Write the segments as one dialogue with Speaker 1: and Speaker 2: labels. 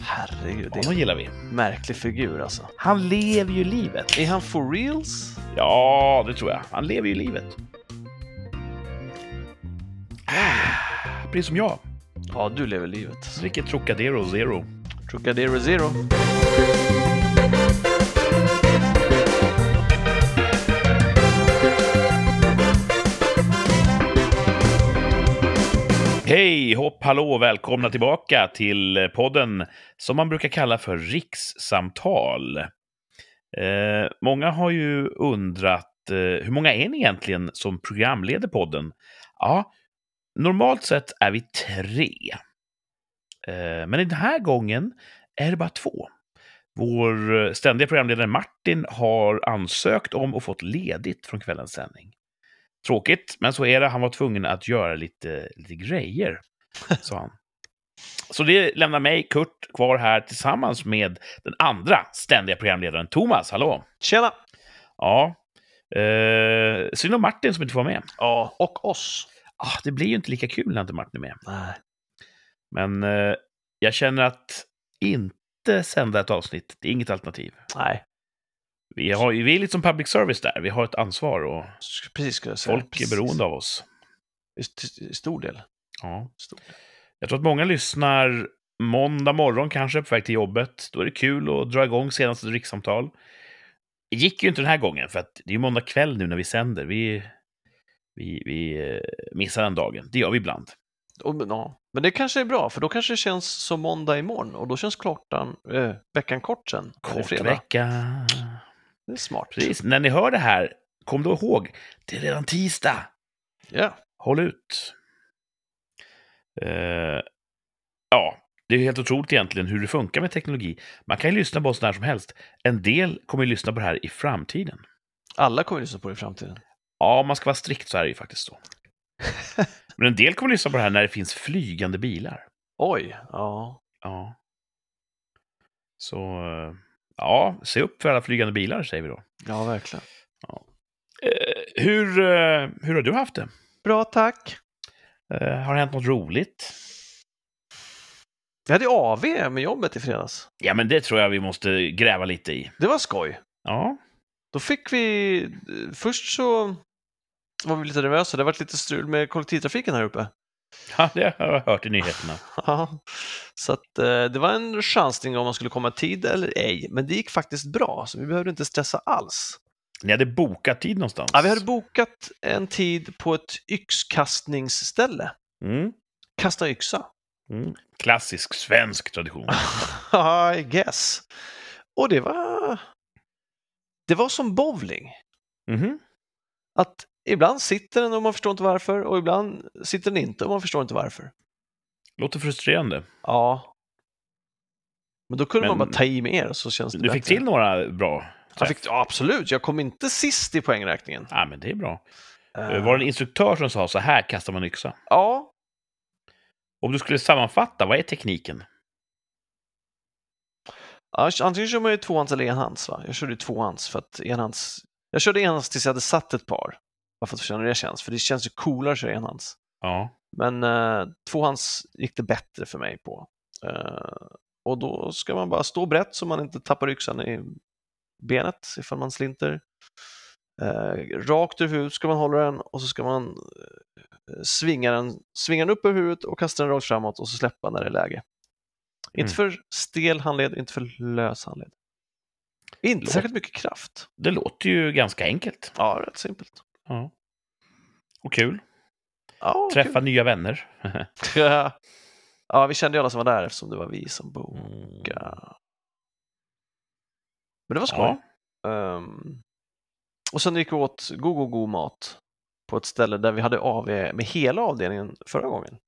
Speaker 1: Herregud, det är
Speaker 2: Honom
Speaker 1: en
Speaker 2: gillar vi.
Speaker 1: märklig figur alltså. Han lever ju livet. Är han for reals?
Speaker 2: Ja, det tror jag. Han lever ju livet. Precis som jag.
Speaker 1: Ja, du lever livet.
Speaker 2: Dricker Trocadero Zero.
Speaker 1: Trocadero Zero.
Speaker 2: Hej, hopp, hallå, välkomna tillbaka till podden som man brukar kalla för rikssamtal. Eh, många har ju undrat, eh, hur många är ni egentligen som programleder podden? Ja, normalt sett är vi tre. Eh, men den här gången är det bara två. Vår eh, ständiga programledare Martin har ansökt om och fått ledigt från kvällens sändning. Tråkigt, men så är det. Han var tvungen att göra lite, lite grejer, sa han. Så det lämnar mig, Kurt, kvar här tillsammans med den andra ständiga programledaren Thomas. Hallå!
Speaker 1: Tjena!
Speaker 2: Ja, eh, synd om Martin som inte får vara med.
Speaker 1: Ja, och oss.
Speaker 2: Ah, det blir ju inte lika kul när inte Martin är med.
Speaker 1: Nej.
Speaker 2: Men eh, jag känner att inte sända ett avsnitt, det är inget alternativ.
Speaker 1: Nej,
Speaker 2: Vi, har, ju- vi är lite som public service där, vi har ett ansvar och
Speaker 1: sk- precis skulle jag säga.
Speaker 2: folk är beroende av oss.
Speaker 1: I, i, I stor del.
Speaker 2: Ja.
Speaker 1: Stor del.
Speaker 2: Jag tror att många lyssnar måndag morgon kanske, på väg till jobbet. Då är det kul att dra igång senaste rikssamtal. Det gick ju inte den här gången, för att det är ju måndag kväll nu när vi sänder. Vi, vi, vi eh, missar den dagen. Det gör vi ibland.
Speaker 1: Och, men, ja. men det kanske är bra, för då kanske det känns som måndag imorgon och då känns klockan, eh, veckan kort sen. eller
Speaker 2: Kort
Speaker 1: fredag.
Speaker 2: vecka.
Speaker 1: Det är smart.
Speaker 2: Precis. När ni hör det här, kom då ihåg, det är redan tisdag.
Speaker 1: Ja.
Speaker 2: Håll ut. Eh, ja, det är ju helt otroligt egentligen hur det funkar med teknologi. Man kan ju lyssna på oss när som helst. En del kommer ju lyssna på det här i framtiden.
Speaker 1: Alla kommer lyssna på det i framtiden.
Speaker 2: Ja, om man ska vara strikt så är det ju faktiskt så. Men en del kommer lyssna på det här när det finns flygande bilar.
Speaker 1: Oj, ja.
Speaker 2: Ja. Så, eh, ja, se upp för alla flygande bilar, säger vi då.
Speaker 1: Ja, verkligen.
Speaker 2: Eh, hur, eh, hur har du haft det?
Speaker 1: Bra, tack.
Speaker 2: Eh, har det hänt något roligt?
Speaker 1: Vi hade ju AV med jobbet i fredags.
Speaker 2: Ja, men det tror jag vi måste gräva lite i.
Speaker 1: Det var skoj.
Speaker 2: Ja,
Speaker 1: Då fick vi... eh, Först så var vi lite nervösa. Det har varit lite strul med kollektivtrafiken här uppe.
Speaker 2: Ja, det har jag hört i nyheterna.
Speaker 1: Ja. Så att, eh, det var en chansning om man skulle komma i tid eller ej. Men det gick faktiskt bra, så vi behövde inte stressa alls.
Speaker 2: Ni hade bokat tid någonstans.
Speaker 1: Ja, vi hade bokat en tid på ett yxkastningsställe.
Speaker 2: mm.
Speaker 1: Kasta yxa.
Speaker 2: Mm. Klassisk svensk tradition.
Speaker 1: I guess. Och det var... Det var som bowling.
Speaker 2: Mhm.
Speaker 1: Att ibland sitter den och man förstår inte varför och ibland sitter den inte och man förstår inte varför.
Speaker 2: Låter frustrerande.
Speaker 1: Alltså, Ja. Men då kunde
Speaker 2: Men-
Speaker 1: man bara ta i mer så känns det
Speaker 2: Du fick
Speaker 1: bättre.
Speaker 2: till några bra
Speaker 1: Jag
Speaker 2: träff.
Speaker 1: fick, ja, absolut, jag kom inte sist i poängräkningen.
Speaker 2: Ja, men det är bra.
Speaker 1: Eh,
Speaker 2: Var det en instruktör som sa så här kastar man yxa?
Speaker 1: Ja,
Speaker 2: Om du skulle sammanfatta, vad är tekniken?
Speaker 1: Ja, antingen kör man ju tvåhands eller enhands. Va? Jag körde ju tvåhands för att enhands... Jag körde enhands tills jag hade satt ett par. Bara för att känna hur det känns, för det känns ju coolare att köra enhands.
Speaker 2: Ja.
Speaker 1: Men eh, tvåhands gick det bättre för mig på. Eh, och då ska man bara stå brett så man inte tappar yxan i benet ifall man slinter. Eh, rakt över huvudet ska man hålla den och så ska man eh, svinga, den, svinga den upp över huvudet och kasta den rakt framåt och så släppa när det är läge. Inte
Speaker 2: Mm.
Speaker 1: för stel handled, inte för lös handled. Inte
Speaker 2: Låt-
Speaker 1: särskilt mycket kraft.
Speaker 2: Det låter ju ganska enkelt.
Speaker 1: Ja, rätt simpelt.
Speaker 2: Ja. Och kul.
Speaker 1: Ja,
Speaker 2: Träffa nya vänner.
Speaker 1: kul. ja, vi kände ju alla som var där eftersom det var vi som bor. Ja. Men det var skoj.
Speaker 2: Ja.
Speaker 1: Ehm, och sen gick vi åt god, god, god mat på ett ställe där vi hade AV med hela avdelningen förra gången.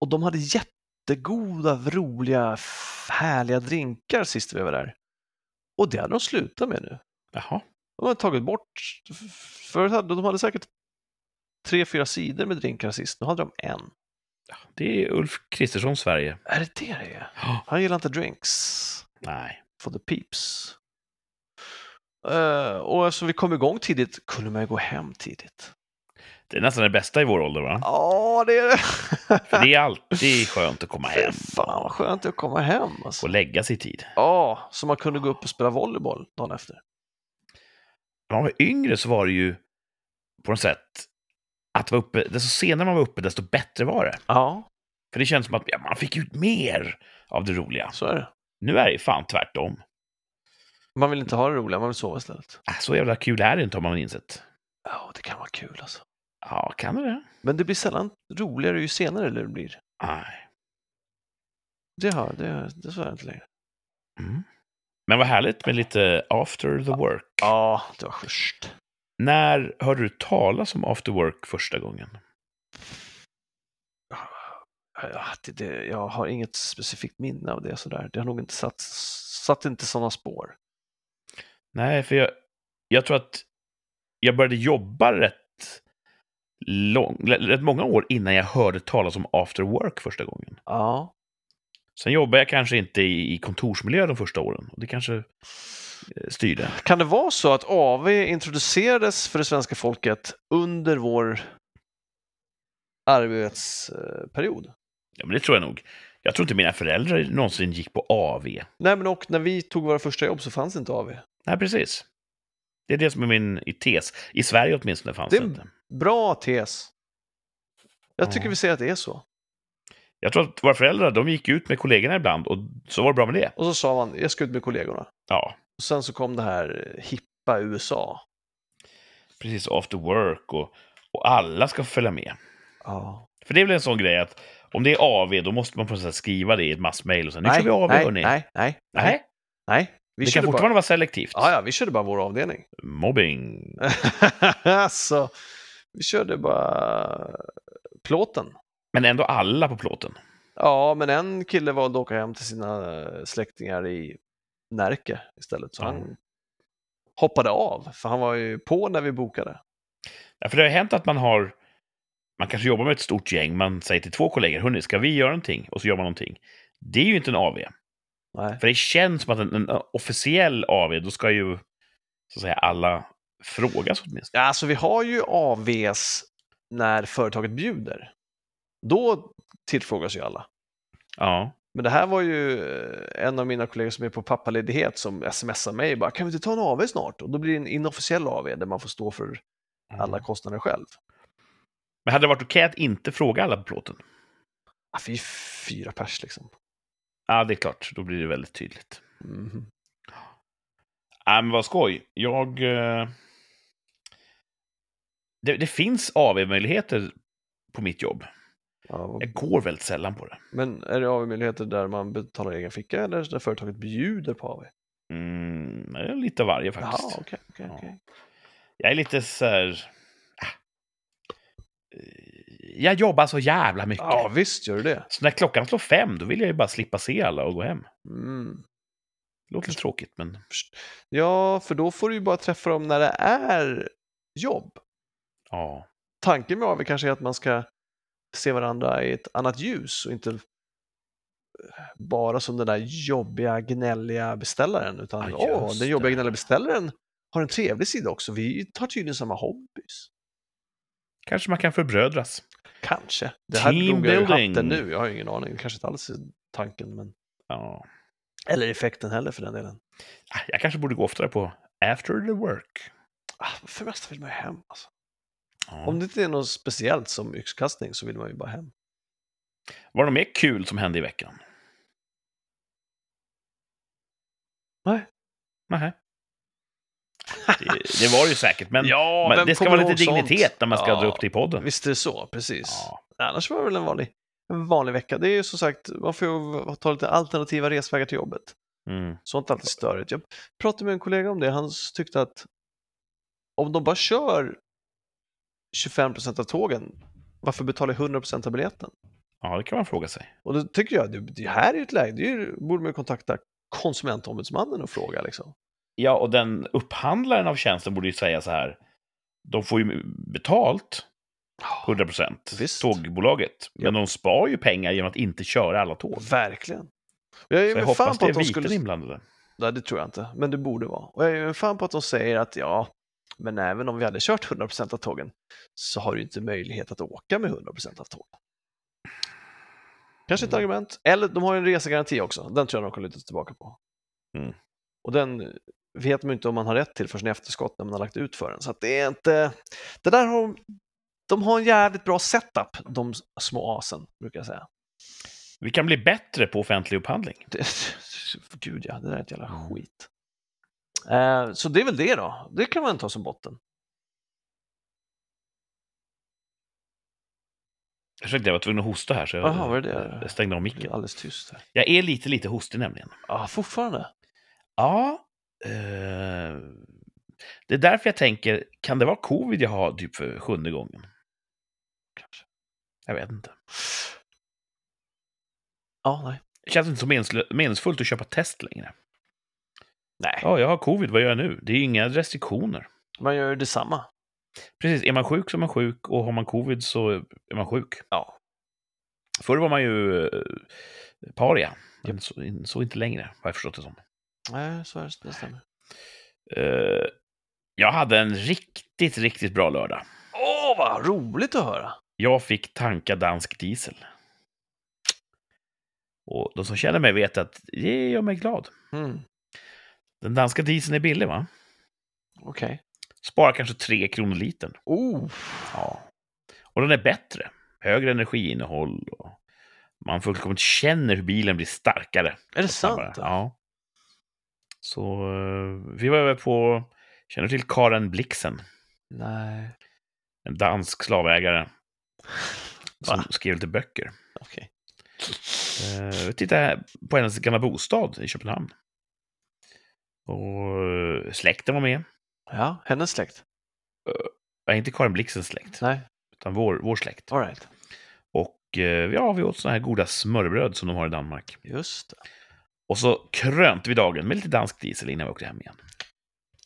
Speaker 1: Och de hade jättegoda, roliga, f- härliga drinkar sist vi var där. Och det hade de slutat med nu.
Speaker 2: Jaha.
Speaker 1: De hade tagit bort, f- förut hade de hade säkert tre, fyra sidor med drinkar sist, nu hade de en.
Speaker 2: Det är Ulf Kristerssons Sverige.
Speaker 1: Är det det det är?
Speaker 2: Ja.
Speaker 1: Han gillar inte drinks.
Speaker 2: Nej.
Speaker 1: for the peeps. alltså, Eh, och eftersom vi kom igång tidigt kunde man ju gå hem tidigt.
Speaker 2: Det är nästan det bästa i vår ålder, va?
Speaker 1: Ja, det är det.
Speaker 2: För det är alltid skönt att komma hem
Speaker 1: Fy fan vad skönt det är att komma hem. Alltså.
Speaker 2: och lägga sig i tid.
Speaker 1: Ja, så man kunde gå upp och spela volleyboll dagen efter.
Speaker 2: när man var yngre så var det ju på något sätt att vara uppe, desto senare man var uppe, desto bättre var det.
Speaker 1: Ja,
Speaker 2: För det känns som att ja, man fick ut mer av det roliga.
Speaker 1: så är det.
Speaker 2: Nu är det ju fan tvärtom.
Speaker 1: Man vill inte ha det roliga, man vill sova istället.
Speaker 2: Äh, Så jävla kul är det inte, har man insett.
Speaker 1: Ja, det kan vara kul alltså.
Speaker 2: Ja, kan det det?
Speaker 1: Men det blir sällan roligare ju senare det blir.
Speaker 2: Nej.
Speaker 1: Det har det, det så är det inte längre.
Speaker 2: Mm. Men vad härligt med lite after the work.
Speaker 1: Ja, det var schysst.
Speaker 2: När hörde du talas om after work första gången?
Speaker 1: Ja, det, det, jag har inget specifikt minne av det sådär. Det har nog inte satt, satt inte sådana spår.
Speaker 2: Nej, för jag, jag tror att jag började jobba rätt, lång, rätt många år innan jag hörde talas om after work första gången.
Speaker 1: Ja,
Speaker 2: Sen jobbade jag kanske inte i, i kontorsmiljö de första åren. Och det kanske eh, styrde.
Speaker 1: Kan det vara så att AV introducerades för det svenska folket under vår arbetsperiod?
Speaker 2: Ja, men det tror jag nog. Jag tror inte mina föräldrar någonsin gick på AV.
Speaker 1: Nej, men och när vi tog våra första jobb så fanns inte AV.
Speaker 2: Nej, precis. Det är det som är min i tes. I Sverige åtminstone fanns det,
Speaker 1: Det-
Speaker 2: inte.
Speaker 1: Bra tes. Jag tycker
Speaker 2: Ja.
Speaker 1: vi ser att det är så.
Speaker 2: Jag tror att våra föräldrar, de gick ut med kollegorna ibland och så var det bra med det.
Speaker 1: Och så sa man, jag ska ut med kollegorna.
Speaker 2: Ja,
Speaker 1: Och sen så kom det här eh, hippa USA.
Speaker 2: precis. After work och, och alla ska följa med.
Speaker 1: Ja.
Speaker 2: För det är väl en sån grej att om det är AV, då måste man på något sätt skriva det i ett massmejl och sen nu
Speaker 1: nej,
Speaker 2: kör vi AV,
Speaker 1: nej,
Speaker 2: hörni.
Speaker 1: nej, nej, nej,
Speaker 2: nej.
Speaker 1: nej. Vi
Speaker 2: Det kan
Speaker 1: körde
Speaker 2: fortfarande
Speaker 1: bara...
Speaker 2: vara selektivt.
Speaker 1: Ja, ja, vi körde bara vår avdelning.
Speaker 2: Mobbing.
Speaker 1: alltså, vi körde bara plåten.
Speaker 2: Men ändå alla på plåten.
Speaker 1: Ja, men en kille valde att åka hem till sina eh, släktingar i Närke istället, så
Speaker 2: Ja.
Speaker 1: han hoppade av, för han var ju på när vi bokade.
Speaker 2: Ja, för det har hänt att man har... Man kanske jobbar med ett stort gäng, man säger till två kollegor, hörni, ska vi göra någonting? Och så gör man någonting. Det är ju inte en AV.
Speaker 1: Nej.
Speaker 2: För det känns som att en, en officiell AV, då ska ju så att säga alla frågas
Speaker 1: Ja,
Speaker 2: åtminstone.
Speaker 1: Alltså, vi har ju AVs när företaget bjuder. Då tillfrågas ju alla.
Speaker 2: Ja.
Speaker 1: Men det här var ju eh, en av mina kollegor som är på pappaledighet som smsar mig bara, kan vi inte ta en AV snart? Och då blir det en inofficiell AV där man får stå för alla kostnader själv.
Speaker 2: Mm. Men hade det varit okej att inte fråga alla på plåten?
Speaker 1: Ah, vi är fyra pers liksom.
Speaker 2: Ja, det är klart. Då blir det väldigt tydligt.
Speaker 1: Mhm.
Speaker 2: Ja, men vad skoj. Jag... eh, Det, det finns AV-möjligheter på mitt jobb.
Speaker 1: Ja, vad
Speaker 2: Jag går väldigt sällan på det.
Speaker 1: Men är det AV-möjligheter där man betalar egen ficka eller där företaget bjuder på AV?
Speaker 2: Mm, det är lite av varje
Speaker 1: Jaha,
Speaker 2: faktiskt.
Speaker 1: okej. okej,
Speaker 2: Ja.
Speaker 1: okej.
Speaker 2: Jag är lite så här... äh, Jag jobbar så jävla mycket.
Speaker 1: Ja, visst gör du det.
Speaker 2: Så när klockan slår fem, då vill jag ju bara slippa se alla och gå hem.
Speaker 1: Mm.
Speaker 2: Det låter lite tråkigt, men...
Speaker 1: Ja, för då får du ju bara träffa dem när det är jobb.
Speaker 2: Ja.
Speaker 1: Tanken med AV kanske är att man ska se varandra i ett annat ljus och inte eh, bara som den där jobbiga, gnälliga beställaren. Utan
Speaker 2: Ja,
Speaker 1: åh,
Speaker 2: just
Speaker 1: den jobbiga,
Speaker 2: det.
Speaker 1: gnälliga beställaren har en trevlig sida också. Vi tar tydligen samma hobbys.
Speaker 2: Kanske man kan förbrödras.
Speaker 1: Kanske. Det här
Speaker 2: Team
Speaker 1: drog jag ju
Speaker 2: building.
Speaker 1: hatten nu. Jag har ingen aning. Det kanske inte alls är tanken, men
Speaker 2: Ja.
Speaker 1: Eller effekten heller för den delen.
Speaker 2: Ah, Jag kanske borde gå oftare på after the work.
Speaker 1: Ah, För det mesta vill man ju hem. Alltså.
Speaker 2: Ja.
Speaker 1: Om det inte är något speciellt som yxkastning så vill man ju bara hem.
Speaker 2: Var det något mer kul som hände i veckan?
Speaker 1: Nej.
Speaker 2: Nej. Det, det var det ju säkert, men,
Speaker 1: ja,
Speaker 2: men
Speaker 1: vem
Speaker 2: det ska
Speaker 1: kommer
Speaker 2: vara lite
Speaker 1: ihåg sånt?
Speaker 2: dignitet när man ska
Speaker 1: Ja,
Speaker 2: dra upp det i podden.
Speaker 1: Visst är det så, precis.
Speaker 2: Ja.
Speaker 1: Annars var det väl en vanlig, en vanlig vecka. Det är ju som sagt, man får ju ta lite alternativa resvägar till jobbet.
Speaker 2: Mm.
Speaker 1: Sånt är alltid störigt. Jag pratade med en kollega om det. Han tyckte att om de bara kör 25% av tågen, varför betalar jag 100% av biljetten?
Speaker 2: Ja, det kan man fråga sig.
Speaker 1: Och då tycker jag, det, det här är ju ett läge, det är ju, borde man ju kontakta konsumentombudsmannen och fråga liksom.
Speaker 2: Ja, och den upphandlaren av tjänsten borde ju säga så här. De får ju betalt 100 procent,
Speaker 1: Visst.
Speaker 2: tågbolaget. Men de spar ju pengar genom att inte köra alla tåg. Så
Speaker 1: Verkligen. Jag är
Speaker 2: jag
Speaker 1: ju en fan
Speaker 2: hoppas
Speaker 1: på att
Speaker 2: det är
Speaker 1: de
Speaker 2: viten
Speaker 1: skulle...
Speaker 2: inblandade.
Speaker 1: Nej, det tror jag inte, men det borde vara. Och jag är ju en fan på att de säger att ja, Men även om vi hade kört 100% av tågen så har du inte möjlighet att åka med 100% av tågen. Kanske ett argument. Eller de har ju en resegaranti också. Den tror jag de kan luta sig tillbaka på.
Speaker 2: Mm.
Speaker 1: Och den vet man ju inte om man har rätt till förrän i efterskott när man har lagt ut för den. Så att det är inte... Det där har... De har en jävligt bra setup, de små asen, brukar jag säga.
Speaker 2: Vi kan bli bättre på offentlig upphandling.
Speaker 1: Det, gud ja, det där är ett jävla skit. Eh, så det är väl det då. Det kan man ta som botten.
Speaker 2: Ursäkta, jag var tvungen att hosta här så jag,
Speaker 1: Jaha, var det det?
Speaker 2: jag stängde av
Speaker 1: Det är
Speaker 2: micken.
Speaker 1: alldeles tyst här.
Speaker 2: Jag är lite, lite hostig nämligen.
Speaker 1: Ja, fortfarande.
Speaker 2: Ja. Eh, det är därför jag tänker, kan det vara covid jag har typ för sjunde gången?
Speaker 1: Kanske.
Speaker 2: Jag vet inte.
Speaker 1: Ja, nej.
Speaker 2: Det känns inte så meningslö- meningsfullt att köpa test längre.
Speaker 1: Nej,
Speaker 2: Ja, jag har covid, vad gör jag nu? Det är ju inga restriktioner.
Speaker 1: man gör ju detsamma.
Speaker 2: Precis, är man sjuk så är man sjuk och har man covid så är man sjuk.
Speaker 1: Ja.
Speaker 2: Förr var man ju eh, paria, men så, in- så inte längre, har jag förstått det som.
Speaker 1: Nej, så är det, det stämmer.
Speaker 2: Eh, jag hade en riktigt, riktigt bra lördag.
Speaker 1: Åh, vad roligt att höra!
Speaker 2: Jag fick tanka dansk diesel. Och de som känner mig vet att det gör mig glad.
Speaker 1: Mm,
Speaker 2: Den danska dieseln är billig, va?
Speaker 1: Okej.
Speaker 2: Sparar kanske 3 kronor litern.
Speaker 1: Oh,
Speaker 2: Ja. Och den är bättre. Högre energiinnehåll. Och man fullkomligt känner hur bilen blir starkare.
Speaker 1: är det
Speaker 2: snabbare.
Speaker 1: sant?
Speaker 2: Ja. Så eh, vi var över på, känner du till Karen Blixen?
Speaker 1: Nej,
Speaker 2: En dansk slavägare som
Speaker 1: Va?
Speaker 2: skrev lite böcker.
Speaker 1: okej.
Speaker 2: Eh, Vi tittade på hennes gamla bostad i Köpenhamn. Och eh, släkten var med.
Speaker 1: Ja, hennes släkt?
Speaker 2: Nej, inte Karin Blixens släkt,
Speaker 1: Nej,
Speaker 2: utan vår, vår släkt.
Speaker 1: all right.
Speaker 2: Och eh, ja, vi åt såna här goda smörbröd som de har i Danmark.
Speaker 1: Just det.
Speaker 2: Och så krönte vi dagen med lite dansk diesel innan vi åkte hem igen.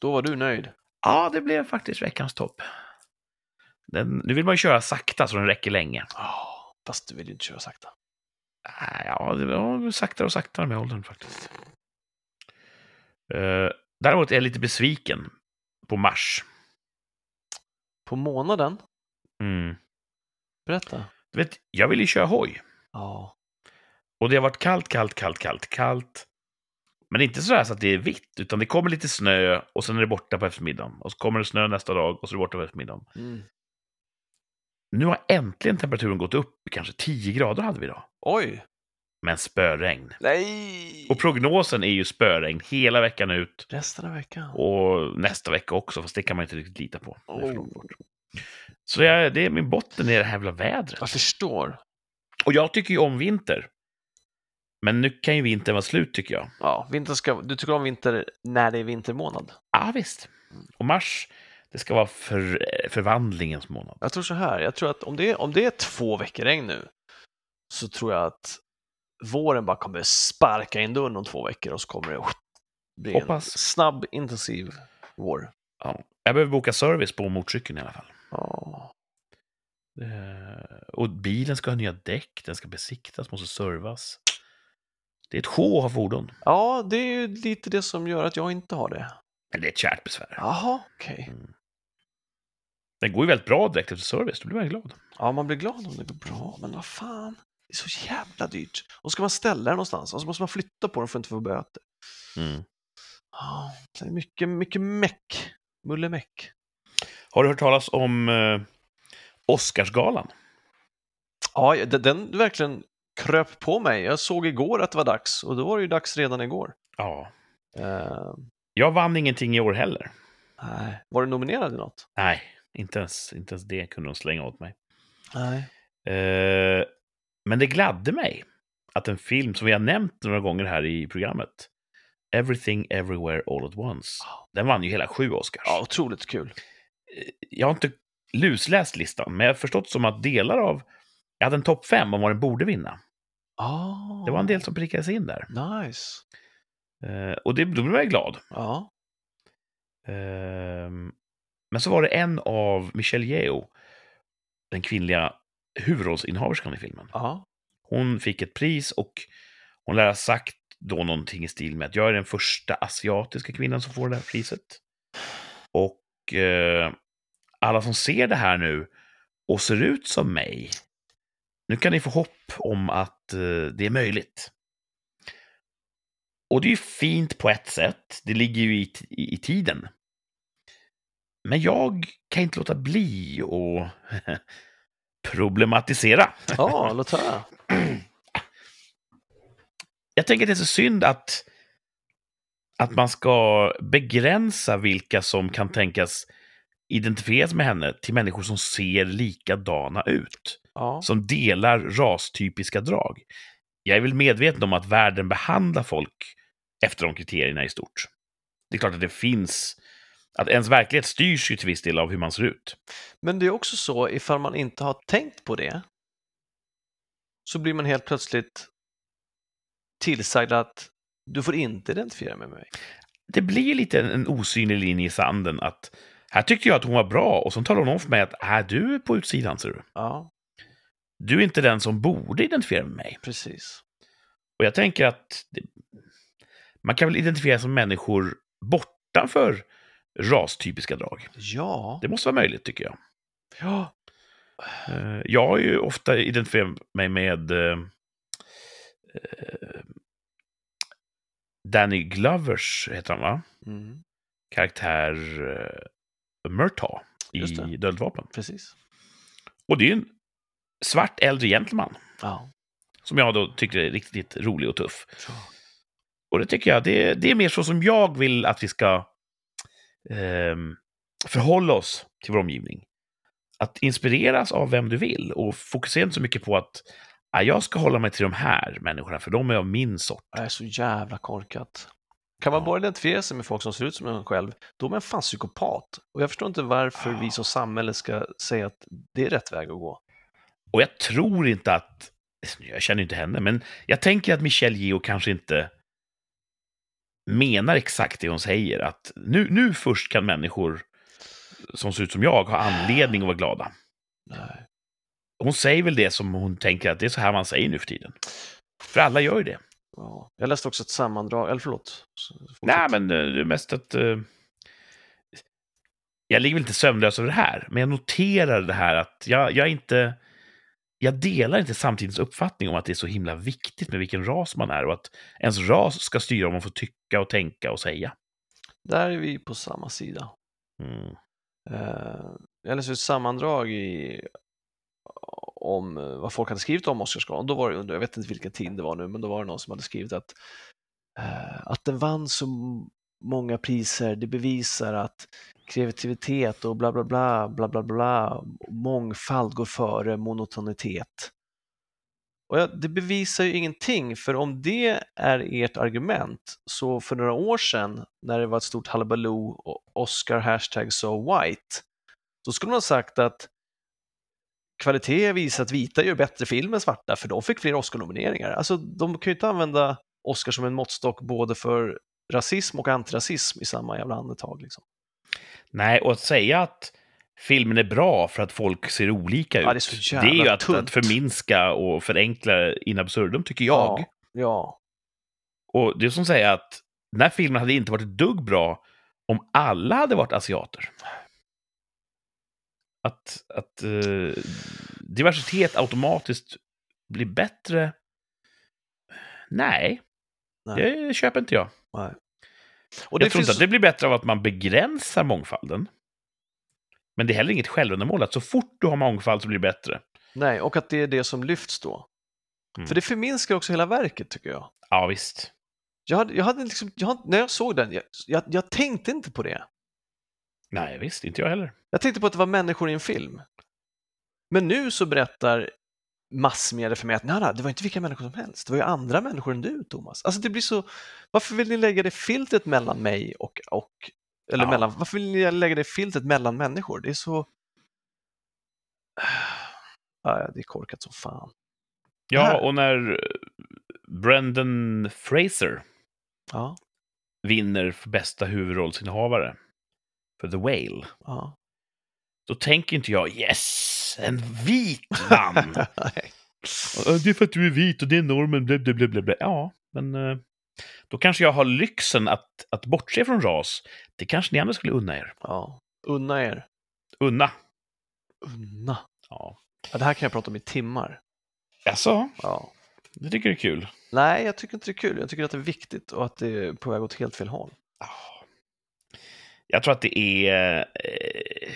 Speaker 1: Då var du nöjd.
Speaker 2: Ja, det blev faktiskt veckans topp. Den, nu vill man ju köra sakta så den räcker länge.
Speaker 1: Oh, fast du vill ju inte köra sakta.
Speaker 2: Ah, Ja, det var saktare och saktare med åldern faktiskt. Eh, däremot är jag lite besviken på Mars.
Speaker 1: På månaden?
Speaker 2: Mm.
Speaker 1: Berätta.
Speaker 2: Du vet, jag ville ju köra hoj.
Speaker 1: Ja.
Speaker 2: Och det har varit kallt, kallt, kallt, kallt, kallt. Men inte sådär så att det är vitt, utan det kommer lite snö och sen är det borta på eftermiddagen. Och så kommer det snö nästa dag och så är det borta på eftermiddagen.
Speaker 1: Mm.
Speaker 2: Nu har äntligen temperaturen gått upp, kanske 10 grader hade vi idag.
Speaker 1: Oj!
Speaker 2: Men spöregn.
Speaker 1: Nej!
Speaker 2: Och prognosen är ju spöregn hela veckan ut
Speaker 1: Resten av veckan?
Speaker 2: och nästa vecka också, fast det kan man inte riktigt lita på. Det är för
Speaker 1: Oh.
Speaker 2: långt bort. Så jag, det är min botten i det här jävla vädret.
Speaker 1: Jag förstår.
Speaker 2: Och jag tycker ju om vinter. Men nu kan ju vintern vara slut tycker jag.
Speaker 1: Ja, vinter ska, du tycker om vinter när det är vintermånad?
Speaker 2: Ja, ah, visst. Och mars, det ska vara för, eh, förvandlingens månad.
Speaker 1: Jag tror så här, jag tror att om det, är- om det är två veckor regn nu så tror jag att våren bara kommer sparka in dörren om två veckor och så kommer det bli en
Speaker 2: Hoppas.
Speaker 1: snabb, intensiv vår.
Speaker 2: Ja. Jag behöver boka service på motorcykeln i alla fall.
Speaker 1: Ja,
Speaker 2: Eh, Och bilen ska ha nya däck, den ska besiktas, måste servas. Det är ett sjå att ha fordon.
Speaker 1: ja det är ju lite det som gör att jag inte har det.
Speaker 2: Men det är ett kärt besvär.
Speaker 1: Jaha, okej.
Speaker 2: Mm. Den går ju väldigt bra direkt efter service, då blir man ju glad.
Speaker 1: Ja, man blir glad om det går bra, men vad fan. Det är så jävla dyrt. Och så ska man ställa den någonstans och så måste man flytta på den för att inte få böter.
Speaker 2: Mm.
Speaker 1: Ja, det är mycket, mycket meck. Mullemäck.
Speaker 2: Har du hört talas om eh, Oscarsgalan?
Speaker 1: Ja, jag- den, den verkligen kröp på mig. Jag såg igår att det var dags och då var det ju dags redan igår.
Speaker 2: Ja.
Speaker 1: Eh,
Speaker 2: Jag vann ingenting i år heller.
Speaker 1: nej. Var du nominerad i något?
Speaker 2: Nej, inte ens, inte ens det kunde de slänga åt mig.
Speaker 1: Nej.
Speaker 2: Eh, men det gladde mig att en film som vi har nämnt några gånger här i programmet, Everything Everywhere All At Once, den vann ju hela sju Oscars.
Speaker 1: Ja, otroligt kul.
Speaker 2: Eh, Jag har inte lusläst listan, men jag har förstått som att delar av... Jag hade en topp fem om vad den borde vinna.
Speaker 1: Ah,
Speaker 2: Det var en del som prickades in där.
Speaker 1: Nice.
Speaker 2: Eh, och det, då blev jag glad.
Speaker 1: Ja.
Speaker 2: Ehm, men så var det en av Michelle Yeoh, den kvinnliga huvudrollsinnehaverskan i filmen.
Speaker 1: ja.
Speaker 2: Hon fick ett pris och hon lär ha sagt då någonting i stil med att jag är den första asiatiska kvinnan som får det här priset. Och Och eh, alla som ser det här nu och ser ut som mig, nu kan ni få hopp om att eh, det är möjligt. Och det är ju fint på ett sätt, det ligger ju i, t- i, i tiden. Men jag kan inte låta bli att problematisera.
Speaker 1: Ja, låt höra.
Speaker 2: Jag tänker att det är så synd att, att man ska begränsa vilka som kan tänkas identifieras med henne till människor som ser likadana ut,
Speaker 1: Ja.
Speaker 2: som delar rastypiska drag. Jag är väl medveten om att världen behandlar folk efter de kriterierna i stort. Det är klart att det finns, att ens verklighet styrs ju till viss del av hur man ser ut.
Speaker 1: Men det är också så, ifall man inte har tänkt på det, så blir man helt plötsligt tillsagd att du får inte identifiera med mig.
Speaker 2: det blir lite en, en osynlig linje i sanden att här tyckte jag att hon var bra och sen talar hon om för mig att här du är på utsidan ser du.
Speaker 1: Ja,
Speaker 2: Du är inte den som borde identifiera med mig.
Speaker 1: precis.
Speaker 2: Och jag tänker att det, man kan väl identifiera som människor bortanför rastypiska drag.
Speaker 1: Ja,
Speaker 2: Det måste vara möjligt tycker jag.
Speaker 1: ja.
Speaker 2: Eh, Jag har ju ofta identifierat mig med eh, eh, Danny Glovers, heter han va?
Speaker 1: Mm,
Speaker 2: Karaktär eh, Murtaugh
Speaker 1: Just det.
Speaker 2: i Döldvapen.
Speaker 1: precis.
Speaker 2: Och det är ju en svart äldre gentleman
Speaker 1: Ja.
Speaker 2: som jag då tycker är riktigt rolig och tuff.
Speaker 1: Ja.
Speaker 2: Och det tycker jag, det, det är mer så som jag vill att vi ska ehm, förhålla oss till vår omgivning. Att inspireras av vem du vill och fokusera inte så mycket på att "Ah, jag ska hålla mig till de här människorna, för de är av min sort.
Speaker 1: Det är så jävla korkat. Kan man
Speaker 2: Ja.
Speaker 1: bara identifiera sig med folk som ser ut som en själv, då är man fan psykopat. Och jag förstår inte varför
Speaker 2: Ja.
Speaker 1: vi som samhälle ska säga att det är rätt väg att gå.
Speaker 2: Och jag tror inte att, jag känner ju inte henne, men jag tänker att Michelle Yeoh kanske inte menar exakt det hon säger. Att nu, nu först kan människor som ser ut som jag ha anledning att vara glada.
Speaker 1: Nej.
Speaker 2: Hon säger väl det som hon tänker att det är så här man säger nu för tiden. För alla gör ju det.
Speaker 1: Ja. Jag läste också ett sammandrag, eller förlåt. Så-
Speaker 2: Nej, men eh, det är mest att... eh, Jag ligger väl inte sömnlös över det här, men jag noterar det här att jag, jag är inte... Jag delar inte samtidens uppfattning om att det är så himla viktigt med vilken ras man är och att ens ras ska styra om man får tycka och tänka och säga.
Speaker 1: Där är vi på samma sida.
Speaker 2: Mm.
Speaker 1: Eh, jag läste ett sammandrag i, om eh, vad folk hade skrivit om Oscarsgalan. Då var det, under- jag vet inte vilken tid det var nu, men då var det någon som hade skrivit att, eh, att den vann så m- många priser, det bevisar att kreativitet och bla bla bla, bla bla bla, mångfald går före monotonitet. Och ja, det bevisar ju ingenting, för om det är ert argument, så för några år sedan när det var ett stort hallabaloo och Oscar hashtag so white, då skulle man ha sagt att kvalitet visar att vita gör bättre film än svarta, för de fick fler Oscar-nomineringar. Alltså, de kan ju inte använda Oscar som en måttstock både för rasism och antirasism i samma jävla andetag. Liksom.
Speaker 2: Nej, och att säga att filmen är bra för att folk ser olika ut,
Speaker 1: Ja, det är så
Speaker 2: det
Speaker 1: jävla
Speaker 2: är ju att,
Speaker 1: tunt.
Speaker 2: att förminska och förenkla in absurdum, tycker jag.
Speaker 1: Ja, ja,
Speaker 2: Och det är som säger att den här filmen hade inte varit ett dugg bra om alla hade varit asiater. Att, att eh, diversitet automatiskt blir bättre? Nej,
Speaker 1: Nej.
Speaker 2: det köper inte jag.
Speaker 1: nej. Och
Speaker 2: jag tror inte att det blir bättre av att man begränsar mångfalden. Men det är heller inget självändamål att så fort du har mångfald så blir det bättre.
Speaker 1: Nej, och att det är det som lyfts då.
Speaker 2: Mm.
Speaker 1: För det förminskar också hela verket, tycker jag.
Speaker 2: Ja, visst.
Speaker 1: Jag hade, jag hade liksom, jag, när jag såg den, jag, jag, jag tänkte inte på det.
Speaker 2: Nej, visst. Inte jag heller.
Speaker 1: Jag tänkte på att det var människor i en film. Men nu så berättar massmedia för mig att nej, nej, det var inte vilka människor som helst, det var ju andra människor än du, Thomas. Alltså det blir så, varför vill ni lägga det filtret mellan mig och, och eller
Speaker 2: Ja.
Speaker 1: mellan, varför vill ni lägga det filtret mellan människor? Det är så... Ah, ja, det är korkat som fan.
Speaker 2: Ja,
Speaker 1: Här.
Speaker 2: och när eh, Brendan Fraser
Speaker 1: Ja,
Speaker 2: vinner för bästa huvudrollsinnehavare för The Whale,
Speaker 1: ja.
Speaker 2: då tänker inte jag yes, en vit vann.
Speaker 1: Nej.
Speaker 2: "Ja, det är för att du är vit och det är normen, bla, bla, bla, bla, bla. Ja, men eh, då kanske jag har lyxen att, att bortse från ras. Det kanske ni andra skulle unna er.
Speaker 1: Ja, Unna er.
Speaker 2: Unna.
Speaker 1: Unna.
Speaker 2: Ja.
Speaker 1: Ja, det här kan jag prata om i timmar.
Speaker 2: Alltså,
Speaker 1: Ja.
Speaker 2: det tycker du är kul?
Speaker 1: Nej, jag tycker inte det är kul. Jag tycker att det är viktigt och att det är på väg åt helt fel håll.
Speaker 2: Ah. Jag tror att det är... Eh,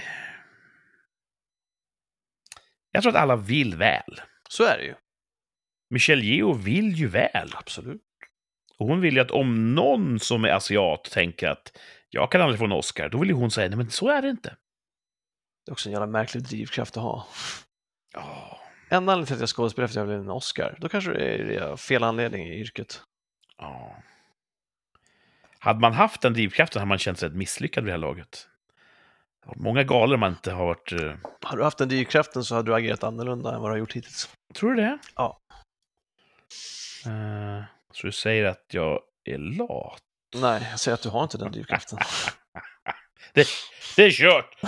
Speaker 2: jag tror att alla vill väl.
Speaker 1: Så är det ju.
Speaker 2: Michelle Yeoh vill ju väl.
Speaker 1: Absolut.
Speaker 2: Och hon vill ju att om någon som är asiat tänker att jag kan aldrig få en Oscar, då vill ju hon säga nej men så är det inte.
Speaker 1: Det är också en jävla märklig drivkraft att ha.
Speaker 2: Ja,
Speaker 1: Enda anledningen till att jag skådespelar är för att jag vill vinna en Oscar. Då kanske det är fel anledning i yrket.
Speaker 2: ja. Hade man haft den drivkraften hade man känt sig rätt misslyckad vid det här laget. Det har varit Många galor man inte har varit... eh,
Speaker 1: Har du haft den drivkraften så hade du agerat annorlunda än vad du har gjort hittills.
Speaker 2: Tror du det?
Speaker 1: Ja.
Speaker 2: Eh, så du säger att jag är lat?
Speaker 1: Nej, jag säger att du har inte den drivkraften.
Speaker 2: Det är kört!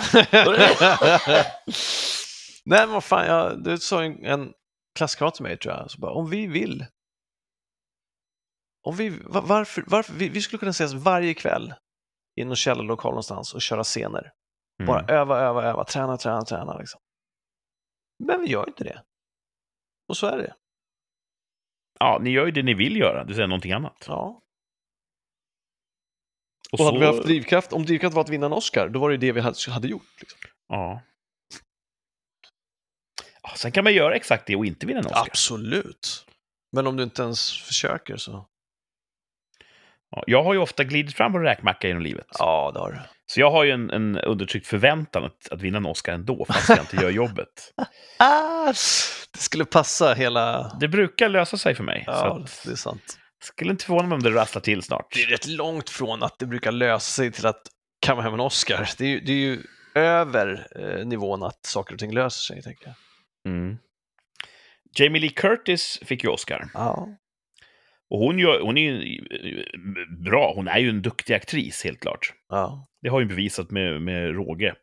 Speaker 1: Nej, men vad fan, jag, du sa en, en klasskamrat till mig, tror jag, så bara, om vi vill. Om vi, va- varför, varför, vi, vi skulle kunna ses varje kväll i någon källarlokal någonstans och köra scener. Bara
Speaker 2: Mm.
Speaker 1: öva, öva, öva, träna, träna, träna. Liksom. Men vi gör inte det. Och så är det.
Speaker 2: Ja, ni gör ju det ni vill göra, det vill säga någonting annat.
Speaker 1: Ja.
Speaker 2: Och
Speaker 1: Och hade
Speaker 2: så-
Speaker 1: vi haft drivkraft, om drivkraft var att vinna en Oscar, då var det ju det vi hade, hade gjort. Liksom.
Speaker 2: Ja. Ja, Sen kan man göra exakt det och inte vinna en Oscar.
Speaker 1: Absolut. Men om du inte ens försöker så...
Speaker 2: Ja, jag har ju ofta glidit fram på en räkmacka genom livet.
Speaker 1: Ja, det har du.
Speaker 2: Så jag har ju en, en undertryckt förväntan att, att vinna en Oscar ändå, fast jag inte gör jobbet.
Speaker 1: Ah, det skulle passa hela...
Speaker 2: Det brukar lösa sig för mig. så
Speaker 1: Ja,
Speaker 2: att,
Speaker 1: det är sant.
Speaker 2: skulle inte förvåna mig om det rasslar till snart.
Speaker 1: Det är rätt långt från att det brukar lösa sig till att kamma hem en Oscar. Det är ju, det är ju över eh, nivån att saker och ting löser sig, tänker jag.
Speaker 2: Mm. Jamie Lee Curtis fick ju Oscar.
Speaker 1: Ja,
Speaker 2: Och hon, gör, hon är ju eh, bra, hon är ju en duktig aktris helt klart.
Speaker 1: ja.
Speaker 2: Det har ju bevisat med, med råge.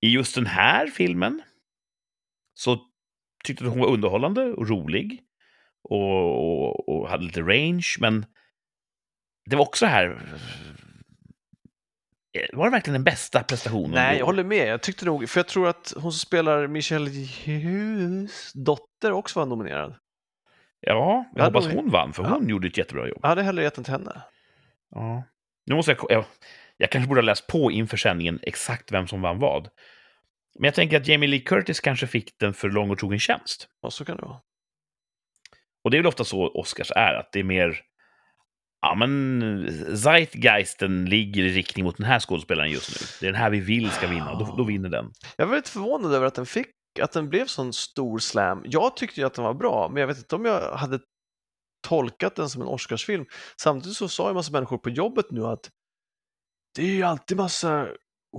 Speaker 2: I just den här filmen så tyckte jag att hon var underhållande och rolig. Och, och, och hade lite range, men det var också här... eh, Var det verkligen den bästa prestationen?
Speaker 1: Nej,
Speaker 2: då?
Speaker 1: jag håller med. Jag tyckte nog, för jag tror att hon som spelar Michelle Hughes dotter också var nominerad.
Speaker 2: Ja, jag
Speaker 1: Ja,
Speaker 2: hoppas
Speaker 1: då-
Speaker 2: hon vann, för
Speaker 1: ja.
Speaker 2: hon gjorde ett jättebra jobb.
Speaker 1: Jag hade hellre gett den till henne.
Speaker 2: Ja. Nu måste jag, ko- jag... Jag kanske borde ha läst på inför sändningen exakt vem som vann vad. Men jag tänker att Jamie Lee Curtis kanske fick den för lång och trogen tjänst.
Speaker 1: Ja, så kan det vara.
Speaker 2: Och det är väl ofta så Oscars är, att det är mer... Ja, men Zeitgeisten ligger i riktning mot den här skådespelaren just nu. Det är den här vi vill ska vinna, och då, då vinner den.
Speaker 1: Jag var lite förvånad över att den fick, att den blev sån stor slam. Jag tyckte ju att den var bra, men jag vet inte om jag hade tolkat den som en Oscarsfilm. Samtidigt så sa ju en massa människor på jobbet nu att det är ju alltid massa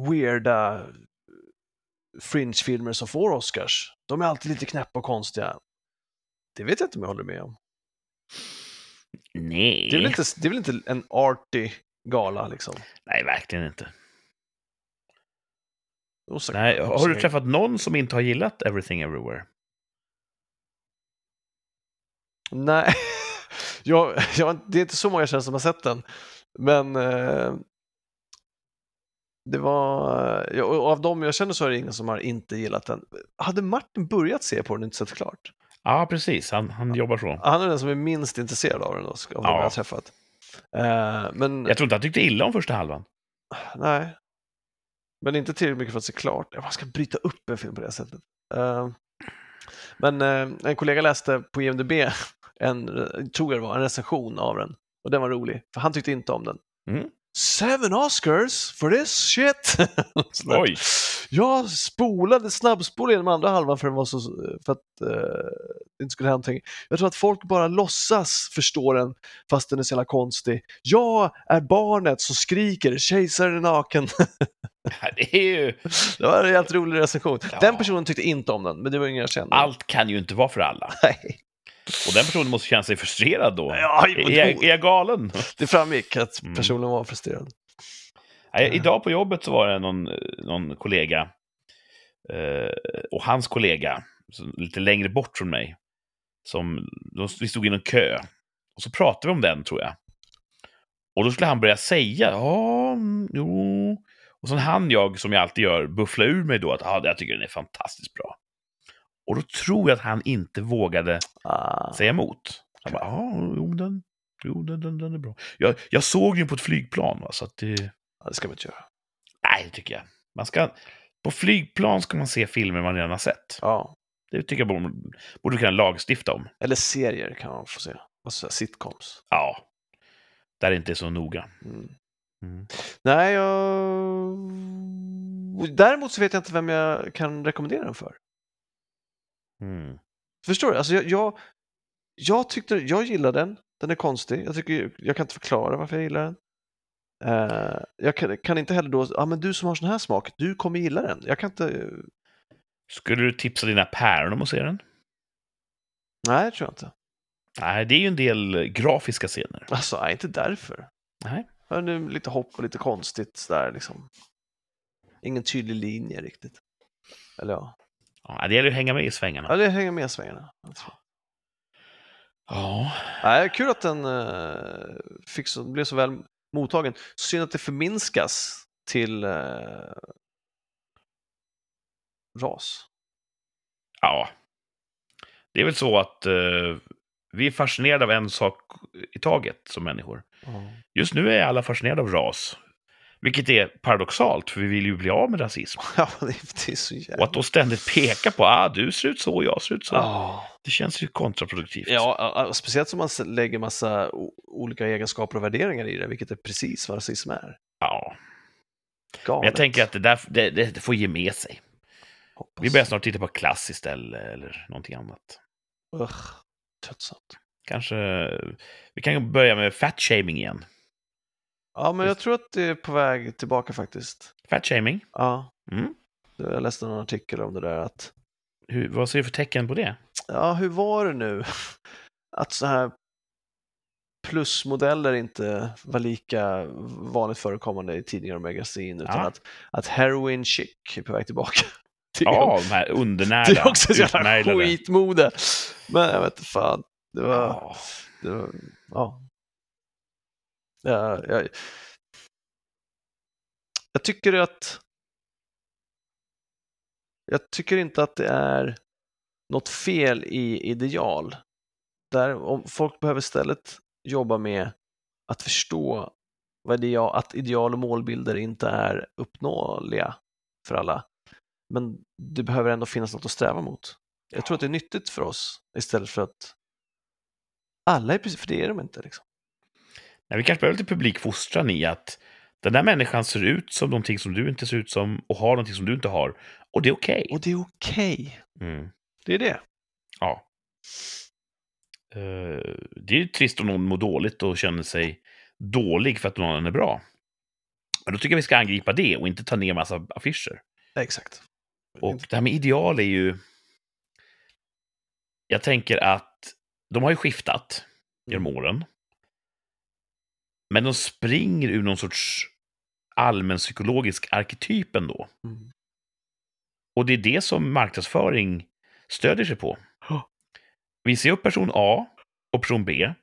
Speaker 1: weirda eh, fringe-filmer som får Oscars. De är alltid lite knäppa och konstiga. Det vet jag inte om jag håller med om.
Speaker 2: Nej,
Speaker 1: Det är väl inte, det är väl inte en arty gala liksom?
Speaker 2: nej verkligen inte.
Speaker 1: De sa-
Speaker 2: Nej,
Speaker 1: de
Speaker 2: har
Speaker 1: sa-
Speaker 2: du träffat någon som inte har gillat Everything Everywhere?
Speaker 1: Nej, jag, jag, det är inte så många känslor som har sett den. Men eh, det var, ja, och av dem jag känner så är det ingen som har inte gillat den. Hade Martin börjat se på den och inte sett klart?
Speaker 2: Ja, precis. Han, han jobbar så.
Speaker 1: Han är den som är minst intresserad av den, då, av de
Speaker 2: Ja.
Speaker 1: jag har träffat. Eh, men
Speaker 2: Jag tror inte han tyckte illa om första halvan.
Speaker 1: nej, men inte tillräckligt mycket för att se klart. Man ska bryta upp en film på det sättet. Eh, men eh, en kollega läste på IMDB, en, tror jag det var, en recension av den. Och den var rolig, för han tyckte inte om den.
Speaker 2: Mm.
Speaker 1: Seven Oscars for this shit! Sådär.
Speaker 2: Oj.
Speaker 1: Jag spolade, snabbspolade genom andra halvan för, den var så, för att eh, det inte skulle hända någonting. Jag tror att folk bara låtsas förstå den fast den är så jävla konstig. Jag är barnet som skriker kejsaren är naken.
Speaker 2: Det är ju...
Speaker 1: Det var en helt rolig recension.
Speaker 2: Ja.
Speaker 1: Den personen tyckte inte om den, men det var ingen jag kände.
Speaker 2: Allt kan ju inte vara för alla.
Speaker 1: Nej.
Speaker 2: Och den personen måste känna sig frustrerad då.
Speaker 1: Ja, jo,
Speaker 2: Är jag, är jag galen?
Speaker 1: Det framgick att
Speaker 2: Mm.
Speaker 1: personen var frustrerad.
Speaker 2: Nej,
Speaker 1: Ja.
Speaker 2: Idag på jobbet så var det någon, någon kollega eh, och hans kollega, så lite längre bort från mig, som, de, vi stod i någon kö. Och så pratade vi om den, tror jag. Och då skulle han börja säga, ja, mm, jo. Och sen hann jag, som jag alltid gör, buffla ur mig då att ah, jag tycker den är fantastiskt bra. Och då tror jag att han inte vågade
Speaker 1: Ah,
Speaker 2: säga emot. Han bara, ja, jo, den, jo den, den, den är bra. Jag, jag såg den på ett flygplan, va, så att det...
Speaker 1: ja, det ska man inte göra.
Speaker 2: Nej, det tycker jag. Man ska, på flygplan ska man se filmer man redan har sett.
Speaker 1: Ja.
Speaker 2: Det tycker jag borde, borde vi kunna lagstifta om.
Speaker 1: Eller serier kan man få se. Alltså sitcoms.
Speaker 2: Ja. Där det inte är så noga.
Speaker 1: Mm.
Speaker 2: Mm.
Speaker 1: Nej, jag... Däremot så vet jag inte vem jag kan rekommendera den för.
Speaker 2: Mm.
Speaker 1: Förstår du? Alltså jag, jag, jag tyckte, jag gillar den. Den är konstig. Jag, tycker, jag kan inte förklara varför jag gillar den. Eh, jag kan, kan inte heller då, ja ah, men du som har sån här smak, du kommer gilla den. Jag kan inte,
Speaker 2: Skulle du tipsa dina päron om att se den?
Speaker 1: nej det tror jag inte.
Speaker 2: Nej, det är ju en del grafiska scener.
Speaker 1: Alltså, nej inte därför.
Speaker 2: Nej.
Speaker 1: Ja, nu lite hopp och lite konstigt sådär liksom. Ingen tydlig linje riktigt. Eller ja,
Speaker 2: Ja, det gäller ju att hänga med i
Speaker 1: ja
Speaker 2: svängarna.
Speaker 1: det hänger med i svängarna.
Speaker 2: Ja.
Speaker 1: Nej, kul att den eh, fick så, blev så väl mottagen. Synd att det förminskas till eh, ras.
Speaker 2: ja. Det är väl så att eh, vi är fascinerade av en sak i taget som människor. Just nu är alla fascinerade av ras. Vilket är paradoxalt, för vi vill ju bli av med rasism.
Speaker 1: Ja, det är, det är så
Speaker 2: Och
Speaker 1: jävla...
Speaker 2: att då ständigt peka på ah, du ser ut så, jag ser ut så.
Speaker 1: Ja.
Speaker 2: Det känns ju kontraproduktivt.
Speaker 1: Ja, ja, ja, speciellt som man s- lägger massa o- olika egenskaper och värderingar i det, vilket är precis vad rasism är.
Speaker 2: Ja.
Speaker 1: Galet.
Speaker 2: Men jag tänker att det där det, det får ge med sig.
Speaker 1: Hoppas.
Speaker 2: Vi börjar snart titta på klass istället, eller någonting annat.
Speaker 1: Ugh, tröttsamt.
Speaker 2: Kanske... Vi kan börja med fat-shaming igen.
Speaker 1: Ja, men jag tror att det är på väg tillbaka faktiskt.
Speaker 2: Fat-shaming,
Speaker 1: Ja.
Speaker 2: Mm.
Speaker 1: Jag läste någon artikel om det där att
Speaker 2: hur- vad ser du för tecken på det?
Speaker 1: ja, hur var det nu? Att så här plusmodeller inte var lika vanligt förekommande i tidningar och magasin utan
Speaker 2: Ja.
Speaker 1: att, att heroin chic är på väg tillbaka. Det är,
Speaker 2: Ja, de här
Speaker 1: det är
Speaker 2: undernärda,
Speaker 1: också ett jävla
Speaker 2: utmärglade.
Speaker 1: skitmode. Men jag vet inte fan. Det var,
Speaker 2: Ja.
Speaker 1: det var, ja. Ja, jag, jag tycker att jag tycker inte att det är något fel i ideal. Där om folk behöver istället jobba med att förstå vad ideal, att ideal och målbilder inte är uppnåeliga för alla. Men det behöver ändå finnas något att sträva mot. Jag tror att det är nyttigt för oss istället för att alla är precis, för det är de inte. Liksom.
Speaker 2: Nej, vi kanske behöver lite publikfostran i att den där människan ser ut som någonting som du inte ser ut som och har någonting som du inte har. Och det är okej.
Speaker 1: Och det är okej.
Speaker 2: Mm.
Speaker 1: Det är det.
Speaker 2: Ja. Eh, det är ju trist om någon mår dåligt och känner sig dålig för att någon annan är bra. Men då tycker jag vi ska angripa det och inte ta ner massa affischer.
Speaker 1: Exakt.
Speaker 2: Och det här med ideal är ju... Jag tänker att de har ju skiftat genom åren. Men de springer ur någon sorts allmänpsykologisk arketyp ändå.
Speaker 1: Mm.
Speaker 2: Och det är det som marknadsföring stödjer sig på.
Speaker 1: Ja.
Speaker 2: Vi ser upp person A och person B,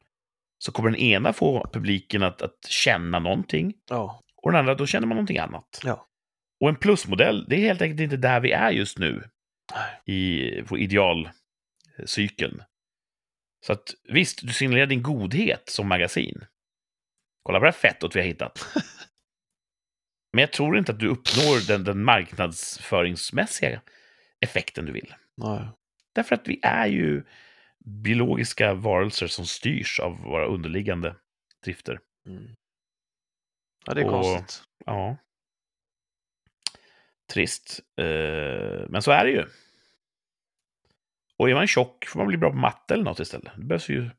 Speaker 2: så kommer den ena få publiken att, att känna någonting,
Speaker 1: Ja.
Speaker 2: och den andra, då känner man någonting annat.
Speaker 1: Ja.
Speaker 2: Och en plusmodell, det är helt enkelt inte där vi är just nu
Speaker 1: Nej.
Speaker 2: i, på idealcykeln. Så att visst, du signalerar din godhet som magasin. Kolla på det här fettot vi har hittat. Men jag tror inte att du uppnår den, den marknadsföringsmässiga effekten du vill.
Speaker 1: Nej.
Speaker 2: Därför att vi är ju biologiska varelser som styrs av våra underliggande drifter.
Speaker 1: Mm. Ja, det är
Speaker 2: Och-
Speaker 1: konstigt.
Speaker 2: Ja. Trist. Eh, men så är det ju. Och är man tjock får man bli bra på matte eller något istället. Det behövs ju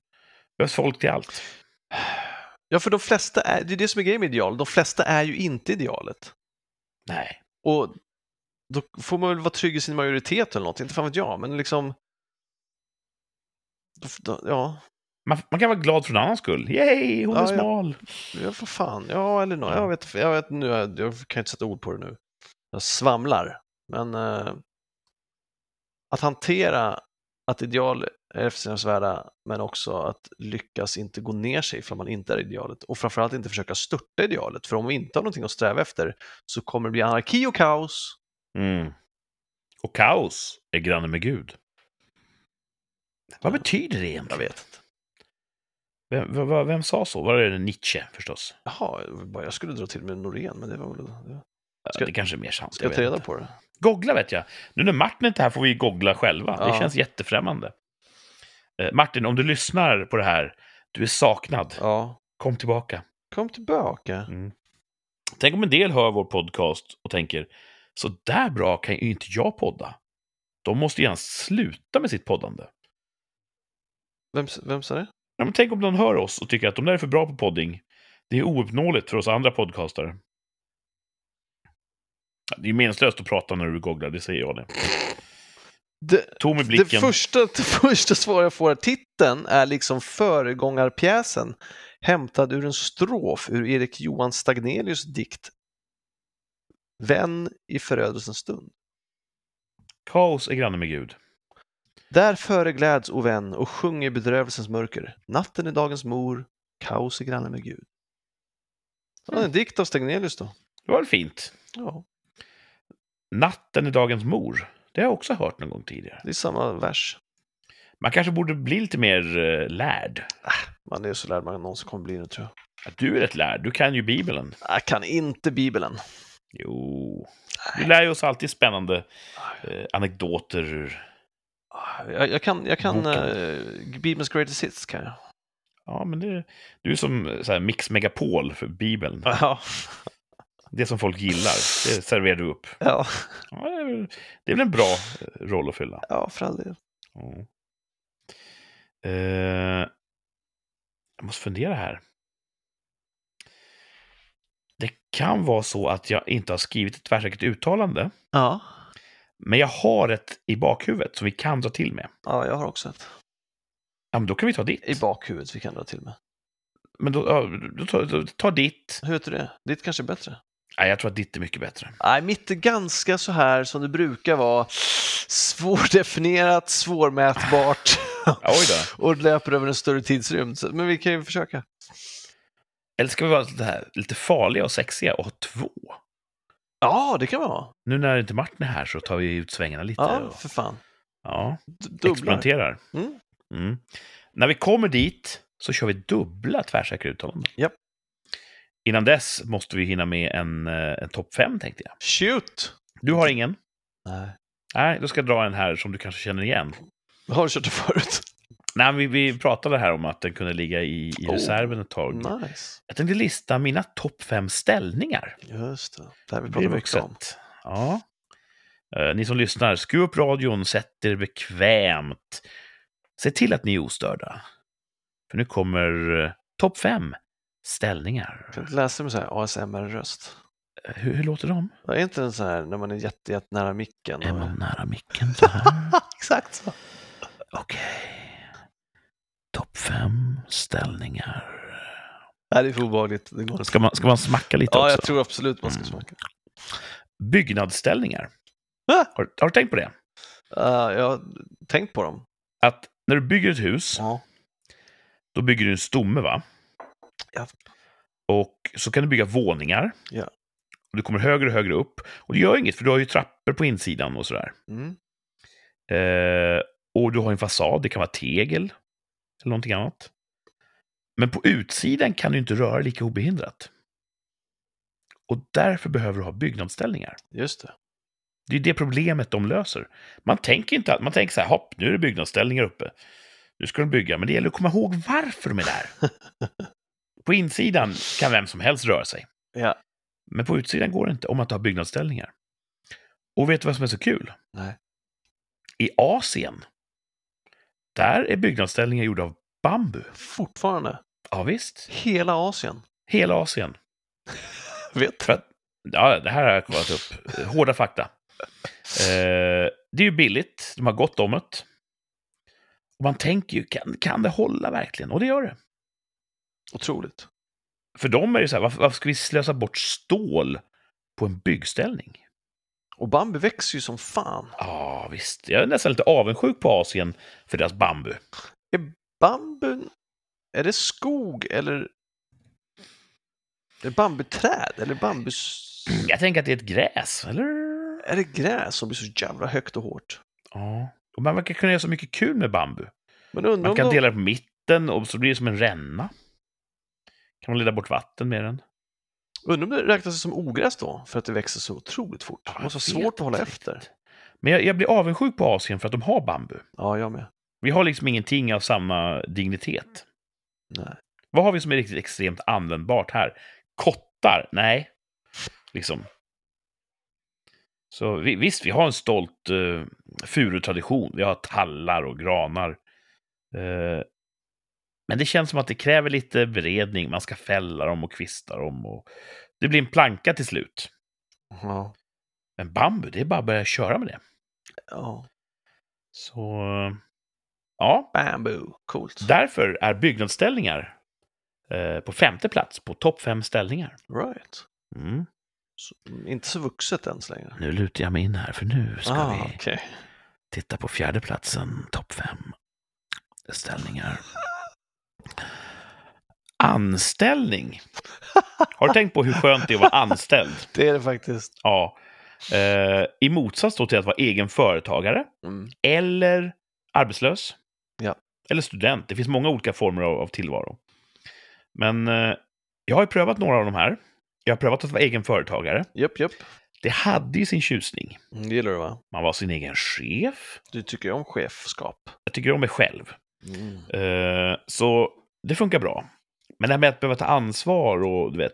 Speaker 2: behövs folk till allt.
Speaker 1: Ja, för de flesta är, det är det som är grejen med ideal. De flesta är ju inte idealet.
Speaker 2: Nej.
Speaker 1: Och då får man väl vara trygg i sin majoritet eller något, inte fan vet jag, men liksom... Då, då, ja,
Speaker 2: Man, man kan vara glad för någon annans skull. Yay, hon
Speaker 1: Ja,
Speaker 2: är
Speaker 1: ja.
Speaker 2: smal.
Speaker 1: ja, för fan, ja eller nå,
Speaker 2: Ja.
Speaker 1: jag vet jag vet nu, jag, jag kan inte sätta ord på det nu. Jag svamlar, men eh, att hantera att ideal eftersträvansvärda, men också att lyckas inte gå ner sig ifall man inte är idealet och framförallt inte försöka störta idealet, för om vi inte har någonting att sträva efter så kommer det bli anarki och kaos.
Speaker 2: Mm. Och kaos är granne med Gud. Vad betyder det
Speaker 1: Jag
Speaker 2: egentligen?
Speaker 1: vet inte.
Speaker 2: Vem, v- v- vem sa så? Var det Nietzsche förstås?
Speaker 1: Jaha, jag bara- jag skulle dra till med Norén, men det var väl... det- Ska-
Speaker 2: Ska, det kanske är mer sant.
Speaker 1: Ska jag
Speaker 2: vet
Speaker 1: ta reda
Speaker 2: inte.
Speaker 1: på det?
Speaker 2: Googla vet jag. Nu när Martin inte är här får vi googla själva. Det
Speaker 1: Ja.
Speaker 2: känns jättefrämmande. Eh, Martin, om du lyssnar på det här, du är saknad.
Speaker 1: Ja.
Speaker 2: Kom tillbaka. Mm.
Speaker 1: Kom tillbaka.
Speaker 2: Tänk om en del hör vår podcast och tänker, så där bra kan ju inte jag podda. De måste ju gärna sluta med sitt poddande.
Speaker 1: Vem, vem sa det?
Speaker 2: Ja, men tänk om de hör oss och tycker att de där är för bra på podding. Det är ouppnåeligt för oss andra podcastare. Ja, Det är meningslöst att prata när du googlar, det säger jag det.
Speaker 1: Det,
Speaker 2: Tom i
Speaker 1: det,
Speaker 2: blicken.
Speaker 1: första, det första svar jag får, titeln är liksom föregångarpjäsen hämtad ur en strof ur Erik Johan Stagnelius dikt Vän i förödelsens stund.
Speaker 2: Kaos är granne med Gud.
Speaker 1: Där föregläds, o vän, och sjung i bedrövelsens mörker. Natten är dagens mor, kaos är granne med Gud. Ja,
Speaker 2: Mm.
Speaker 1: en dikt av Stagnelius då.
Speaker 2: Det var väl fint?
Speaker 1: Ja,
Speaker 2: Natten är dagens mor. Det har jag också hört någon gång tidigare.
Speaker 1: det är samma vers.
Speaker 2: Man kanske borde bli lite mer eh, lärd.
Speaker 1: Man är så lärd man någonsin kommer bli nu tror jag.
Speaker 2: Att du är rätt lärd, du kan ju Bibeln.
Speaker 1: Jag kan inte Bibeln.
Speaker 2: Jo. Du lär ju oss alltid spännande
Speaker 1: Nej.
Speaker 2: eh, anekdoter ur...
Speaker 1: Ah, Jag, jag kan, jag kan
Speaker 2: Boken.
Speaker 1: eh, Bibelns greatest hits kan jag.
Speaker 2: Ja, men det, du är som eh, så här, Mix Megapol för Bibeln.
Speaker 1: Ja.
Speaker 2: Det som folk gillar, det serverar du upp.
Speaker 1: Ja,
Speaker 2: Ja, det, är väl, det är väl en bra eh, roll att fylla.
Speaker 1: ja för all del.
Speaker 2: Ja. Eh, jag måste fundera här. Det kan vara så att jag inte har skrivit ett tvärsäkert uttalande,
Speaker 1: Ja.
Speaker 2: men jag har ett i bakhuvudet som vi kan dra till med.
Speaker 1: ja, jag har också ett.
Speaker 2: Ja, men då kan vi ta
Speaker 1: I
Speaker 2: ditt.
Speaker 1: bakhuvudet vi kan dra till med.
Speaker 2: Men då, ja, då, tar- då, ta ditt.
Speaker 1: Hur vet du det? Ditt kanske är bättre?
Speaker 2: Nej, jag tror att ditt är mycket bättre.
Speaker 1: Nej, mitt är ganska så här som det brukar vara. Svårdefinierat, svårmätbart
Speaker 2: Oj då.
Speaker 1: och löper över en större tidsrymd. Så- Men vi kan ju försöka.
Speaker 2: Eller ska vi vara lite, här, lite farliga och sexiga och ha två?
Speaker 1: Ja, det kan man ha.
Speaker 2: Nu när inte Martin är här så tar vi ut svängarna lite.
Speaker 1: Ja,
Speaker 2: och,
Speaker 1: för fan.
Speaker 2: ja.
Speaker 1: D- Dubblar.
Speaker 2: experimenterar.
Speaker 1: Mm.
Speaker 2: Mm. När vi kommer dit så kör vi dubbla tvärsäkra uttalanden.
Speaker 1: Japp.
Speaker 2: Innan dess måste vi hinna med en, eh, en topp fem, tänkte jag.
Speaker 1: Shoot!
Speaker 2: Du har ingen?
Speaker 1: Nej.
Speaker 2: Nej, då ska jag dra en här som du kanske känner igen.
Speaker 1: Har du kört det förut?
Speaker 2: Nej, vi, vi pratade här om att den kunde ligga i, i
Speaker 1: Oh.
Speaker 2: reserven ett tag.
Speaker 1: Nice.
Speaker 2: Jag tänkte lista mina topp fem ställningar.
Speaker 1: Just det. Det här vi
Speaker 2: Det blir
Speaker 1: pratar mycket om.
Speaker 2: vuxet. Ja. Eh, ni som lyssnar, skruva upp radion, sätt er bekvämt. Se till att ni är ostörda. För nu kommer eh, topp fem ställningar.
Speaker 1: Jag kan inte läsa med så här ASMR-röst.
Speaker 2: Eh, Hur, hur låter de?
Speaker 1: Det är inte en så här när man är jätte, jätte nära micken.
Speaker 2: Är
Speaker 1: och-
Speaker 2: man nära micken så här?
Speaker 1: Exakt så.
Speaker 2: Okej. Topp fem ställningar.
Speaker 1: Nej, det är för obehagligt. Det går inte.
Speaker 2: Ska man, ska man smacka lite
Speaker 1: Ja,
Speaker 2: också?
Speaker 1: jag tror absolut man ska
Speaker 2: Mm.
Speaker 1: smaka.
Speaker 2: Byggnadsställningar.
Speaker 1: Ah!
Speaker 2: Har, har du tänkt på det?
Speaker 1: Eh, jag har tänkt på dem.
Speaker 2: Att när du bygger ett hus,
Speaker 1: Ja.
Speaker 2: då bygger du en stomme, va?
Speaker 1: Ja.
Speaker 2: Och så kan du bygga våningar.
Speaker 1: Ja.
Speaker 2: Och du kommer högre och högre upp. Och det gör inget, för du har ju trappor på insidan och sådär.
Speaker 1: Mm.
Speaker 2: Eh, och du har en fasad, det kan vara tegel eller någonting annat. Men på utsidan kan du inte röra lika obehindrat. Och därför behöver du ha byggnadsställningar.
Speaker 1: Just det.
Speaker 2: Det är det problemet de löser. Man tänker inte att man tänker så här, hopp, nu är det byggnadsställningar uppe. Nu ska de bygga, men det gäller att komma ihåg varför de är där. på insidan kan vem som helst röra sig.
Speaker 1: Ja.
Speaker 2: Men på utsidan går det inte om man inte har byggnadsställningar. Och vet du vad som är så kul?
Speaker 1: Nej.
Speaker 2: I Asien, där är byggnadsställningar gjorda av bambu.
Speaker 1: Fortfarande.
Speaker 2: Ja, visst.
Speaker 1: Hela Asien.
Speaker 2: Hela Asien.
Speaker 1: Vet
Speaker 2: För att, ja, det här har jag kollat upp. Hårda fakta. Eh, det är ju billigt, de har gott om det. Och man tänker ju, kan, kan det hålla verkligen? Och det gör det.
Speaker 1: Otroligt.
Speaker 2: För dem är det så här, varför, varför ska vi slösa bort stål på en byggställning?
Speaker 1: Och bambu växer ju som fan.
Speaker 2: Ja, visst. Jag är nästan lite avundsjuk på Asien för deras bambu.
Speaker 1: Bambun, är det skog eller är det bambuträd eller bambus...
Speaker 2: Jag tänker att det är ett gräs, eller?
Speaker 1: Är det gräs som blir så jävla högt och hårt?
Speaker 2: Ja. Och man verkar kunna göra så mycket kul med bambu.
Speaker 1: Men undrar
Speaker 2: Man
Speaker 1: om
Speaker 2: kan
Speaker 1: de...
Speaker 2: dela det på mitten och så blir det som en ränna. Kan man leda bort vatten med den?
Speaker 1: Undrar om det räknas som ogräs då, för att det växer så otroligt fort.
Speaker 2: Ja,
Speaker 1: Det måste
Speaker 2: jag
Speaker 1: vara svårt
Speaker 2: vet
Speaker 1: att hålla
Speaker 2: inte
Speaker 1: efter.
Speaker 2: riktigt. Men jag, jag blir avundsjuk på Asien för att de har bambu.
Speaker 1: Ja, jag med.
Speaker 2: Vi har liksom ingenting av samma dignitet.
Speaker 1: Nej.
Speaker 2: Vad har vi som är riktigt extremt användbart här? Kottar? Nej. Liksom. Så vi, visst, vi har en stolt uh, furutradition. Vi har tallar och granar. Eh, men det känns som att det kräver lite beredning. Man ska fälla dem och kvista dem. Och det blir en planka till slut.
Speaker 1: Ja.
Speaker 2: Men bambu, det är bara att börja köra med det.
Speaker 1: ja.
Speaker 2: Så, eh, ja.
Speaker 1: Bambu, coolt.
Speaker 2: Därför är byggnadsställningar eh, på femte plats på topp fem ställningar.
Speaker 1: Right.
Speaker 2: Mm.
Speaker 1: Så, inte så vuxet än så länge.
Speaker 2: Nu lutar jag mig in här, för nu ska
Speaker 1: Ah,
Speaker 2: vi
Speaker 1: okej.
Speaker 2: titta på fjärde platsen, topp fem ställningar. Anställning. Har du tänkt på hur skönt det är att vara anställd?
Speaker 1: Det är det faktiskt.
Speaker 2: Ja. Eh, I motsats då till att vara egen företagare
Speaker 1: Mm.
Speaker 2: eller arbetslös.
Speaker 1: Ja.
Speaker 2: Eller student. Det finns många olika former av, av tillvaro. Men eh, jag har ju prövat några av de här. Jag har prövat att vara egen företagare.
Speaker 1: Japp, japp. Det
Speaker 2: Det hade ju sin tjusning.
Speaker 1: gillar du va?
Speaker 2: Man var sin egen chef.
Speaker 1: Du tycker om chefskap.
Speaker 2: Jag tycker om mig själv.
Speaker 1: Mm.
Speaker 2: Eh, så det funkar bra. Men det här med att behöva ta ansvar och du vet,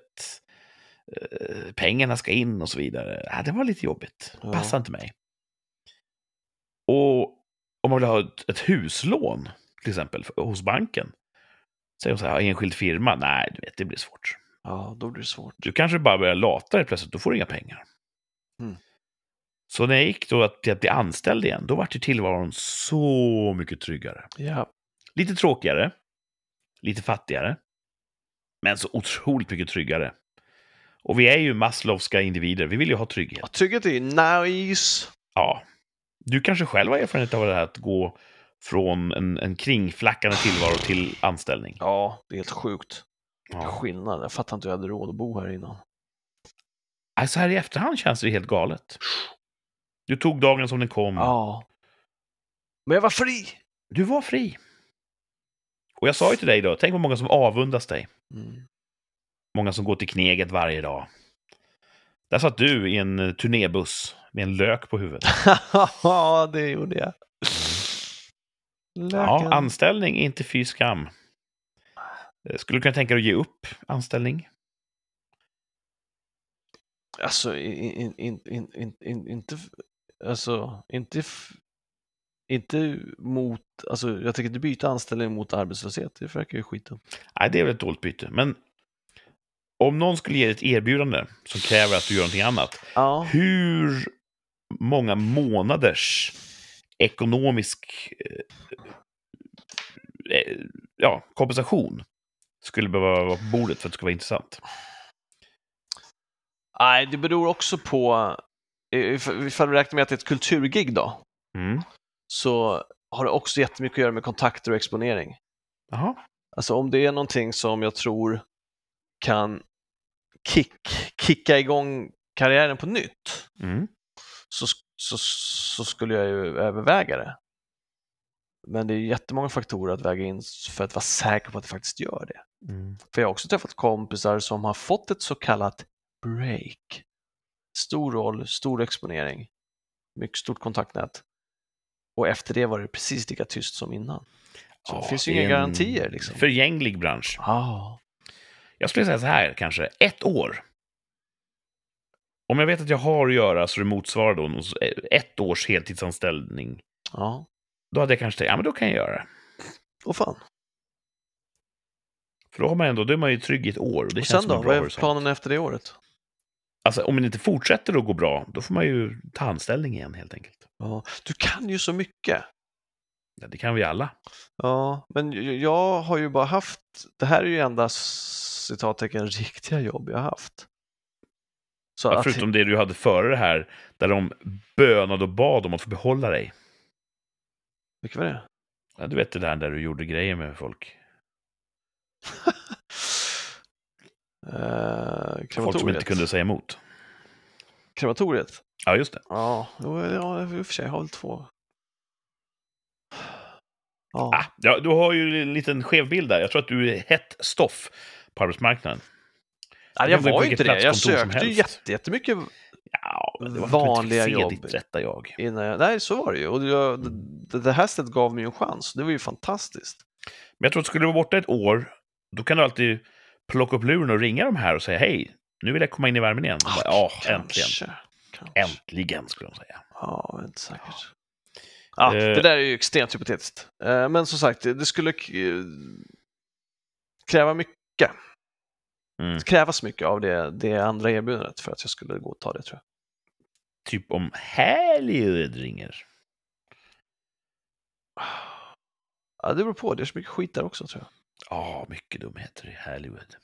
Speaker 2: eh, pengarna ska in och så vidare. Ja, det var lite jobbigt.
Speaker 1: Ja.
Speaker 2: Passar inte mig. Och om man vill ha ett, ett huslån, till exempel, för- hos banken. Säger de så här, "Ja, enskild firma? Nej, du vet, det blir svårt.
Speaker 1: Ja, då blir det svårt.
Speaker 2: Du kanske bara börjar lata dig plötsligt, då får du inga pengar.
Speaker 1: Mm.
Speaker 2: Så när jag gick då till att bli anställd igen, då var ju tillvaron så mycket tryggare.
Speaker 1: Ja.
Speaker 2: Lite tråkigare, lite fattigare, men så otroligt mycket tryggare. Och vi är ju Maslowska individer, vi vill ju ha trygghet.
Speaker 1: ja trycket är ju nice.
Speaker 2: Ja. Du kanske själv har erfarenhet av det här att gå från en, en kringflackande tillvaro till anställning.
Speaker 1: Ja, det är helt sjukt. Vilken
Speaker 2: Ja.
Speaker 1: Skillnad. Jag fattar inte hur jag hade råd att bo här innan.
Speaker 2: Nej, Så här i efterhand känns det ju helt galet. Du tog dagen som den kom.
Speaker 1: Ja. Men jag var fri!
Speaker 2: Du var fri. Och jag sa ju till dig då, tänk på många som avundas dig.
Speaker 1: Mm.
Speaker 2: Många som går till Kneget varje dag. Där satt du i en eh, turnébuss med en lök på huvudet.
Speaker 1: ja, det gjorde jag.
Speaker 2: Ja, anställning är inte fy skam. Eh, Skulle du kunna tänka dig att ge upp anställning?
Speaker 1: Alltså, in, in, in, in, in, in, inte... f- Alltså, inte... f- Inte mot... Alltså, jag tänker inte byta anställning mot arbetslöshet. Det verkar ju skitdumt.
Speaker 2: Nej, det är väl ett dåligt byte. Men om någon skulle ge dig ett erbjudande som kräver att du gör någonting annat,
Speaker 1: Ja.
Speaker 2: hur många månaders ekonomisk eh, eh, ja, kompensation skulle behöva vara på bordet för att det ska vara intressant?
Speaker 1: Nej, det beror också på... if- Ifall vi räknar med att det är ett kulturgig då,
Speaker 2: Mm.
Speaker 1: så har det också jättemycket att göra med kontakter och exponering.
Speaker 2: Jaha.
Speaker 1: Alltså om det är någonting som jag tror kan kick, kicka igång karriären på nytt
Speaker 2: Mm.
Speaker 1: så, så, så skulle jag ju överväga det. Men det är jättemånga faktorer att väga in för att vara säker på att det faktiskt gör det.
Speaker 2: Mm.
Speaker 1: För jag har också träffat kompisar som har fått ett så kallat break. Stor roll, stor exponering, mycket stort kontaktnät. Och efter det var det precis lika tyst som innan. Så
Speaker 2: Ja,
Speaker 1: det finns ju
Speaker 2: är
Speaker 1: inga
Speaker 2: en
Speaker 1: garantier liksom.
Speaker 2: Förgänglig bransch.
Speaker 1: Ah.
Speaker 2: Jag skulle säga så här kanske, ett år. Om jag vet att jag har att göra så det motsvarar då någon- eh, ett års heltidsanställning,
Speaker 1: Ja,
Speaker 2: då hade jag kanske tänkt, ja men då kan jag göra det.
Speaker 1: och fan.
Speaker 2: För då har man ändå, då är man ju trygg i ett år och det
Speaker 1: och sen
Speaker 2: känns som
Speaker 1: då?
Speaker 2: en bra
Speaker 1: Vad är
Speaker 2: horisont.
Speaker 1: planen efter det året?
Speaker 2: Alltså om det inte fortsätter att gå bra, då får man ju ta anställning igen helt enkelt.
Speaker 1: Ja, du kan ju så mycket.
Speaker 2: Ja, det kan vi alla.
Speaker 1: Ja, men j- jag har ju bara haft, det här är ju enda s- citattecken riktiga jobb jag har haft. Så
Speaker 2: Ja,
Speaker 1: att,
Speaker 2: förutom det du hade före det här, där de bönade och bad om att få behålla dig.
Speaker 1: vilket var det?
Speaker 2: Ja, du vet det där där du gjorde grejer med folk.
Speaker 1: Eh,
Speaker 2: Folk som
Speaker 1: krematoriet.
Speaker 2: inte kunde säga emot.
Speaker 1: Krematoriet?
Speaker 2: Ja, just det.
Speaker 1: Ja, jo, ja, i och för sig, jag har väl två. Ja,
Speaker 2: Ah, ja, du har ju en liten skev bild där. Jag tror att du är hett stoff på arbetsmarknaden.
Speaker 1: Nej,
Speaker 2: det
Speaker 1: jag
Speaker 2: kan vara
Speaker 1: var ju
Speaker 2: vilket
Speaker 1: inte det. Jag
Speaker 2: platskontor som
Speaker 1: sökte ju
Speaker 2: helst.
Speaker 1: jätte- jättemycket
Speaker 2: Ja, men det var
Speaker 1: Vanliga
Speaker 2: naturligtvis fel,
Speaker 1: jobb.
Speaker 2: Ditt rätta jag.
Speaker 1: innan jag... Nej, så var det ju. Och jag, det, det här stället gav mig ju en chans. Det var ju fantastiskt.
Speaker 2: Men jag tror att skulle du vara borta ett år, då kan du alltid plocka upp luren och ringa de här och säga hej, nu vill jag komma in i värmen igen.
Speaker 1: Ah,
Speaker 2: Ja, ah, äntligen.
Speaker 1: Kanske. Kanske.
Speaker 2: Äntligen, skulle de säga.
Speaker 1: Ja, jag är inte säkert. Ja,
Speaker 2: Eh.
Speaker 1: det där är ju extremt hypotetiskt. Eh, Men som sagt, det det skulle k- kräva mycket,
Speaker 2: Mm.
Speaker 1: krävas mycket av det, det andra erbjudandet för att jag skulle gå och ta det tror jag.
Speaker 2: Typ om Härlid ringer.
Speaker 1: Ja, det beror på, det är så mycket skit där också tror jag.
Speaker 2: Ja, mycket dumheter i Hollywood.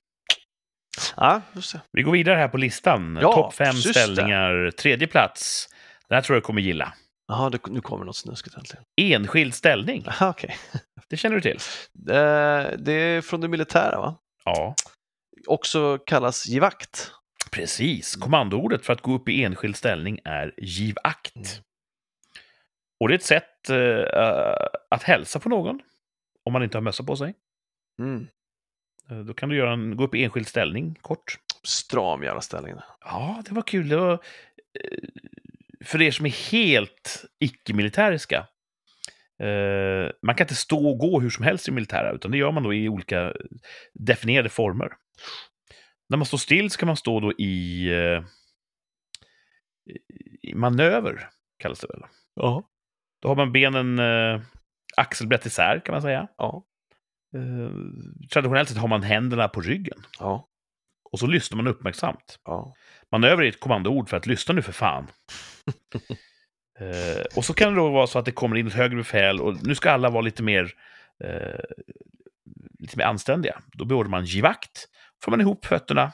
Speaker 1: Ja, just det.
Speaker 2: Vi går vidare här på listan.
Speaker 1: Ja,
Speaker 2: Topp fem
Speaker 1: just det.
Speaker 2: ställningar, tredje plats. Den här tror jag kommer gilla.
Speaker 1: Jaha, det- nu kommer något snuskigt äntligen.
Speaker 2: Enskild ställning,
Speaker 1: Aha, okej.
Speaker 2: det känner du till?
Speaker 1: Eh, Det är från det militära va?
Speaker 2: Ja,
Speaker 1: Också kallas givakt.
Speaker 2: precis. Kommandoordet för att gå upp i enskild ställning är givakt.
Speaker 1: Mm.
Speaker 2: Och det är ett sätt eh, att hälsa på någon, om man inte har mössa på sig.
Speaker 1: Mm.
Speaker 2: Eh, Då kan du göra en, gå upp i enskild ställning kort.
Speaker 1: Stram jävla ställning.
Speaker 2: Ja, det var kul. Det var, eh, för er som är helt icke-militäriska. Eh, man kan inte stå och gå hur som helst i militära, utan det gör man då i olika eh, definierade former. När man står still ska man stå då i, eh, i manöver, kallas det väl.
Speaker 1: Ja.
Speaker 2: Då har man benen eh, axelbrett isär, kan man säga.
Speaker 1: Ja.
Speaker 2: Eh, traditionellt sett har man händerna på ryggen.
Speaker 1: Ja.
Speaker 2: Och så lyssnar man uppmärksamt.
Speaker 1: ja.
Speaker 2: Manöver är ett kommandoord för att lyssna nu för fan. eh, och så kan det då vara så att det kommer in ett högre befäl och nu ska alla vara lite mer, eh, lite mer anständiga. Då beordrar man givakt, får man ihop fötterna,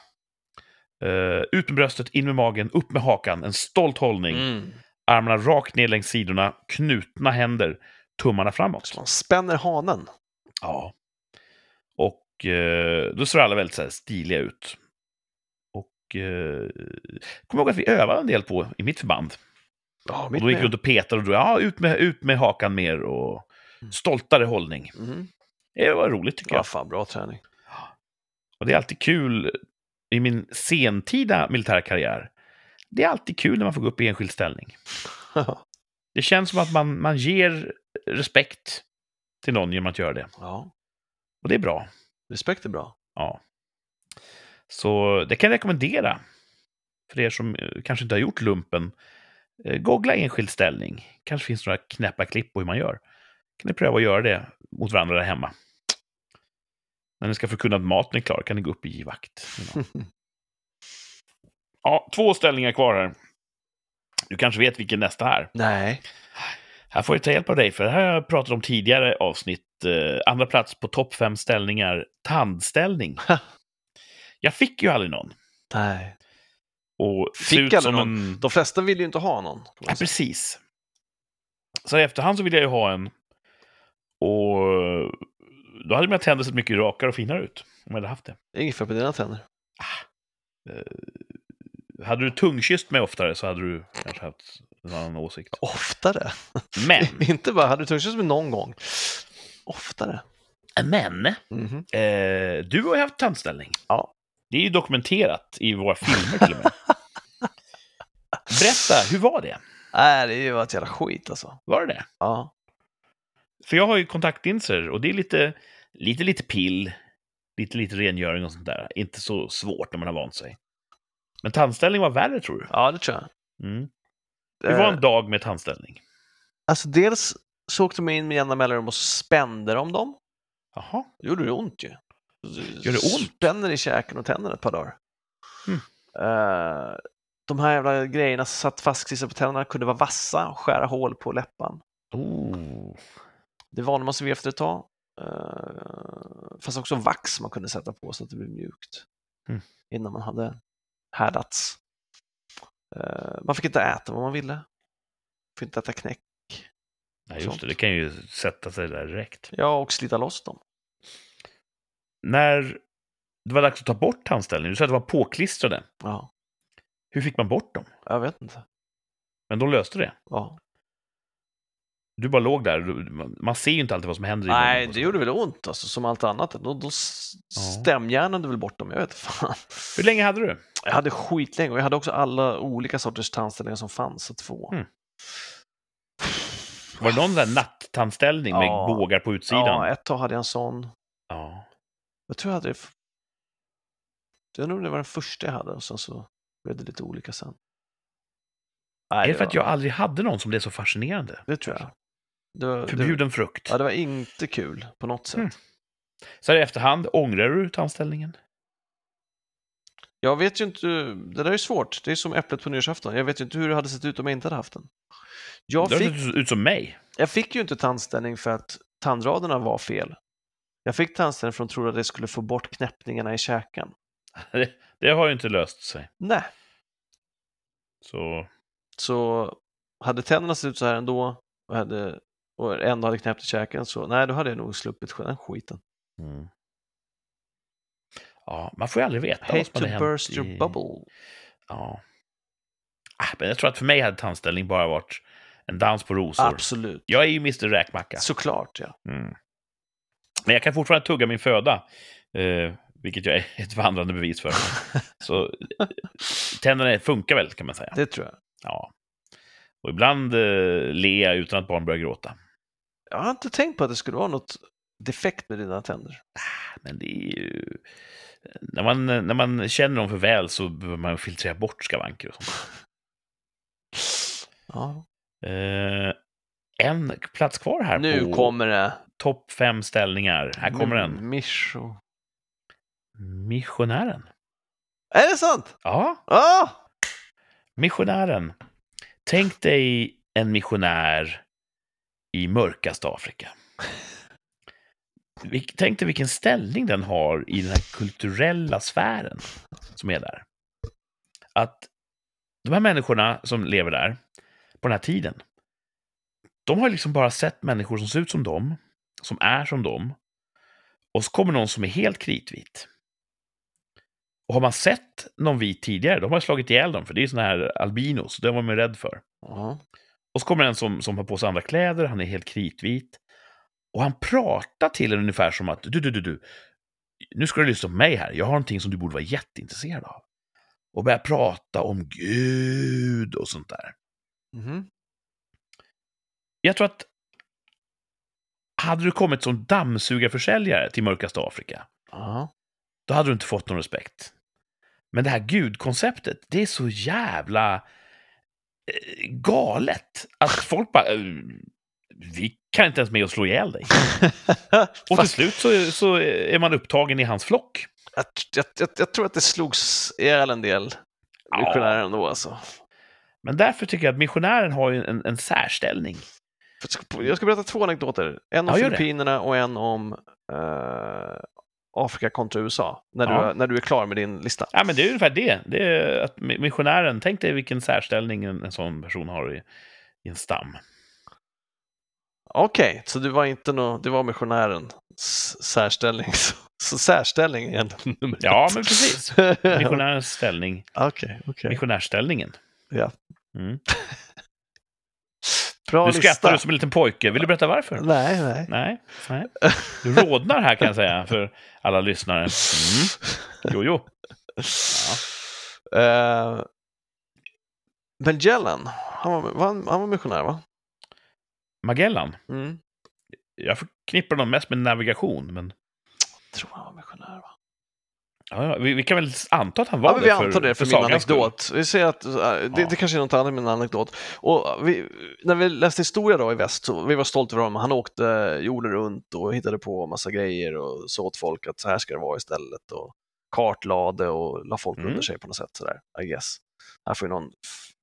Speaker 2: eh, ut med bröstet, in med magen, upp med hakan, en stolt hållning,
Speaker 1: Mm.
Speaker 2: armarna rakt ner längs sidorna, knutna händer, tummarna framåt.
Speaker 1: Så man spänner hanen.
Speaker 2: Ja. Och eh, då ser alla väldigt så här stiliga ut. Och eh, kommer ihåg att vi övade en del på i mitt förband.
Speaker 1: Ja,
Speaker 2: Och
Speaker 1: mitt
Speaker 2: då gick
Speaker 1: med.
Speaker 2: vi runt och petade och drog, ja, ut med, ut med hakan mer och
Speaker 1: Mm.
Speaker 2: stoltare hållning.
Speaker 1: Mm.
Speaker 2: Det var roligt tycker
Speaker 1: Ja,
Speaker 2: jag.
Speaker 1: fan bra träning.
Speaker 2: Och det är alltid kul i min sentida militära karriär. Det är alltid kul när man får gå upp i enskild ställning. Det känns som att man, man ger respekt till någon genom att göra det.
Speaker 1: ja,
Speaker 2: Och det är bra.
Speaker 1: respekt är bra.
Speaker 2: Ja. Så det kan jag rekommendera. För er som eh, kanske inte har gjort lumpen. Eh, Googla enskild ställning. Kanske finns några knäppa klipp på hur man gör. Kan ni pröva att göra det mot varandra där hemma. När ni ska förkunna att maten är klar kan ni gå upp i givakt. Ja, två ställningar kvar här. Du kanske vet vilken nästa är.
Speaker 1: Nej.
Speaker 2: Här får jag ta hjälp av dig, för det här har jag pratat om tidigare avsnitt. Eh, andra plats på topp fem ställningar, tandställning. jag fick ju aldrig någon.
Speaker 1: Nej.
Speaker 2: Och
Speaker 1: Fick
Speaker 2: ser ut
Speaker 1: aldrig
Speaker 2: som
Speaker 1: någon.
Speaker 2: En...
Speaker 1: De flesta vill ju inte ha någon. kan man
Speaker 2: Ja,
Speaker 1: säga.
Speaker 2: precis. Så i efterhand så ville jag ju ha en. Och då hade mina tänder sett mycket rakare och finare ut. Om jag hade haft det.
Speaker 1: Inget fel på dina tänder.
Speaker 2: Hade du tungkysst mig oftare så hade du kanske haft en annan åsikt.
Speaker 1: Oftare.
Speaker 2: Men,
Speaker 1: inte bara, hade du tungkyss med någon gång? Oftare.
Speaker 2: men
Speaker 1: Mhm.
Speaker 2: eh, du har ju haft tandställning.
Speaker 1: Ja.
Speaker 2: Det är ju dokumenterat i våra filmer till och med. Berätta, hur var det?
Speaker 1: Nej, det är ju ett jävla skit alltså.
Speaker 2: Var det det?
Speaker 1: Ja.
Speaker 2: För jag har ju kontaktlinser och det är lite, lite, lite pill, lite, lite rengöring och sånt där. Inte så svårt när man har vant sig. Men tandställning var värre tror du?
Speaker 1: ja, det tror jag.
Speaker 2: Mm. Det var
Speaker 1: Eh,
Speaker 2: en dag med tandställning.
Speaker 1: Alltså dels så åkte de in med jämna mellanrum och spände om dem.
Speaker 2: Jaha.
Speaker 1: Då gjorde det ont ju.
Speaker 2: Gör det ont?
Speaker 1: Spänner i käken och tänderna ett par dagar.
Speaker 2: Mm.
Speaker 1: Eh, de här jävla grejerna som satt fast på tänderna kunde vara vassa och skära hål på läppan.
Speaker 2: Oh.
Speaker 1: Det vande man sig vid efter ett tag. Uh, fast också vax man kunde sätta på så att det blev mjukt
Speaker 2: Mm.
Speaker 1: innan man hade härdats. Eh, Man fick inte äta vad man ville. Fick inte äta knäck.
Speaker 2: Nej, just det. Det kan ju sätta sig där direkt.
Speaker 1: Ja, och slita loss dem.
Speaker 2: När det var dags att ta bort tandställningen, du sa att de var påklistrade.
Speaker 1: Ja,
Speaker 2: Hur fick man bort dem?
Speaker 1: jag vet inte.
Speaker 2: Men de löste det.
Speaker 1: Ja.
Speaker 2: Du bara låg där. Du- man- Man ser ju inte alltid vad som händer. i
Speaker 1: Nej,
Speaker 2: munnen.
Speaker 1: det gjorde väl ont alltså, som allt annat. Då, då s- stämjärnade väl bort dem, jag vet fan.
Speaker 2: Hur länge hade du?
Speaker 1: Jag hade skitlänge och jag hade också alla olika sorters tandställningar som fanns att få.
Speaker 2: Mm. Var det någon sån här nattandställning med
Speaker 1: Ja.
Speaker 2: bågar på
Speaker 1: Ja,
Speaker 2: utsidan?
Speaker 1: ett tag hade jag en sån.
Speaker 2: Ja.
Speaker 1: Jag tror jag hade det. f- Jag tror det var den första jag hade och sen så blev det lite olika sen. Nej,
Speaker 2: Är det för att
Speaker 1: var-
Speaker 2: jag aldrig hade någon som blev så fascinerande?
Speaker 1: Det tror jag. Det var, det,
Speaker 2: Förbjuden frukt.
Speaker 1: ja, det var inte kul på något sätt.
Speaker 2: Mm. Så här i efterhand, ångrar du tandställningen?
Speaker 1: Jag vet ju inte, det där är ju svårt. Det är som äpplet på nyårsafton. Jag vet ju inte hur det hade sett ut om jag inte hade haft den. Jag
Speaker 2: Du har
Speaker 1: fick,
Speaker 2: sett ut som mig.
Speaker 1: jag fick ju inte tandställning för att tandraderna var fel. Jag fick tandställning för att de trodde att det skulle få bort knäppningarna i käken.
Speaker 2: Det har ju inte löst sig.
Speaker 1: Nej,
Speaker 2: Så
Speaker 1: så hade tänderna sett ut så här ändå och, hade, och ändå hade knäppt i käken så nej, då hade jag nog sluppit den skiten.
Speaker 2: Mm. Ja, man får ju aldrig veta
Speaker 1: Hate
Speaker 2: vad
Speaker 1: to
Speaker 2: som hade
Speaker 1: burst
Speaker 2: hänt.
Speaker 1: your
Speaker 2: i-
Speaker 1: bubble.
Speaker 2: Ja. Ah, men jag tror att för mig hade tandställning bara varit en dans på rosor.
Speaker 1: Absolut,
Speaker 2: Jag är ju Mr Räkmacka.
Speaker 1: såklart ja.
Speaker 2: Mm. Men jag kan fortfarande tugga min föda, eh, vilket jag är ett vandrande bevis för. Så eh, tänderna funkar väl, kan man säga.
Speaker 1: Det tror jag.
Speaker 2: Ja. Och ibland eh, ler jag utan att barn börjar gråta.
Speaker 1: Jag har inte tänkt på att det skulle vara något defekt med dina tänder.
Speaker 2: Men det är ju... eh, När man, när man känner dem för väl så behöver man filtrera bort skavanker och sånt.
Speaker 1: Ja.
Speaker 2: Eh, en plats kvar här
Speaker 1: Nu
Speaker 2: på
Speaker 1: kommer det.
Speaker 2: topp fem ställningar. Här kommer den.
Speaker 1: Mm, Mischo.
Speaker 2: Missionären.
Speaker 1: Är det sant?
Speaker 2: Ja,
Speaker 1: Ja!
Speaker 2: missionären. Tänk dig en missionär i mörkaste Afrika. Vil- Tänk dig vilken ställning den har i den här kulturella sfären som är där. Att de här människorna som lever där på den här tiden, de har liksom bara sett människor som ser ut som dem, som är som dem, och så kommer någon som är helt kritvit. Och har man sett någon vit tidigare, de har slagit ihjäl dem, för det är sådana här albinos, den var man ju rädd för.
Speaker 1: Ja.
Speaker 2: Och så kommer en som, som har på sig andra kläder, han är helt kritvit. Och han pratar till en ungefär som att du, du, du, du, nu ska du lyssna på mig här, jag har någonting som du borde vara jätteintresserad av. Och börjar prata om Gud och sånt där.
Speaker 1: Mhm.
Speaker 2: Jag tror att hade du kommit som dammsugarförsäljare till mörkaste Afrika,
Speaker 1: Ja.
Speaker 2: då hade du inte fått någon respekt. Men det här gudkonceptet, det är så jävla eh, galet. Att folk bara, eh, vi kan inte ens med att slå ihjäl dig. Och till
Speaker 1: Fast
Speaker 2: slut så, så är man upptagen i hans flock.
Speaker 1: jag, jag, jag, jag tror att det slogs ihjäl en del missionärer ändå alltså.
Speaker 2: Men därför tycker jag att missionären har ju en, en särställning.
Speaker 1: Jag ska- Jag ska berätta två anekdoter. En om
Speaker 2: Ja, gör det.
Speaker 1: Filippinerna och en om eh, Afrika kontra USA. När,
Speaker 2: Ja.
Speaker 1: du, när du är klar med din lista.
Speaker 2: Ja, men det är ungefär det. det är att mi- missionären, tänk dig vilken särställning en, en sån person har i, i en stam.
Speaker 1: Okej, så du var inte nå, du var missionärens särställning. Så, så särställning är ändå nummer
Speaker 2: Ja,
Speaker 1: ett.
Speaker 2: men precis.
Speaker 1: Okej,
Speaker 2: Missionärens ställning,
Speaker 1: okej.
Speaker 2: missionärsställningen.
Speaker 1: Ja.
Speaker 2: Mm.
Speaker 1: Bra
Speaker 2: Du skrattar
Speaker 1: lista.
Speaker 2: som en liten pojke. Vill du berätta varför?
Speaker 1: Nej, nej.
Speaker 2: Nej, nej. Du rodnar här kan jag säga för alla lyssnare. Mm. Jo, jo.
Speaker 1: Eh, Magellan, han var, var han, han var missionär va?
Speaker 2: Magellan.
Speaker 1: Mm.
Speaker 2: Jag förknippar honom mest med navigation, men
Speaker 1: Jag tror han var missionär va?
Speaker 2: ja, ja, vi, vi kan väl anta att han var
Speaker 1: Ja, men vi
Speaker 2: det för,
Speaker 1: antar det för, min
Speaker 2: sagans skull.
Speaker 1: anekdot. Vi säger att eh, det,
Speaker 2: Ja.
Speaker 1: det kanske är något annat med en anekdot. Och vi, när vi läste historia då i väst så vi var stolta över honom. Han åkte jorden runt och hittade på massa grejer och sa åt folk att så här ska det vara istället. Och kartlade och la folk
Speaker 2: Mm.
Speaker 1: under sig på något sätt sådär, I guess. Här får ju någon f-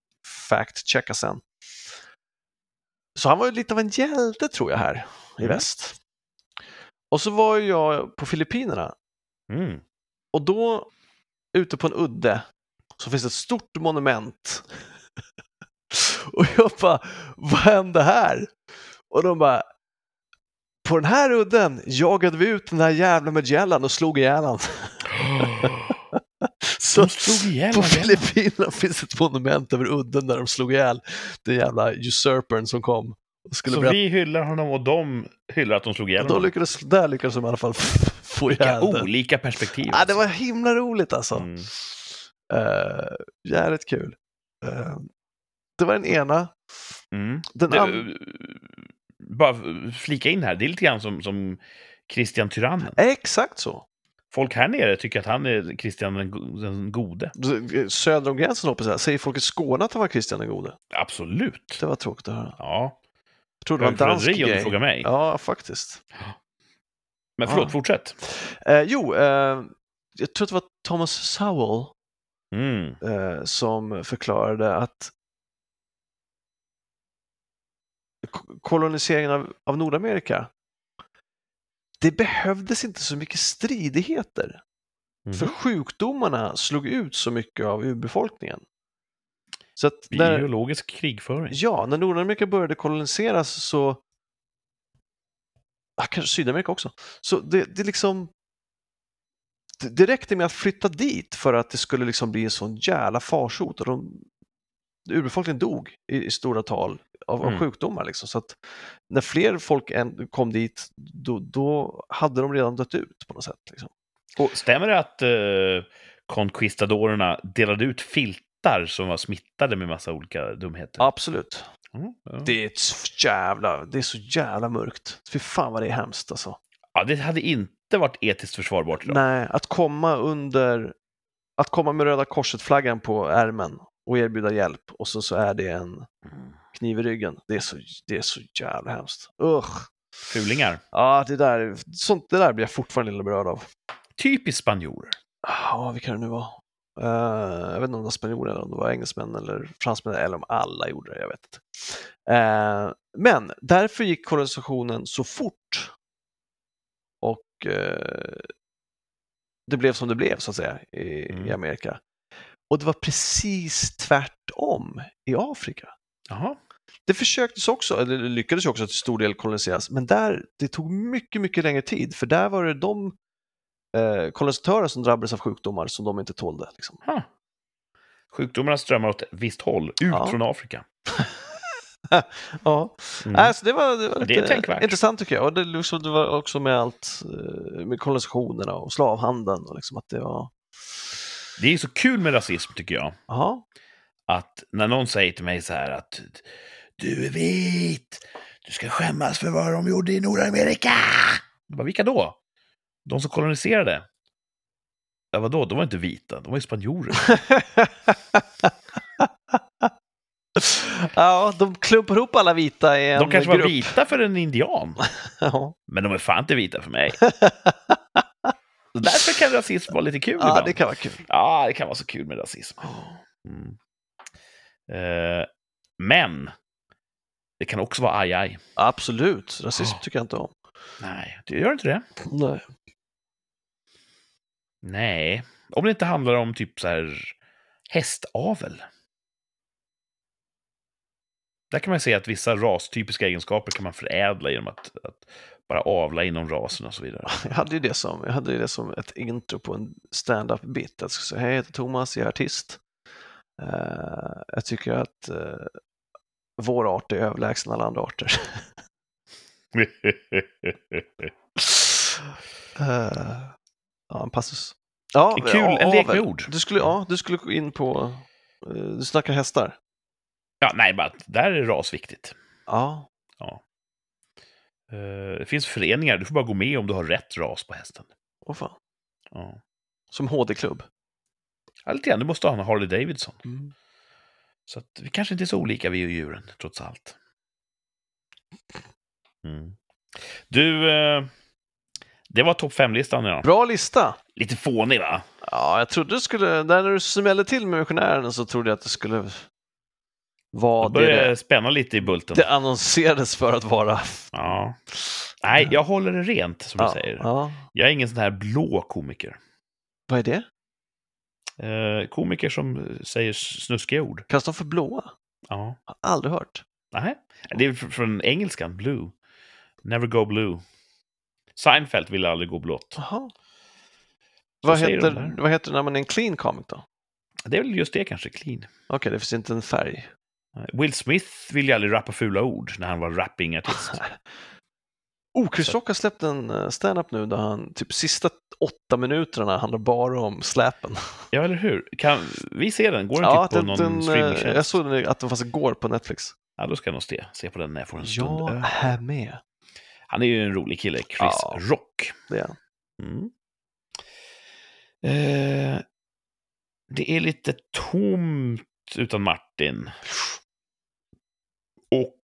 Speaker 1: fact-checka sen. Så han var ju lite av en hjälte tror jag här i
Speaker 2: Mm.
Speaker 1: väst. Och så var ju jag på Filippinerna
Speaker 2: Mm.
Speaker 1: och då, ute på en udde, Så finns det ett stort monument. Och jag bara, vad hände här? Och de bara, på den här udden jagade vi ut den här jävla Magellan och slog ihjäl han. Så
Speaker 2: De slog ihjäl
Speaker 1: på
Speaker 2: Magellan.
Speaker 1: Filippinerna finns ett monument över udden där de slog ihjäl den jävla usurpern som kom. Och skulle
Speaker 2: Så
Speaker 1: berätta.
Speaker 2: vi hyllar honom och de hyllar att de slog ihjäl
Speaker 1: Då
Speaker 2: honom.
Speaker 1: lyckades, där lyckades de i alla fall få
Speaker 2: Vilka
Speaker 1: ihjäl den.
Speaker 2: olika perspektiv.
Speaker 1: Ja, det var himla roligt alltså.
Speaker 2: Mm.
Speaker 1: Eh, jävligt kul. Eh, det var den ena.
Speaker 2: Mm.
Speaker 1: Den andra...
Speaker 2: Du, bara flika in här, det är lite grann som, som Christian Tyrannen.
Speaker 1: Eh, Exakt så.
Speaker 2: Folk här nere tycker att han är Christian den, go- den gode.
Speaker 1: eh, Söder om gränsen hoppas jag. Säger folk i Skåne att han var Kristian den gode?
Speaker 2: Absolut.
Speaker 1: Det var tråkigt att höra.
Speaker 2: Ja,
Speaker 1: Jag tror det var en dansk
Speaker 2: högförräderi om du
Speaker 1: grej.
Speaker 2: frågar mig.
Speaker 1: Ja, Ah. faktiskt.
Speaker 2: Men förlåt,
Speaker 1: Ja.
Speaker 2: fortsätt.
Speaker 1: Eh, jo, eh, jag tror att det var Thomas Sowell
Speaker 2: Mm.
Speaker 1: eh, som förklarade att k- koloniseringen av, av Nordamerika, det behövdes inte så mycket stridigheter. För
Speaker 2: Mm.
Speaker 1: sjukdomarna slog ut så mycket av urbefolkningen. Så att när,
Speaker 2: Biologisk krigföring.
Speaker 1: ja, när Nordamerika började koloniseras så, ah, kanske Sydamerika också, så det, det liksom det- det räckte med att flytta dit för att det skulle liksom bli en sån jävla farsot. Och de, urbefolkningen dog i, i stora tal av, av
Speaker 2: Mm.
Speaker 1: sjukdomar. Liksom. Så att när fler folk än kom dit, då, då hade de redan dött ut på något sätt. Liksom.
Speaker 2: Och stämmer det att eh, conquistadorerna delade ut filtar som var smittade med massa olika dumheter?
Speaker 1: Absolut.
Speaker 2: Mm, ja.
Speaker 1: Det är, ett så jävla, det är så jävla mörkt. Fy fan vad det är hemskt alltså.
Speaker 2: ja, det hade inte varit etiskt försvarbart idag.
Speaker 1: Nej, att komma under... Att komma med Röda Korset-flaggan på ärmen och erbjuda hjälp och så, så är det en
Speaker 2: Mm.
Speaker 1: kniv i ryggen. Det är så, det är så jävla hemskt. Usch!
Speaker 2: Fulingar.
Speaker 1: Ja, det där, sånt, det där blir jag fortfarande lite berörd av.
Speaker 2: Typiskt spanjorer.
Speaker 1: Ja, vad vilka det nu var. Eh, jag vet inte om det var spanjorer eller om det var engelsmän eller fransmän eller om alla gjorde det, jag vet inte. Eh, men därför gick kolonisationen så fort och eh, det blev som det blev så att säga i, i
Speaker 2: Mm.
Speaker 1: Amerika. Och det var precis tvärtom i Afrika.
Speaker 2: Jaha.
Speaker 1: Det försöktes också, eller det lyckades ju också till stor del koloniseras, men där, det tog mycket, mycket längre tid, för där var det de eh, kolonisatörer som drabbades av sjukdomar som de inte tålde. Liksom.
Speaker 2: Huh. Sjukdomarna strömmar åt ett visst håll, ut
Speaker 1: Ja.
Speaker 2: från Afrika.
Speaker 1: Ja.
Speaker 2: Mm.
Speaker 1: Nej, Äh, så det var, det var
Speaker 2: Det är
Speaker 1: lite
Speaker 2: tänkvärt.
Speaker 1: intressant tycker jag. Och det, liksom, det var också med allt, eh, med kolonisationerna och slavhandeln och liksom att det var,
Speaker 2: Det är så kul med rasism, tycker jag.
Speaker 1: ja,
Speaker 2: Att när någon säger till mig så här att du är vit, du ska skämmas för vad de gjorde i Nordamerika. Jag bara, vilka då? De som koloniserade? Ja, vadå, de var inte vita, de var ju spanjorer.
Speaker 1: ja, de klumpar ihop alla vita i en
Speaker 2: De kanske var
Speaker 1: grupp.
Speaker 2: vita för en indian,
Speaker 1: Ja.
Speaker 2: men de är fan inte vita för mig. Så Därför kan rasism vara lite kul
Speaker 1: ja,
Speaker 2: ibland.
Speaker 1: det kan vara kul.
Speaker 2: Ja, det kan vara så kul med rasism. Mm. Eh, men, det kan också vara aj, aj.
Speaker 1: Absolut, rasism
Speaker 2: Ja.
Speaker 1: tycker jag inte om.
Speaker 2: Nej, det gör inte det.
Speaker 1: Nej.
Speaker 2: Nej, om det inte handlar om typ så här hästavel. Där kan man se att vissa rastypiska egenskaper kan man förädla genom att, att bara avla inom rasen och så vidare.
Speaker 1: Jag hade ju det som, jag hade ju det som ett intro på en stand-up bit. Jag skulle säga, hej, jag heter Thomas, jag är artist. Eh, jag tycker att eh, vår art är överlägsen alla andra arter. Eh, ja, en passus. Ja,
Speaker 2: Det är kul,
Speaker 1: ja,
Speaker 2: en lek med
Speaker 1: avel.
Speaker 2: ord.
Speaker 1: Du skulle, ja, du skulle gå in på, eh, du snackar hästar.
Speaker 2: Ja, nej, bara att där är ras viktigt.
Speaker 1: Ja,
Speaker 2: Eh, Det finns föreningar, du får bara gå med om du har rätt ras på hästen.
Speaker 1: åh fan.
Speaker 2: Ja,
Speaker 1: Som HD-klubb.
Speaker 2: ja lite grann. Du måste ha en Harley Davidson.
Speaker 1: Mm.
Speaker 2: Så att vi kanske inte är så olika, vi och djuren, trots allt. Mm. Du, eh, det var topp 5-listan idag.
Speaker 1: Bra lista!
Speaker 2: Lite fånig, va?
Speaker 1: Ja, jag trodde du skulle, där när du smällde till med missionären så trodde jag att det skulle vara
Speaker 2: Det
Speaker 1: det det
Speaker 2: börjar spänna lite i bulten.
Speaker 1: det annonserades för att vara.
Speaker 2: Ja. Nej, jag håller det rent, som
Speaker 1: ja,
Speaker 2: du säger.
Speaker 1: ja.
Speaker 2: Jag är ingen sån här blå komiker.
Speaker 1: Vad är det?
Speaker 2: Eh, komiker som säger snuskiga ord.
Speaker 1: Kallas de för blåa?
Speaker 2: Ja.
Speaker 1: Har aldrig hört.
Speaker 2: Nej, det är fr- från engelskan, blue. Never go blue. Seinfeld ville aldrig gå blått.
Speaker 1: Jaha. Vad
Speaker 2: säger de
Speaker 1: heter,
Speaker 2: där.
Speaker 1: vad heter det när man är en clean comic då?
Speaker 2: Det är väl just det kanske, clean.
Speaker 1: Okej, det finns inte en färg.
Speaker 2: Nej, Will Smith ville ju aldrig rappa fula ord när han var rappingartist.
Speaker 1: Oh, Chris Rock har släppt en eh, stand-up nu där han typ sista åtta minuterna handlar bara om släpen.
Speaker 2: ja, eller hur? Kan vi se den? Går den
Speaker 1: Ja,
Speaker 2: typ på
Speaker 1: den,
Speaker 2: någon
Speaker 1: den, eh,
Speaker 2: streamingtjänst?
Speaker 1: jag såg den- att den fanns igår på Netflix.
Speaker 2: Ja, då ska jag nog se, se på den när jag får en stund.
Speaker 1: Jag
Speaker 2: över.
Speaker 1: är med.
Speaker 2: Han är ju en rolig kille, Chris
Speaker 1: Ja.
Speaker 2: Rock.
Speaker 1: Det är han.
Speaker 2: Mm. Eh, det är lite tomt utan Martin. Och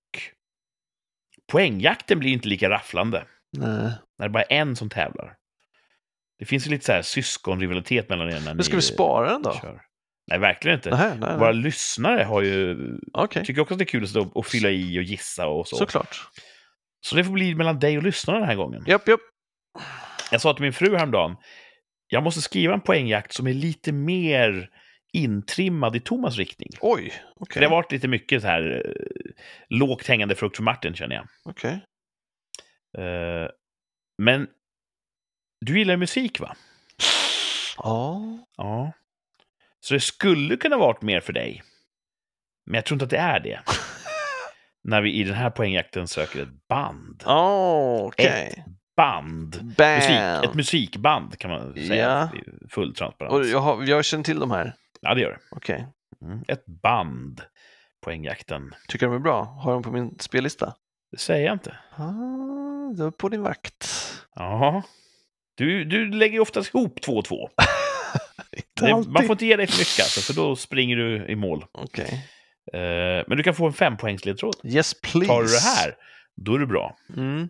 Speaker 2: poängjakten blir inte lika rafflande
Speaker 1: Nej.
Speaker 2: när det bara är en som tävlar. Det finns ju lite så här syskonrivalitet mellan er när
Speaker 1: Men ska
Speaker 2: ni
Speaker 1: vi spara den då?
Speaker 2: kör. Nej, verkligen inte.
Speaker 1: Nej, nej,
Speaker 2: Våra
Speaker 1: nej.
Speaker 2: lyssnare har ju,
Speaker 1: Okej,
Speaker 2: tycker också att det är kul att stå och fylla i och gissa och typ så.
Speaker 1: såklart.
Speaker 2: Så det får bli mellan dig och lyssnarna den här gången.
Speaker 1: Japp, japp.
Speaker 2: Jag sa till min fru häromdagen, jag måste skriva en poängjakt som är lite mer intrimmad i Thomas riktning.
Speaker 1: Oj,
Speaker 2: För
Speaker 1: okej.
Speaker 2: Det har varit lite mycket så här eh, lågt hängande frukt för Martin, känner jag.
Speaker 1: okej.
Speaker 2: Eh, men du gillar ju musik, va?
Speaker 1: Ja,
Speaker 2: Ja. Så det skulle kunna varit mer för dig. Men jag tror inte att det är det. När vi i den här poängjakten söker ett band.
Speaker 1: oh, okej.
Speaker 2: Band. Musik, ett
Speaker 1: Band.
Speaker 2: musikband kan man säga.
Speaker 1: Ja.
Speaker 2: i Full transparens.
Speaker 1: Och jag, har, jag känner till de här.
Speaker 2: Ja, det gör det.
Speaker 1: Okej.
Speaker 2: Mm. Ett band. Poängjakten.
Speaker 1: Tycker de är bra? Har de på min spellista?
Speaker 2: Det säger jag inte.
Speaker 1: Ah, du är på din vakt.
Speaker 2: Ja. Du, du lägger ju oftast ihop två och två.
Speaker 1: Inte
Speaker 2: Det,
Speaker 1: alltid.
Speaker 2: man får inte ge dig för mycket, alltså, för då springer du i mål.
Speaker 1: Okej.
Speaker 2: Eh, men du kan få en fempoängsledtråd.
Speaker 1: Yes, please.
Speaker 2: Tar du det här, då är du bra.
Speaker 1: Mm.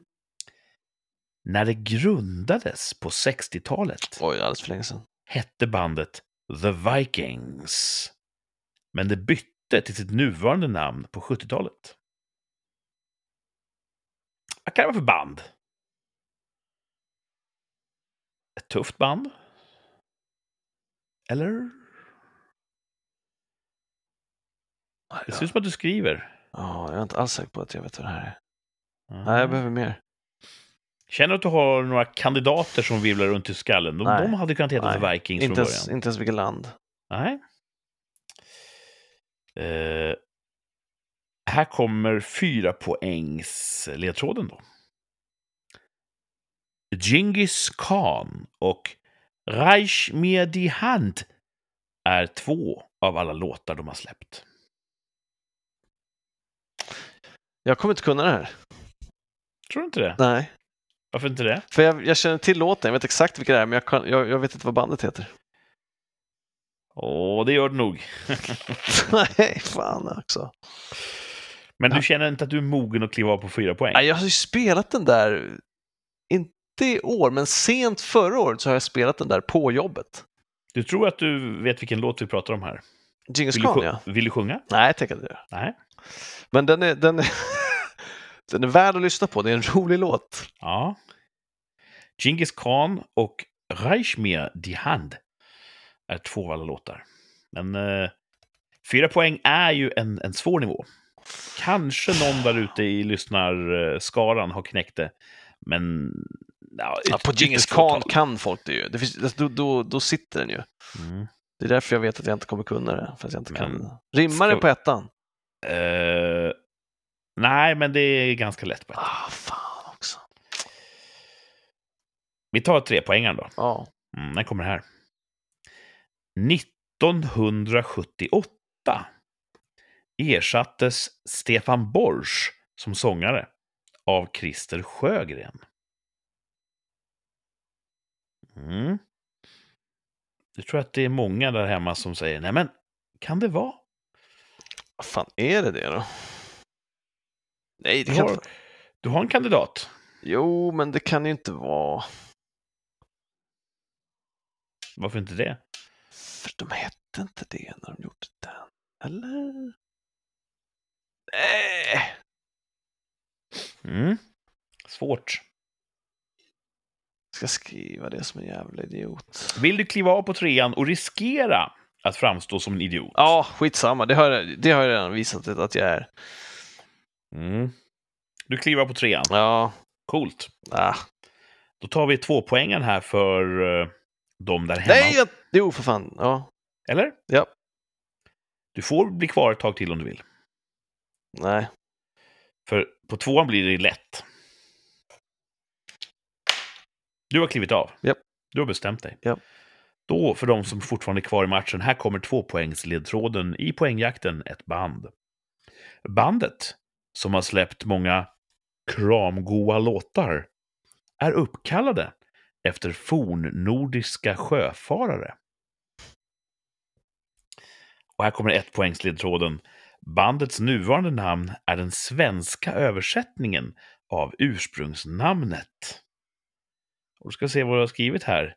Speaker 2: När det grundades på 60-talet
Speaker 1: Oj, alldeles för länge sedan.
Speaker 2: hette bandet The Vikings. Men det bytte till sitt nuvarande namn på 70-talet. Vad kan det vara för band? Ett tufft band? Eller? Det ser ut som att du skriver.
Speaker 1: Ja, jag är inte alls säker på att jag vet vad det här är. Nej,
Speaker 2: Mm.
Speaker 1: jag behöver mer.
Speaker 2: Känner du att du har några kandidater som virvlar runt i skallen? De,
Speaker 1: Nej.
Speaker 2: de hade kunnat heta The
Speaker 1: Nej.
Speaker 2: Vikings
Speaker 1: Inte
Speaker 2: från
Speaker 1: ens,
Speaker 2: början.
Speaker 1: inte ens vilket land.
Speaker 2: Nej. Eh, här kommer fyra poängs ledtråden då. Genghis Khan och Reich mir die Hand är två av alla låtar de har släppt.
Speaker 1: Jag kommer inte kunna det här.
Speaker 2: Tror du inte det?
Speaker 1: Nej,
Speaker 2: Varför inte det?
Speaker 1: för jag, jag känner till låten. Jag vet exakt vilka det är, men jag, kan, jag, jag vet inte vad bandet heter.
Speaker 2: Åh, det gör du nog.
Speaker 1: Nej, fan också.
Speaker 2: Men du känner inte att du är mogen att kliva av på fyra poäng?
Speaker 1: Nej, jag har ju spelat den där, inte i år, men sent förra året så har jag spelat den där på jobbet.
Speaker 2: Du tror att du vet vilken låt vi pratar om här?
Speaker 1: Djingis
Speaker 2: Vill du,
Speaker 1: Khan,
Speaker 2: sj-
Speaker 1: ja.
Speaker 2: vill du sjunga?
Speaker 1: Nej, jag tänker inte göra.
Speaker 2: Nej.
Speaker 1: Men den är, den, är, den är värd att lyssna på. Det är en rolig låt.
Speaker 2: Ja. Genghis Khan och Reich mir die Hand är två av alla låtar. Men eh, fyra poäng är ju en, en svår nivå. Kanske någon där ute i lyssnarskaran har knäckt det. Men... Ja,
Speaker 1: Ja,
Speaker 2: yt-
Speaker 1: på Djingis
Speaker 2: ytterst
Speaker 1: Khan
Speaker 2: fåtal.
Speaker 1: kan folk det ju. Det finns, alltså, då, då, då sitter den ju.
Speaker 2: Mm.
Speaker 1: Det är därför jag vet att jag inte kommer kunna det. För att jag inte
Speaker 2: Men-
Speaker 1: kan. Rimmar det
Speaker 2: Ska-
Speaker 1: på ettan?
Speaker 2: Eh, nej, men det är ganska lätt. bara.
Speaker 1: Ah, fan också.
Speaker 2: Vi tar tre poängar då.
Speaker 1: Ja.
Speaker 2: Mm, den kommer här. 1978 ersattes Stefan Borsch som sångare av Christer Sjögren. Mm. Jag tror att det är många där hemma som säger, nej men, kan det vara?
Speaker 1: Vad fan är det det då? Nej, det
Speaker 2: Du
Speaker 1: kan
Speaker 2: har,
Speaker 1: inte...
Speaker 2: du har en kandidat.
Speaker 1: Jo, men det kan ju inte vara...
Speaker 2: Varför inte det?
Speaker 1: För de hette inte det när de gjorde den. Eller? Nej.
Speaker 2: Mm. Svårt.
Speaker 1: ska skriva det som en jävla idiot.
Speaker 2: Vill du kliva av på trean och riskera att framstå som en idiot?
Speaker 1: Ja, skitsamma. Det har, jag- det har jag redan visat att jag är.
Speaker 2: Mm. Du kliver av på trean.
Speaker 1: Ja,
Speaker 2: Coolt.
Speaker 1: ah.
Speaker 2: Då tar vi två poängen här för uh, de där hemma.
Speaker 1: Nej, jag... Jo, för fan. Ja.
Speaker 2: Eller?
Speaker 1: Ja.
Speaker 2: Du får bli kvar ett tag till om du vill.
Speaker 1: Nej.
Speaker 2: För på tvåan blir det lätt. Du har klivit av.
Speaker 1: Japp.
Speaker 2: Du har bestämt dig.
Speaker 1: Japp.
Speaker 2: Då, för de som fortfarande är kvar i matchen, här kommer tvåpoängsledtråden i poängjakten, ett band. Bandet, som har släppt många kramgoa låtar, är uppkallade efter fornnordiska sjöfarare. Och här kommer ett poängsledtråden. Bandets nuvarande namn är den svenska översättningen av ursprungsnamnet. Och då ska vi se vad du har skrivit här.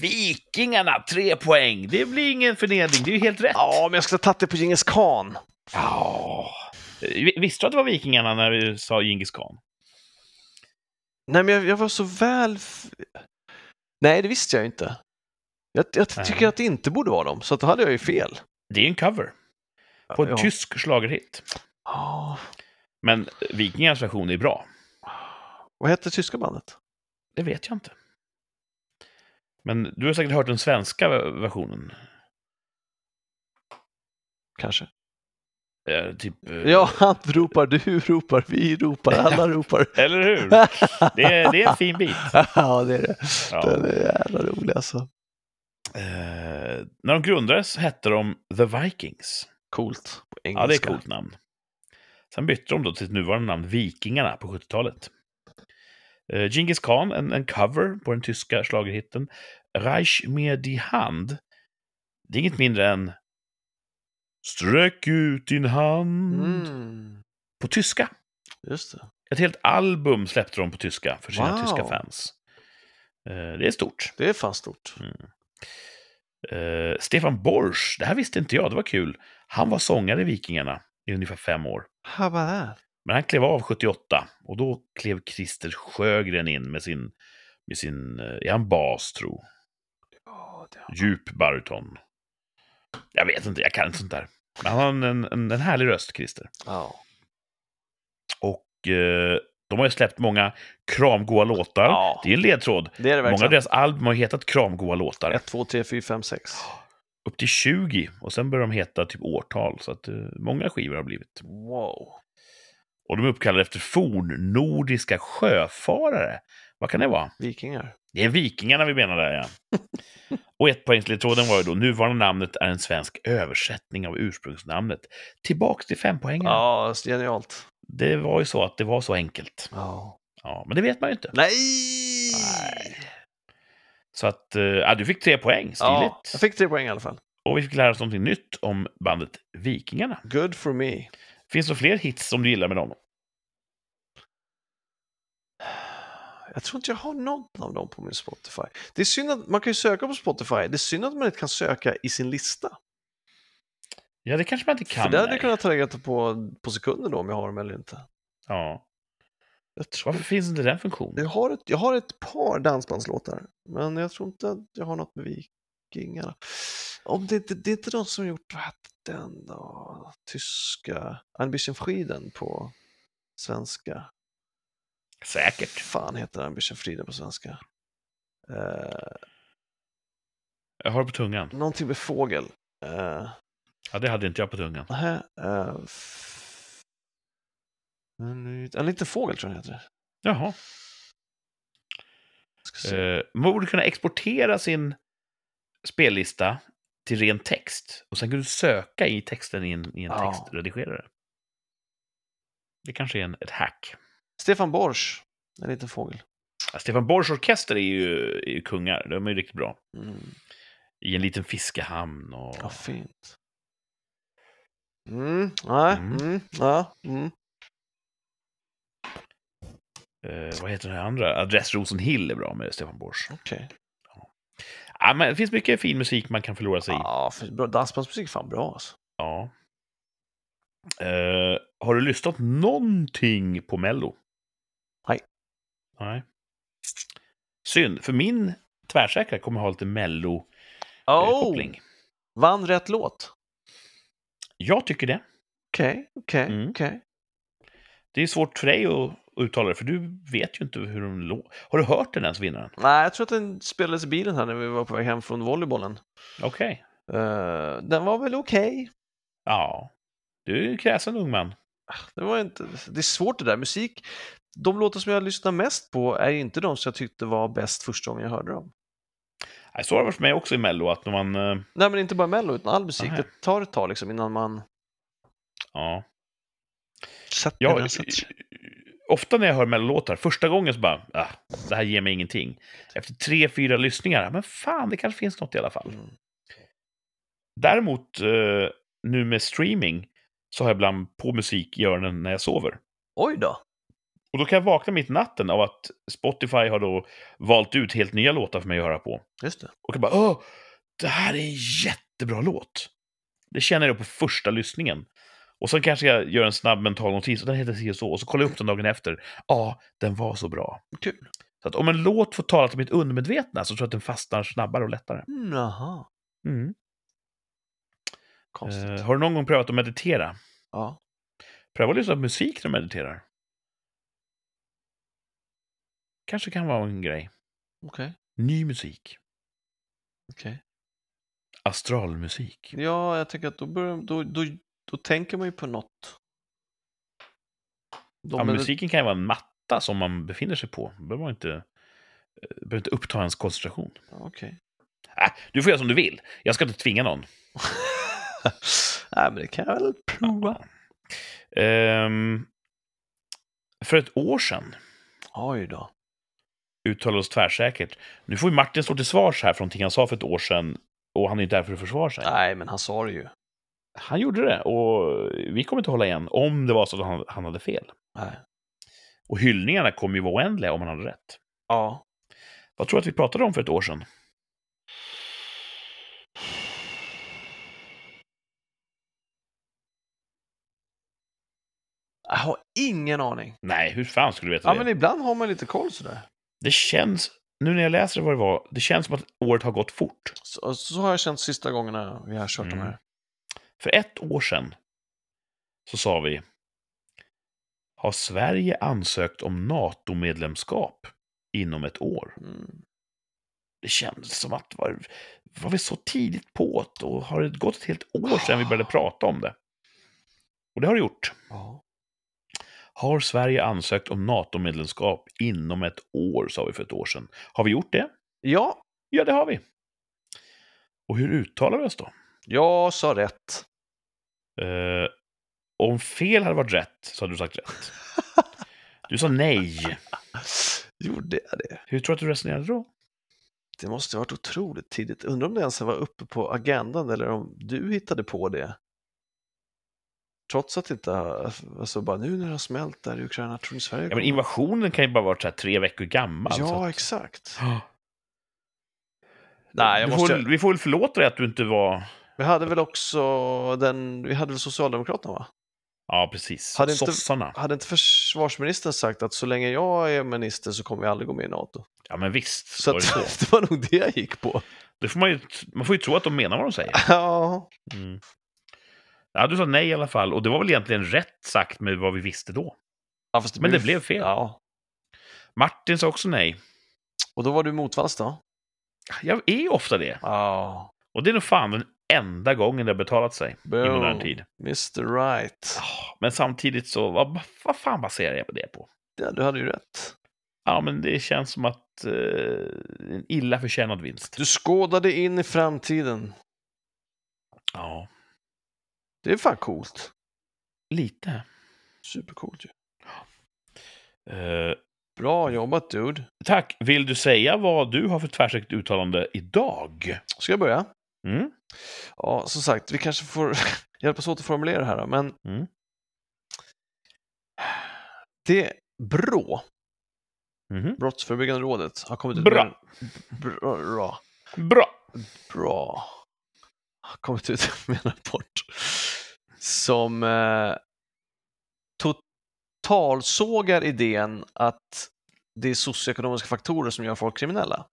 Speaker 2: Vikingarna, tre poäng! Det blir ingen förnedring, det är ju helt rätt.
Speaker 1: Ja, men jag skulle ha tagit det på Djingis khan.
Speaker 2: Ja. Eh, Vi- Visste du att det var vikingarna när vi sa Djingis khan?
Speaker 1: Nej, men jag, jag var så väl... f- Nej, det visste jag inte. Jag, jag
Speaker 2: Nej.
Speaker 1: tycker att det inte borde vara dem, så att då hade jag ju fel.
Speaker 2: Det är en cover på en
Speaker 1: ja.
Speaker 2: tysk schlagerhit.
Speaker 1: Ja.
Speaker 2: Men eh, vikingarnas version är bra.
Speaker 1: Vad hette tyska bandet?
Speaker 2: Det vet jag inte. Men du har säkert hört den svenska versionen.
Speaker 1: Kanske.
Speaker 2: Eh, typ, eh,
Speaker 1: Ja, han ropar, du ropar, vi ropar, alla ropar.
Speaker 2: Eller hur? Det är, det är en fin bit.
Speaker 1: ja, det är det.
Speaker 2: Ja.
Speaker 1: Den är jävla rolig alltså.
Speaker 2: Eh, när de grundades hette de The Vikings.
Speaker 1: Coolt. På engelska.
Speaker 2: Ja, det är ett coolt namn. Sen bytte de då till sitt nuvarande namn Vikingarna på 70-talet. Eh, Genghis Khan, en, en cover på den tyska schlagerhitten Reich med die Hand. Det är inget mindre än Sträck ut din hand
Speaker 1: Mm,
Speaker 2: på tyska.
Speaker 1: just det.
Speaker 2: Ett helt album släppte de på tyska för sina
Speaker 1: Wow.
Speaker 2: tyska fans. Eh, det är stort. Mm.
Speaker 1: Det är fan stort.
Speaker 2: Eh, Stefan Borsch, det här visste inte jag, det var kul. Han var sångare i Vikingarna i ungefär fem år.
Speaker 1: How about that?
Speaker 2: Men han klev av 78 och då klev Christer Sjögren in med sin, med sin eh, är han bas tro?
Speaker 1: Ja, det har-
Speaker 2: Djup baryton. Jag vet inte, jag kan inte sånt där. Men han har en- en, en, en härlig röst, Christer.
Speaker 1: Ja.
Speaker 2: Och eh, de har ju släppt många kramgoa låtar.
Speaker 1: Ja.
Speaker 2: Det är en ledtråd.
Speaker 1: Det är det
Speaker 2: Många av
Speaker 1: verkligen.
Speaker 2: deras album har hetat kramgoa låtar.
Speaker 1: 1, 2, 3, 4, 5, 6.
Speaker 2: upp till 20 och sen börjar de heta typ årtal så att eh, många skivor har blivit.
Speaker 1: Wow.
Speaker 2: Och de är uppkallade efter fornnordiska sjöfarare. Vad kan det vara?
Speaker 1: Vikingar.
Speaker 2: Det är vikingarna vi menar där ja. och ettpoängsledtråden var ju då nuvarande namnet är en svensk översättning av ursprungsnamnet. Tillbaks till fempoängarna.
Speaker 1: Ja, genialt.
Speaker 2: Det var ju så att det var så enkelt.
Speaker 1: Ja.
Speaker 2: Ja, men det vet man ju inte.
Speaker 1: Nej!
Speaker 2: Nej. Så att, eh, ja, du fick tre poäng,
Speaker 1: Ja,
Speaker 2: stiligt.
Speaker 1: jag fick tre poäng i alla fall.
Speaker 2: Och vi fick lära oss någonting nytt om bandet Vikingarna.
Speaker 1: Good for me.
Speaker 2: Finns det fler hits som du gillar med dem?
Speaker 1: Jag tror inte jag har någon av dem på min Spotify. Det är synd att man kan ju söka på Spotify. Det är synd att man inte kan söka i sin lista.
Speaker 2: Ja, det kanske man inte kan.
Speaker 1: För det hade
Speaker 2: nej.
Speaker 1: jag kunnat ta reda på på sekunder då om jag har dem eller inte.
Speaker 2: Ja.
Speaker 1: Jag, tror...
Speaker 2: Varför finns inte den funktionen?
Speaker 1: jag, har ett, jag har ett par dansbandslåtar, men jag tror inte att jag har något med Vikingarna. Om det, inte det är inte de som gjort, vad hette den då? Tyska, Ambition Frieden på svenska.
Speaker 2: Säkert.
Speaker 1: fan heter Ambition Frieden på svenska? Eh,
Speaker 2: Jag har det på tungan.
Speaker 1: någonting med fågel. Eh,
Speaker 2: Ja, det hade inte jag på tungan.
Speaker 1: Nähä. eh, f- Men nu- En liten fågel tror jag den heter.
Speaker 2: Jaha.
Speaker 1: Ska se.
Speaker 2: Eh, man borde kunna exportera sin spellista till ren text. Och sen kan du söka i texten i en, i en
Speaker 1: Ja.
Speaker 2: textredigerare. Det kanske är en, ett hack.
Speaker 1: Stefan Borsch. En liten fågel.
Speaker 2: Ja, Stefan Borgs orkester är ju, är ju kungar. De är ju riktigt bra.
Speaker 1: Mm.
Speaker 2: I en liten fiskehamn och...
Speaker 1: Ja, fint. Mm, nej,
Speaker 2: Mm.
Speaker 1: mm. ja, mm.
Speaker 2: Eh, vad heter den här andra? Adress Rosenhill är bra med Stefan Borsch.
Speaker 1: okej.
Speaker 2: Ja, men det finns mycket fin musik man kan förlora sig i.
Speaker 1: Ja, för bra- dansbandsmusik är fan bra alltså.
Speaker 2: Ja. Eh, har du lyssnat någonting på Mello?
Speaker 1: Nej.
Speaker 2: Nej. Synd, för min tvärsäkra kommer ha lite mello-koppling. Eh,
Speaker 1: Oh, vann rätt låt.
Speaker 2: Jag tycker det.
Speaker 1: Okej, okej,
Speaker 2: Mm.
Speaker 1: okej.
Speaker 2: Det är svårt för dig att uttala det, för du vet ju inte hur de låter. Har du hört den ens, vinnaren?
Speaker 1: Nej, jag tror att den spelades i bilen här när vi var på väg hem från volleybollen.
Speaker 2: Okej.
Speaker 1: Eh, den var väl okej.
Speaker 2: Ja. Du är ju kräsen ung man.
Speaker 1: Det, var inte... det är svårt det där. Musik, de låtar som jag lyssnar mest på är ju inte de som jag tyckte var bäst första gången jag hörde dem.
Speaker 2: Nej, Så har det varit för mig också i Mello, att när man... eh,
Speaker 1: Nej, men inte bara Mello, utan all musik.
Speaker 2: Nähä.
Speaker 1: Det tar ett tag liksom innan man
Speaker 2: Ja.
Speaker 1: sätter
Speaker 2: Jag,
Speaker 1: den. sätter sig.
Speaker 2: ofta när jag hör Mellolåtar, första gången så bara, ah, det här ger mig ingenting. Efter tre, fyra lyssningar, men fan, det kanske finns något i alla fall.
Speaker 1: Mm.
Speaker 2: Däremot, eh, nu med streaming, så har jag ibland på musik i öronen när jag sover.
Speaker 1: Oj då!
Speaker 2: Och då kan jag vakna mitt i natten av att Spotify har då valt ut helt nya låtar för mig att höra på.
Speaker 1: Just det.
Speaker 2: Och jag bara, åh, det här är en jättebra låt. Det känner jag på första lyssningen. Och sen kanske jag gör en snabb mental notis, och den heter si och så, och så kollar jag upp den dagen efter. Ja, den var så bra.
Speaker 1: Kul.
Speaker 2: Så att om en låt får tala till mitt undermedvetna så tror jag att den fastnar snabbare och lättare.
Speaker 1: Mm, Jaha,
Speaker 2: Mm.
Speaker 1: konstigt.
Speaker 2: Eh, har du någon gång prövat att meditera?
Speaker 1: Ja.
Speaker 2: Pröva att lyssna på musik när du mediterar. Kanske kan vara en grej.
Speaker 1: Okej,
Speaker 2: Ny musik.
Speaker 1: okej.
Speaker 2: Astralmusik.
Speaker 1: Ja, jag tänker att då, börjar, då, då, då tänker man ju på något. De
Speaker 2: Ja,
Speaker 1: med-
Speaker 2: musiken kan ju vara en matta som man befinner sig på. Det behöver man inte, eh, behöver inte uppta ens koncentration.
Speaker 1: Okej.
Speaker 2: Äh, du får göra som du vill. Jag ska inte tvinga någon.
Speaker 1: Nej, men det kan jag väl prova.
Speaker 2: Ehm, för ett år sedan
Speaker 1: Oj då.
Speaker 2: uttalade oss tvärsäkert. Nu får ju Martin stå till svars här för någonting han sa för ett år sedan. Och han är inte här för att försvara sig.
Speaker 1: Nej, men han sa det ju.
Speaker 2: Han gjorde det och vi kommer inte hålla igen om det var så att han, han hade fel.
Speaker 1: Nej.
Speaker 2: Och hyllningarna kommer ju vara oändliga om han hade rätt.
Speaker 1: Ja.
Speaker 2: Vad tror du att vi pratade om för ett år sedan?
Speaker 1: Jag har ingen aning.
Speaker 2: Nej, hur fan skulle du veta
Speaker 1: Ja,
Speaker 2: det?
Speaker 1: men ibland har man lite koll sådär.
Speaker 2: Det känns, nu när jag läser vad det var, det känns som att året har gått fort.
Speaker 1: Så, så har jag känt sista gångerna vi har kört de
Speaker 2: Mm.
Speaker 1: här.
Speaker 2: För ett år sedan så sa vi Har Sverige ansökt om NATO-medlemskap inom ett år?
Speaker 1: Mm.
Speaker 2: Det kändes som att var, var vi så tidigt på det och har det gått ett helt år sedan vi började prata om det? Och det har det gjort.
Speaker 1: Ja.
Speaker 2: Har Sverige ansökt om NATO-medlemskap inom ett år, sa vi för ett år sedan. Har vi gjort det?
Speaker 1: ja,
Speaker 2: Ja, det har vi. Och hur uttalar vi oss då?
Speaker 1: jag sa rätt.
Speaker 2: Eh, om fel hade varit rätt så hade du sagt rätt. Du sa nej.
Speaker 1: Gjorde jag det?
Speaker 2: Hur tror du att du resonerade då?
Speaker 1: Det måste ha varit otroligt tidigt. Undrar om det ens var uppe på agendan eller om du hittade på det. Trots att det inte, alltså bara nu när det har smält där i Ukraina, tror ni Sverige
Speaker 2: Ja, men
Speaker 1: kommer-
Speaker 2: invasionen kan ju bara vara så här tre veckor gammal. så
Speaker 1: Ja,
Speaker 2: att-
Speaker 1: exakt.
Speaker 2: Ja.
Speaker 1: Nej, jag
Speaker 2: Du
Speaker 1: måste...
Speaker 2: får, väl- Vi får väl förlåta dig att du inte var...
Speaker 1: Vi hade väl också den, vi hade väl Socialdemokraterna va?
Speaker 2: Ja, precis.
Speaker 1: Hade inte-
Speaker 2: Sossarna.
Speaker 1: Hade inte försvarsministern sagt att så länge jag är minister så kommer jag aldrig gå med i NATO?
Speaker 2: Ja, men visst.
Speaker 1: Så
Speaker 2: var
Speaker 1: att,
Speaker 2: det så.
Speaker 1: det var nog det jag gick på.
Speaker 2: Det får man, ju, man får ju tro att de menar vad de säger.
Speaker 1: Ja,
Speaker 2: Mm. Ja, du sa nej i alla fall. Och det var väl egentligen rätt sagt med vad vi visste då.
Speaker 1: ja fast det
Speaker 2: Men det blev fel.
Speaker 1: Ja.
Speaker 2: Martin sa också nej.
Speaker 1: Och då var du motvalls då?
Speaker 2: Jag är ju ofta det.
Speaker 1: Ja.
Speaker 2: Och det är nog fan den enda gången det har betalat sig i modern tid.
Speaker 1: Mr Right.
Speaker 2: Ja, Ah, Men samtidigt så, vad, vad fan baserar jag det på?
Speaker 1: Ja, du hade ju rätt.
Speaker 2: Ja, men det känns som att eh, en illa förtjänad vinst.
Speaker 1: Du skådade in i framtiden.
Speaker 2: Ja,
Speaker 1: Det är fan coolt.
Speaker 2: lite.
Speaker 1: Supercoolt ju.
Speaker 2: Eh,
Speaker 1: Bra jobbat dude.
Speaker 2: tack. Vill du säga vad du har för tvärsäkert uttalande idag?
Speaker 1: Ska jag börja?
Speaker 2: Mm?
Speaker 1: Ja, som sagt, vi kanske får hjälpas åt att formulera det här då, men
Speaker 2: Mm.
Speaker 1: det Brå,
Speaker 2: Mhm.
Speaker 1: Brottsförebyggande rådet, har kommit ut
Speaker 2: Bra.
Speaker 1: med en... Bra.
Speaker 2: Bra!
Speaker 1: Bra. Har kommit ut med en rapport som eh, totalsågar idén att det är socioekonomiska faktorer som gör folk kriminella.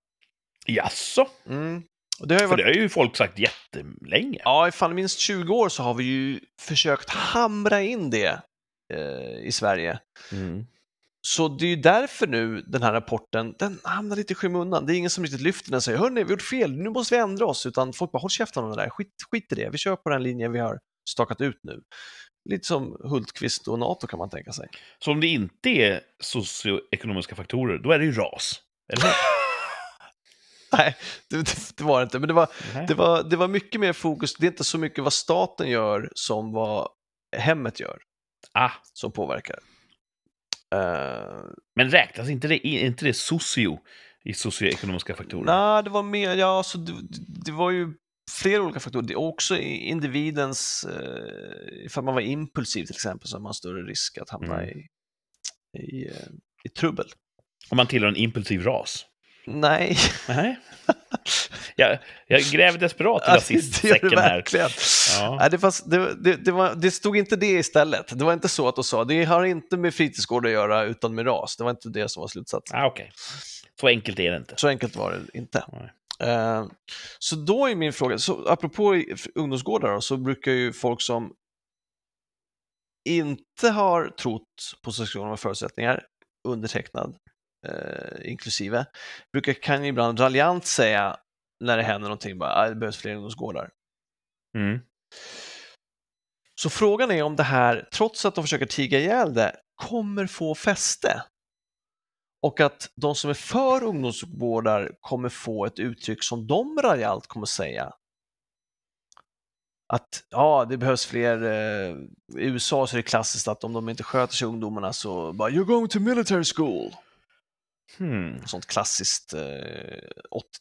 Speaker 2: Jaså?
Speaker 1: Mm. Och det har ju
Speaker 2: För
Speaker 1: varit
Speaker 2: det har ju folk sagt jättelänge.
Speaker 1: Ja, i fan minst 20 år så har vi ju försökt hamra in det eh, i Sverige.
Speaker 2: Mm.
Speaker 1: Så det är ju därför nu den här rapporten, den hamnar lite i skymundan. Det är ingen som riktigt lyfter den och säger hörni, vi har gjort fel, nu måste vi ändra oss. Utan folk bara håll käften om det där, skit, skit i det, vi kör på den linjen vi har stakat ut nu. Lite som Hultqvist och NATO kan man tänka sig.
Speaker 2: Så om det inte är socioekonomiska faktorer, då är det ju ras. Eller hur?
Speaker 1: Nej, det, det var det inte, men det var,
Speaker 2: Nej.
Speaker 1: det, var, det var mycket mer fokus, det är inte så mycket vad staten gör som vad hemmet gör
Speaker 2: Ah,
Speaker 1: som påverkar. Eh,
Speaker 2: men räknas inte det, är inte det socio i socioekonomiska faktorer?
Speaker 1: Nej, det var mer, ja, alltså, det, det var ju flera olika faktorer. Det är också i- individens, eh, ifall man var impulsiv till exempel, så har man större risk att hamna
Speaker 2: Mm.
Speaker 1: i, i, eh, i trubbel.
Speaker 2: Om man tillhör en impulsiv ras?
Speaker 1: Nej,
Speaker 2: Nej. jag, jag gräver desperat i
Speaker 1: alltså, det gör
Speaker 2: rasistsäcken
Speaker 1: det
Speaker 2: här.
Speaker 1: verkligen.
Speaker 2: Ja.
Speaker 1: Nej, det, fanns, det, det, det, var, det stod inte det istället. Det var inte så att de sa, det har inte med fritidsgård att göra utan med ras. Det var inte det som var slutsatsen.
Speaker 2: Ah, Okej. Så enkelt är det inte.
Speaker 1: Så enkelt var det inte.
Speaker 2: Nej.
Speaker 1: Eh, Så då är min fråga, så apropå i- f- ungdomsgårdar då, så brukar ju folk som inte har trott på sexuella förutsättningar, undertecknad eh, inklusive, brukar, kan ju ibland raljant säga när det händer någonting, bara, "Ah, det behövs fler ungdomsgårdar.
Speaker 2: Mm.
Speaker 1: Så frågan är om det här, trots att de försöker tiga ihjäl det, kommer få fäste. Och att de som är för ungdomsgårdar kommer få ett uttryck som de raljalt kommer säga. Att ja, det behövs fler. Eh, I USA så är det klassiskt att om de inte sköter sig ungdomarna så bara “You're going to military school”.
Speaker 2: Hmm.
Speaker 1: Sånt klassiskt eh,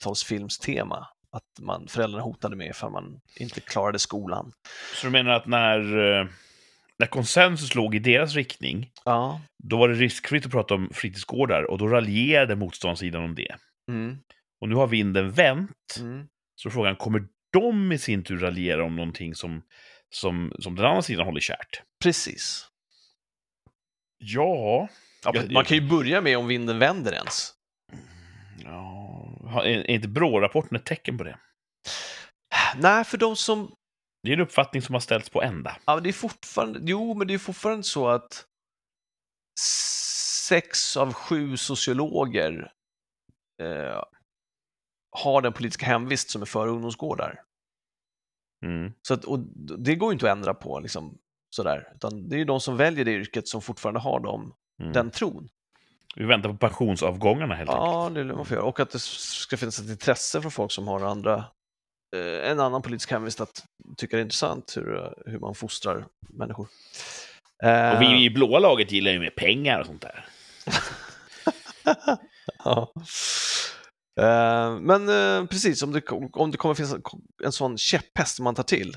Speaker 1: 80-talsfilmstema. Att man, föräldrarna hotade med ifall man inte klarade skolan.
Speaker 2: Så du menar att när, eh, när konsensus låg i deras riktning,
Speaker 1: Ja.
Speaker 2: då var det riskfritt att prata om fritidsgårdar och då raljerade motståndssidan om det.
Speaker 1: Mm.
Speaker 2: Och nu har vinden vänt,
Speaker 1: Mm.
Speaker 2: så frågan kommer de i sin tur raljera om någonting som, som, som den andra sidan håller kärt?
Speaker 1: Precis.
Speaker 2: Ja,
Speaker 1: Ja,
Speaker 2: Jag-
Speaker 1: man kan ju börja med om vinden vänder ens.
Speaker 2: ja. Har- är är inte BRÅ-rapporten ett tecken på det?
Speaker 1: Nej, för de som...
Speaker 2: Det är en uppfattning som har ställts på ända.
Speaker 1: Ja, det är fortfarande... Jo, men det är fortfarande så att sex av sju sociologer eh, har den politiska hemvist som är för ungdomsgårdar.
Speaker 2: Mm.
Speaker 1: Så att, och det går ju inte att ändra på liksom, sådär. Utan det är ju de som väljer det yrket som fortfarande har dem,
Speaker 2: Mm.
Speaker 1: den tron.
Speaker 2: Vi väntar på pensionsavgångarna helt enkelt.
Speaker 1: Ja, det är det man får göra. Och att det ska finnas ett intresse från folk som har andra, eh, en annan politisk hemvist att tycka det är intressant hur, hur man fostrar människor. Eh,
Speaker 2: Och vi i blåa laget gillar ju mer pengar och sånt där.
Speaker 1: ja. Eh, Men eh, precis, om det, kom- om det kommer finnas en- en sån käpphäst som man tar till.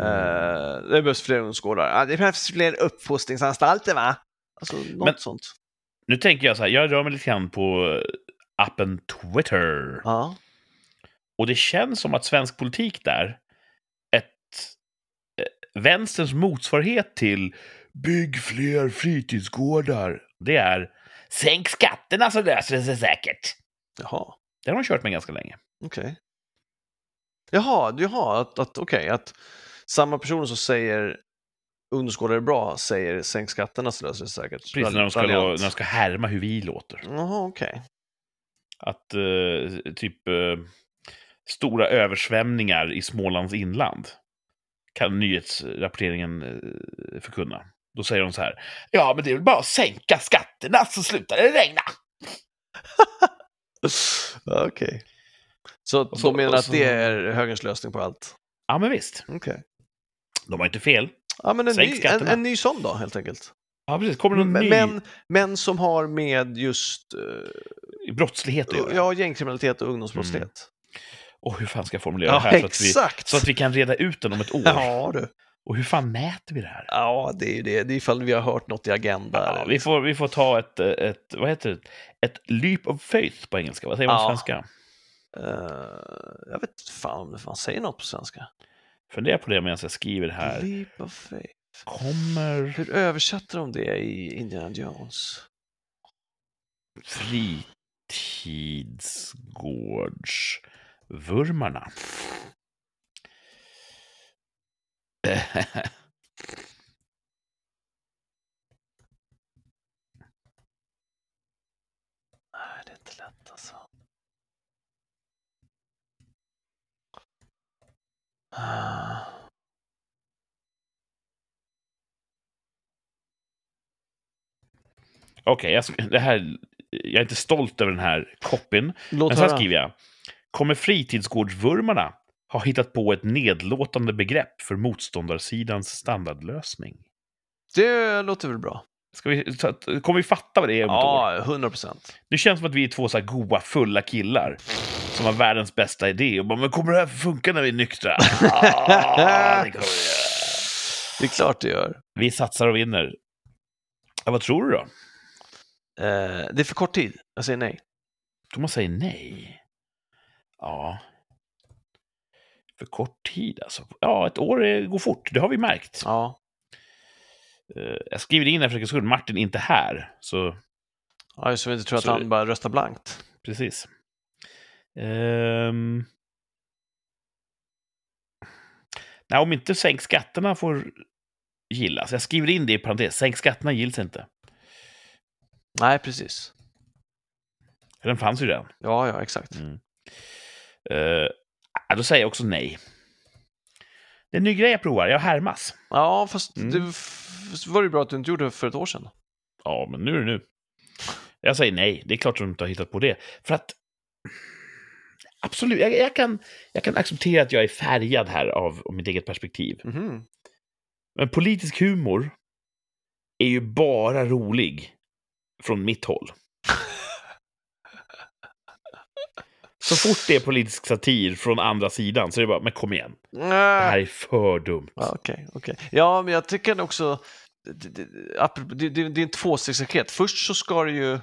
Speaker 1: Eh,
Speaker 2: Mm.
Speaker 1: Det behövs fler ungdomsgårdar. Ja, Det behövs fler uppfostringsanstalter va? Alltså något
Speaker 2: Men-
Speaker 1: sånt.
Speaker 2: Nu tänker jag så här, jag rör mig lite grann på eh, appen Twitter.
Speaker 1: Ja.
Speaker 2: Och det känns som att svensk politik där, ett eh, vänsterns motsvarighet till bygg fler fritidsgårdar, det är sänk skatterna så löser det sig säkert.
Speaker 1: Jaha.
Speaker 2: Det har de kört med ganska länge.
Speaker 1: Okej. Jaha, jaha att, att, okej, att samma person som säger ungdomsgårdar är bra säger sänk skatterna så löser det sig säkert.
Speaker 2: Precis när de ska,
Speaker 1: Raljant.
Speaker 2: när de ska härma hur vi låter.
Speaker 1: Jaha, okej.
Speaker 2: Att eh, typ eh, stora översvämningar i Smålands inland kan nyhetsrapporteringen eh, förkunna. Då säger de så här. Ja, men det är väl bara att sänka skatterna så slutar det regna.
Speaker 1: Okej. Så, att
Speaker 2: Och så-
Speaker 1: de menar
Speaker 2: och
Speaker 1: att
Speaker 2: så-
Speaker 1: det är högerns lösning på allt?
Speaker 2: Ja, men visst.
Speaker 1: Okej.
Speaker 2: De har inte fel.
Speaker 1: Ja, men en
Speaker 2: Sänk
Speaker 1: ny, en,
Speaker 2: skatterna.
Speaker 1: en ny sån då, helt enkelt.
Speaker 2: Ja, precis. Kommer någon ny
Speaker 1: Men, men som har med just eh,
Speaker 2: brottslighet att göra?
Speaker 1: ja, gängkriminalitet och ungdomsbrottslighet.
Speaker 2: Och hur fan ska jag formulera
Speaker 1: Ja,
Speaker 2: det här så att, Mm. vi,
Speaker 1: exakt!
Speaker 2: så att vi kan reda ut den om ett år?
Speaker 1: Ja, du.
Speaker 2: Och hur fan mäter vi det här?
Speaker 1: Ja, det är ju det. Det är ifall vi har hört något i Agenda.
Speaker 2: Ja,
Speaker 1: eller-
Speaker 2: vi, får, vi får ta ett, eh, ett, vad heter det? Ett leap of faith på engelska. Vad säger man på
Speaker 1: Ja.
Speaker 2: svenska?
Speaker 1: Eh, jag vet inte fan om det fan säger något på svenska.
Speaker 2: Fundera på det medan jag skriver här.
Speaker 1: Leap of faith.
Speaker 2: Kommer...
Speaker 1: Hur översätter de det i Indiana Jones?
Speaker 2: fritidsgårdsvurmarna.
Speaker 1: Nej, det är inte lätt alltså. Ah.
Speaker 2: Okej, jag sk- det här jag är inte stolt över den här copyn.
Speaker 1: Låt
Speaker 2: Men så här
Speaker 1: höra.
Speaker 2: skriver jag. Kommer fritidsgårdsvurmarna ha hittat på ett nedlåtande begrepp för motståndarsidans standardlösning?
Speaker 1: Det låter väl bra?
Speaker 2: Ska vi, så att- kommer vi fatta vad det är om ett år?
Speaker 1: Ja, 100 procent.
Speaker 2: Det känns som att vi är två så här goa, fulla killar som har världens bästa idé. Och bara, men kommer det här funka när vi är nyktra? Ah, det kommer det göra.
Speaker 1: Det är klart det gör.
Speaker 2: vi satsar och vinner. Ja, vad tror du då?
Speaker 1: Eh, det är för kort tid. Jag säger nej.
Speaker 2: Thomas säger nej. Ja. För kort tid alltså. Ja, ett år eh, går fort. Det har vi märkt.
Speaker 1: Ja,
Speaker 2: Eh, Jag skriver in här för säkerhets skull. Martin är inte här. Så
Speaker 1: ja just det, så vi inte tror att
Speaker 2: Så-
Speaker 1: han bara röstar blankt.
Speaker 2: precis. Ehm. Nej, om inte sänk skatterna får gillas. Jag skriver in det i parentes. Sänk skatterna gills inte.
Speaker 1: Nej, precis.
Speaker 2: Den fanns ju redan.
Speaker 1: Ja, ja, exakt.
Speaker 2: Mm. Eh, ja, då säger jag också nej. Det är en ny grej jag provar. Jag härmas.
Speaker 1: Ja, fast
Speaker 2: Mm.
Speaker 1: det f- var det ju bra att du inte gjorde det för ett år sedan.
Speaker 2: Ja, men nu är det nu. Jag säger nej. Det är klart att de inte har hittat på det. För att... Absolut, jag, jag, kan, jag kan acceptera att jag är färgad här av, av mitt eget perspektiv.
Speaker 1: Mhm.
Speaker 2: Men politisk humor är ju bara rolig från mitt håll. Så fort det är politisk satir från andra sidan så är det bara, men kom igen. Det här är för dumt.
Speaker 1: Ja, Okej, okej. Ja, men jag tycker också... Det, det- apropå- det, det, det är en tvåstegsraket. Först så ska det ju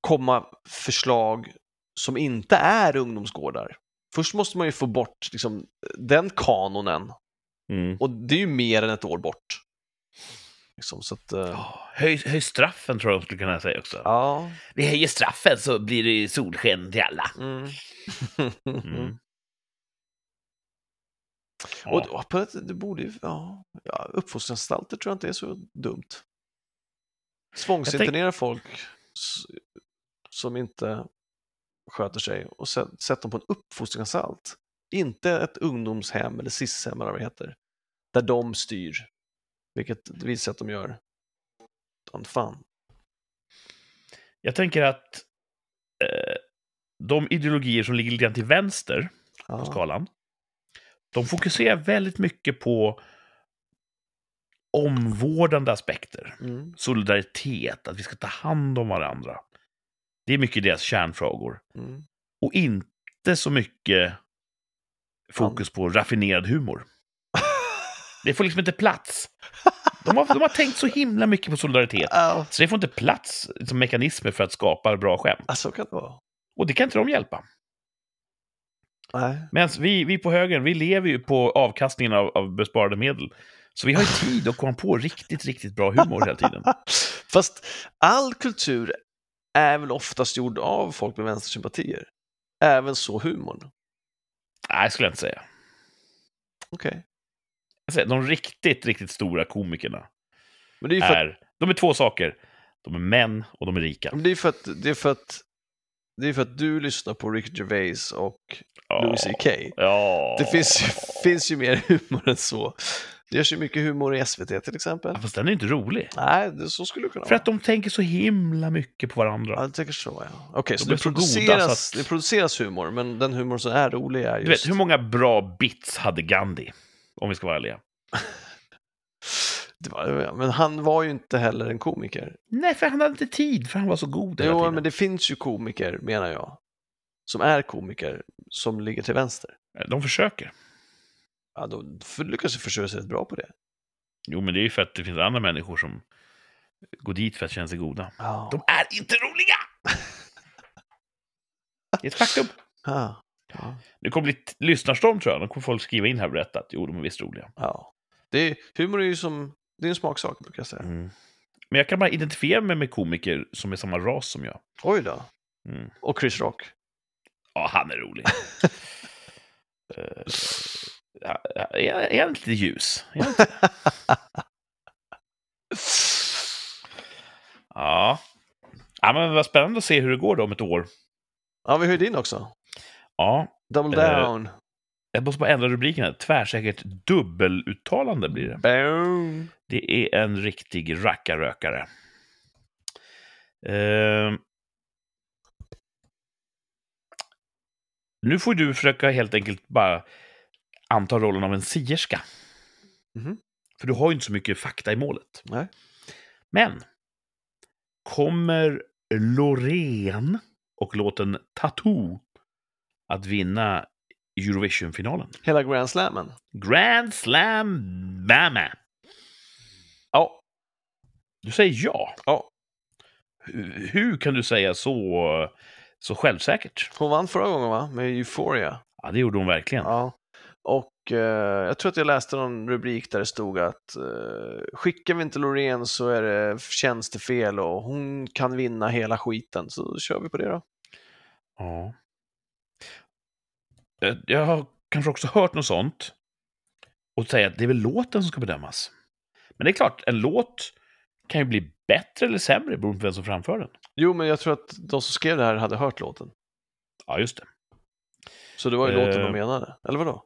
Speaker 1: komma förslag som inte är ungdomsgårdar. Först måste man ju få bort liksom, den kanonen
Speaker 2: Mm.
Speaker 1: och det är ju mer än ett år bort. Liksom, så att, eh,
Speaker 2: Ja, Höj, höj straffen tror jag de skulle kunna säga också.
Speaker 1: ja.
Speaker 2: Vi höjer straffen så blir det ju solsken till alla.
Speaker 1: Mm.
Speaker 2: Mm.
Speaker 1: Och,
Speaker 2: Ja,
Speaker 1: och på ett, det borde ju, ja, ja, uppfostringsanstalter tror jag inte är så dumt. Tvångsinternera folk s- som inte sköter sig och sä- sätt dem på en uppfostringsanstalt. Inte ett ungdomshem eller SIS-hem eller vad det heter. Där de styr, vilket det visar sig att de gör. Utan fan.
Speaker 2: jag tänker att eh, de ideologier som ligger lite grann till vänster på
Speaker 1: Ja.
Speaker 2: skalan, de fokuserar väldigt mycket på omvårdande aspekter.
Speaker 1: Mm,
Speaker 2: Solidaritet, att vi ska ta hand om varandra. Det är mycket deras kärnfrågor.
Speaker 1: mm.
Speaker 2: Och inte så mycket fokus på raffinerad humor. Det får liksom inte plats. De har, de har tänkt så himla mycket på solidaritet.
Speaker 1: Ja,
Speaker 2: Så det får inte plats som mekanismer för att skapa bra skämt.
Speaker 1: ja, så kan det vara.
Speaker 2: Och det kan inte de hjälpa.
Speaker 1: Nej.
Speaker 2: Men vi, vi på högern, vi lever ju på avkastningen av, av besparade medel. Så vi har ju
Speaker 1: Ah.
Speaker 2: tid att komma på riktigt, riktigt bra humor hela tiden.
Speaker 1: Fast all kultur är väl oftast gjord av folk med vänstersympatier? Även så humorn.
Speaker 2: Nej, skulle jag inte säga.
Speaker 1: Okej.
Speaker 2: Jag säger, de riktigt, riktigt stora komikerna
Speaker 1: Men det är ju för,
Speaker 2: är... De är två saker. De är män och de är rika.
Speaker 1: att, det är för att det är för att det är för att du lyssnar på Ricky Gervais och
Speaker 2: Ja.
Speaker 1: Louis CK.
Speaker 2: Ja.
Speaker 1: Det finns, ju, finns ju mer humor än så. Det görs ju mycket humor i SVT till exempel.
Speaker 2: Ja, Fast den är inte rolig.
Speaker 1: Nej, det, så skulle det kunna
Speaker 2: För
Speaker 1: vara.
Speaker 2: att de tänker så himla mycket på
Speaker 1: Ja,
Speaker 2: varandra.
Speaker 1: jag tänker så, ja. Okej, så
Speaker 2: blir
Speaker 1: det
Speaker 2: så goda så
Speaker 1: produceras,
Speaker 2: att-
Speaker 1: det produceras humor, men den humor som är rolig är just...
Speaker 2: Du vet, hur många bra bits hade Gandhi? Om vi ska vara ärliga.
Speaker 1: det var, men han var ju inte heller en komiker.
Speaker 2: Nej, för han hade inte tid, för han var så god hela
Speaker 1: Jo,
Speaker 2: tiden.
Speaker 1: men det finns ju komiker, menar jag, som är komiker, som ligger till vänster.
Speaker 2: De försöker.
Speaker 1: Ja, de för- lyckas ju försörja sig rätt bra på det.
Speaker 2: Jo, men det är ju för att det finns andra människor som går dit för att känna sig goda.
Speaker 1: Ja.
Speaker 2: De är inte roliga! Det är ett faktum.
Speaker 1: Ah. Ja.
Speaker 2: Det kommer bli ett lyssnarstorm, tror jag. Då kommer folk skriva in här och berätta att jo, de är visst roliga.
Speaker 1: ja. Det är, humor är ju som, det är en smaksak brukar jag säga.
Speaker 2: Mm. Men jag kan bara identifiera mig med komiker som är samma ras som jag.
Speaker 1: Oj då.
Speaker 2: Mm.
Speaker 1: Och Chris Rock.
Speaker 2: Ja, han är rolig. Eh, ja, ja, är är han lite ljus? Är han- Ja. ja, men vad spännande att se hur det går då om ett år.
Speaker 1: Ja, vi har ju din också.
Speaker 2: Ja,
Speaker 1: Double
Speaker 2: Eh,
Speaker 1: down.
Speaker 2: jag måste bara ändra rubriken här. Tvärsäkert dubbeluttalande blir det.
Speaker 1: Boom.
Speaker 2: Det är en riktig rackarrökare. Ehm. Nu får du försöka helt enkelt bara anta rollen av en sierska.
Speaker 1: Mhm.
Speaker 2: För du har ju inte så mycket fakta i målet.
Speaker 1: Nej.
Speaker 2: Men kommer Loreen och låten Tattoo att vinna Eurovision-finalen?
Speaker 1: Hela Grand Slammen.
Speaker 2: Grand Slam Bama!
Speaker 1: Ja,
Speaker 2: Du säger ja.
Speaker 1: Ja.
Speaker 2: Hur, hur kan du säga så, så självsäkert?
Speaker 1: hon vann förra gången va? Med Euphoria.
Speaker 2: Ja, det gjorde hon verkligen.
Speaker 1: Ja. Och eh, jag tror att jag läste någon rubrik där det stod att eh, skickar vi inte Loreen så är det tjänstefel och hon kan vinna hela skiten. Så kör vi på det då.
Speaker 2: Ja. Eh, Jag har kanske också hört något sånt. Och säga att det är väl låten som ska bedömas. Men det är klart, en låt kan ju bli bättre eller sämre beroende på vem som framför den.
Speaker 1: Jo, men jag tror att de som skrev det här hade hört låten.
Speaker 2: Ja, just det.
Speaker 1: Så det var ju låten de
Speaker 2: Eh.
Speaker 1: menade. Eller vadå?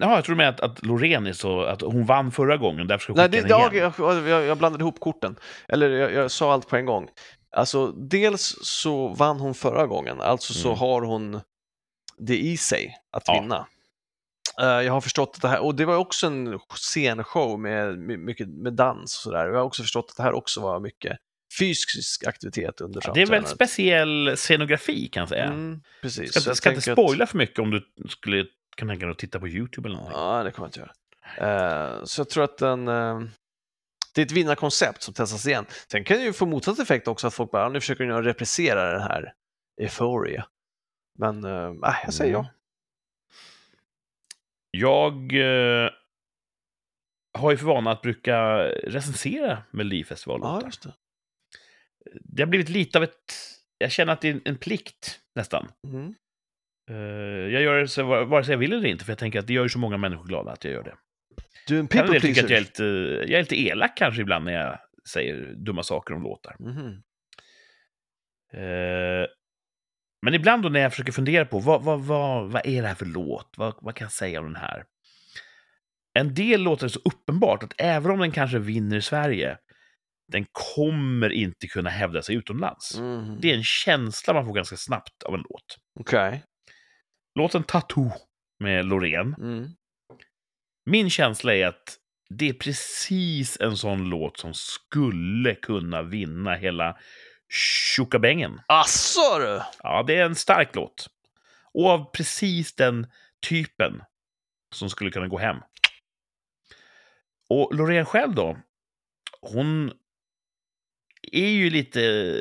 Speaker 2: Ja, jag tror med att, att Loreen är så... Att hon vann förra gången, därför ska vi
Speaker 1: Nej,
Speaker 2: skicka
Speaker 1: det,
Speaker 2: henne
Speaker 1: jag,
Speaker 2: igen.
Speaker 1: jag, jag, jag blandade ihop korten. Eller jag, jag sa allt på en gång. Alltså, dels så vann hon förra gången, alltså så
Speaker 2: Mm.
Speaker 1: har hon det i sig att
Speaker 2: Ja.
Speaker 1: vinna. Eh, jag har förstått att det här, och det var också en scenshow med, med, mycket, med dans och sådär. Jag har också förstått att det här också var mycket fysisk aktivitet under
Speaker 2: Ja, det är väldigt
Speaker 1: framträdandet.
Speaker 2: speciell scenografi, kan jag säga.
Speaker 1: Mm, precis. Så
Speaker 2: Ska, inte-
Speaker 1: jag
Speaker 2: ska inte
Speaker 1: tänker att-
Speaker 2: spoila för mycket om du skulle kan tänka dig att titta på YouTube eller någonting.
Speaker 1: Ja, det kommer jag inte göra. Eh, så jag tror att den... eh, det är ett vinnarkoncept som testas igen. Sen kan det ju få motsatt effekt också, att folk bara, "Ja, nu försöker ni repressera den här Euphoria. Men, eh, nej, jag säger
Speaker 2: Mm.
Speaker 1: ja.
Speaker 2: Jag eh, har ju för vana att brukar recensera
Speaker 1: Ja,
Speaker 2: Melodifestivallåtar.
Speaker 1: just det.
Speaker 2: det har blivit lite av ett... Jag känner att det är en, en plikt, nästan.
Speaker 1: Mm.
Speaker 2: Eh, jag gör det så, vare sig jag vill eller inte, för jag tänker att det gör ju så många människor glada att jag gör det.
Speaker 1: Du är en
Speaker 2: Kan
Speaker 1: people
Speaker 2: jag,
Speaker 1: pleaser.
Speaker 2: tycker att jag, är lite, jag är lite elak kanske ibland när jag säger dumma saker om låtar.
Speaker 1: Mhm.
Speaker 2: Eh, Men ibland då när jag försöker fundera på vad, vad, vad, vad är det här för låt? Vad, vad kan jag säga om den här? En del låter så uppenbart att även om den kanske vinner i Sverige, den kommer inte kunna hävda sig utomlands.
Speaker 1: Mhm.
Speaker 2: Det är en känsla man får ganska snabbt av en låt.
Speaker 1: Okej.
Speaker 2: Låten Tattoo med Loreen.
Speaker 1: Mm.
Speaker 2: Min känsla är att det är precis en sån låt som skulle kunna vinna hela tjockabängen.
Speaker 1: Asså du!
Speaker 2: Ja, det är en stark låt. Och av precis den typen som skulle kunna gå hem. Och Loreen själv då, hon är ju lite,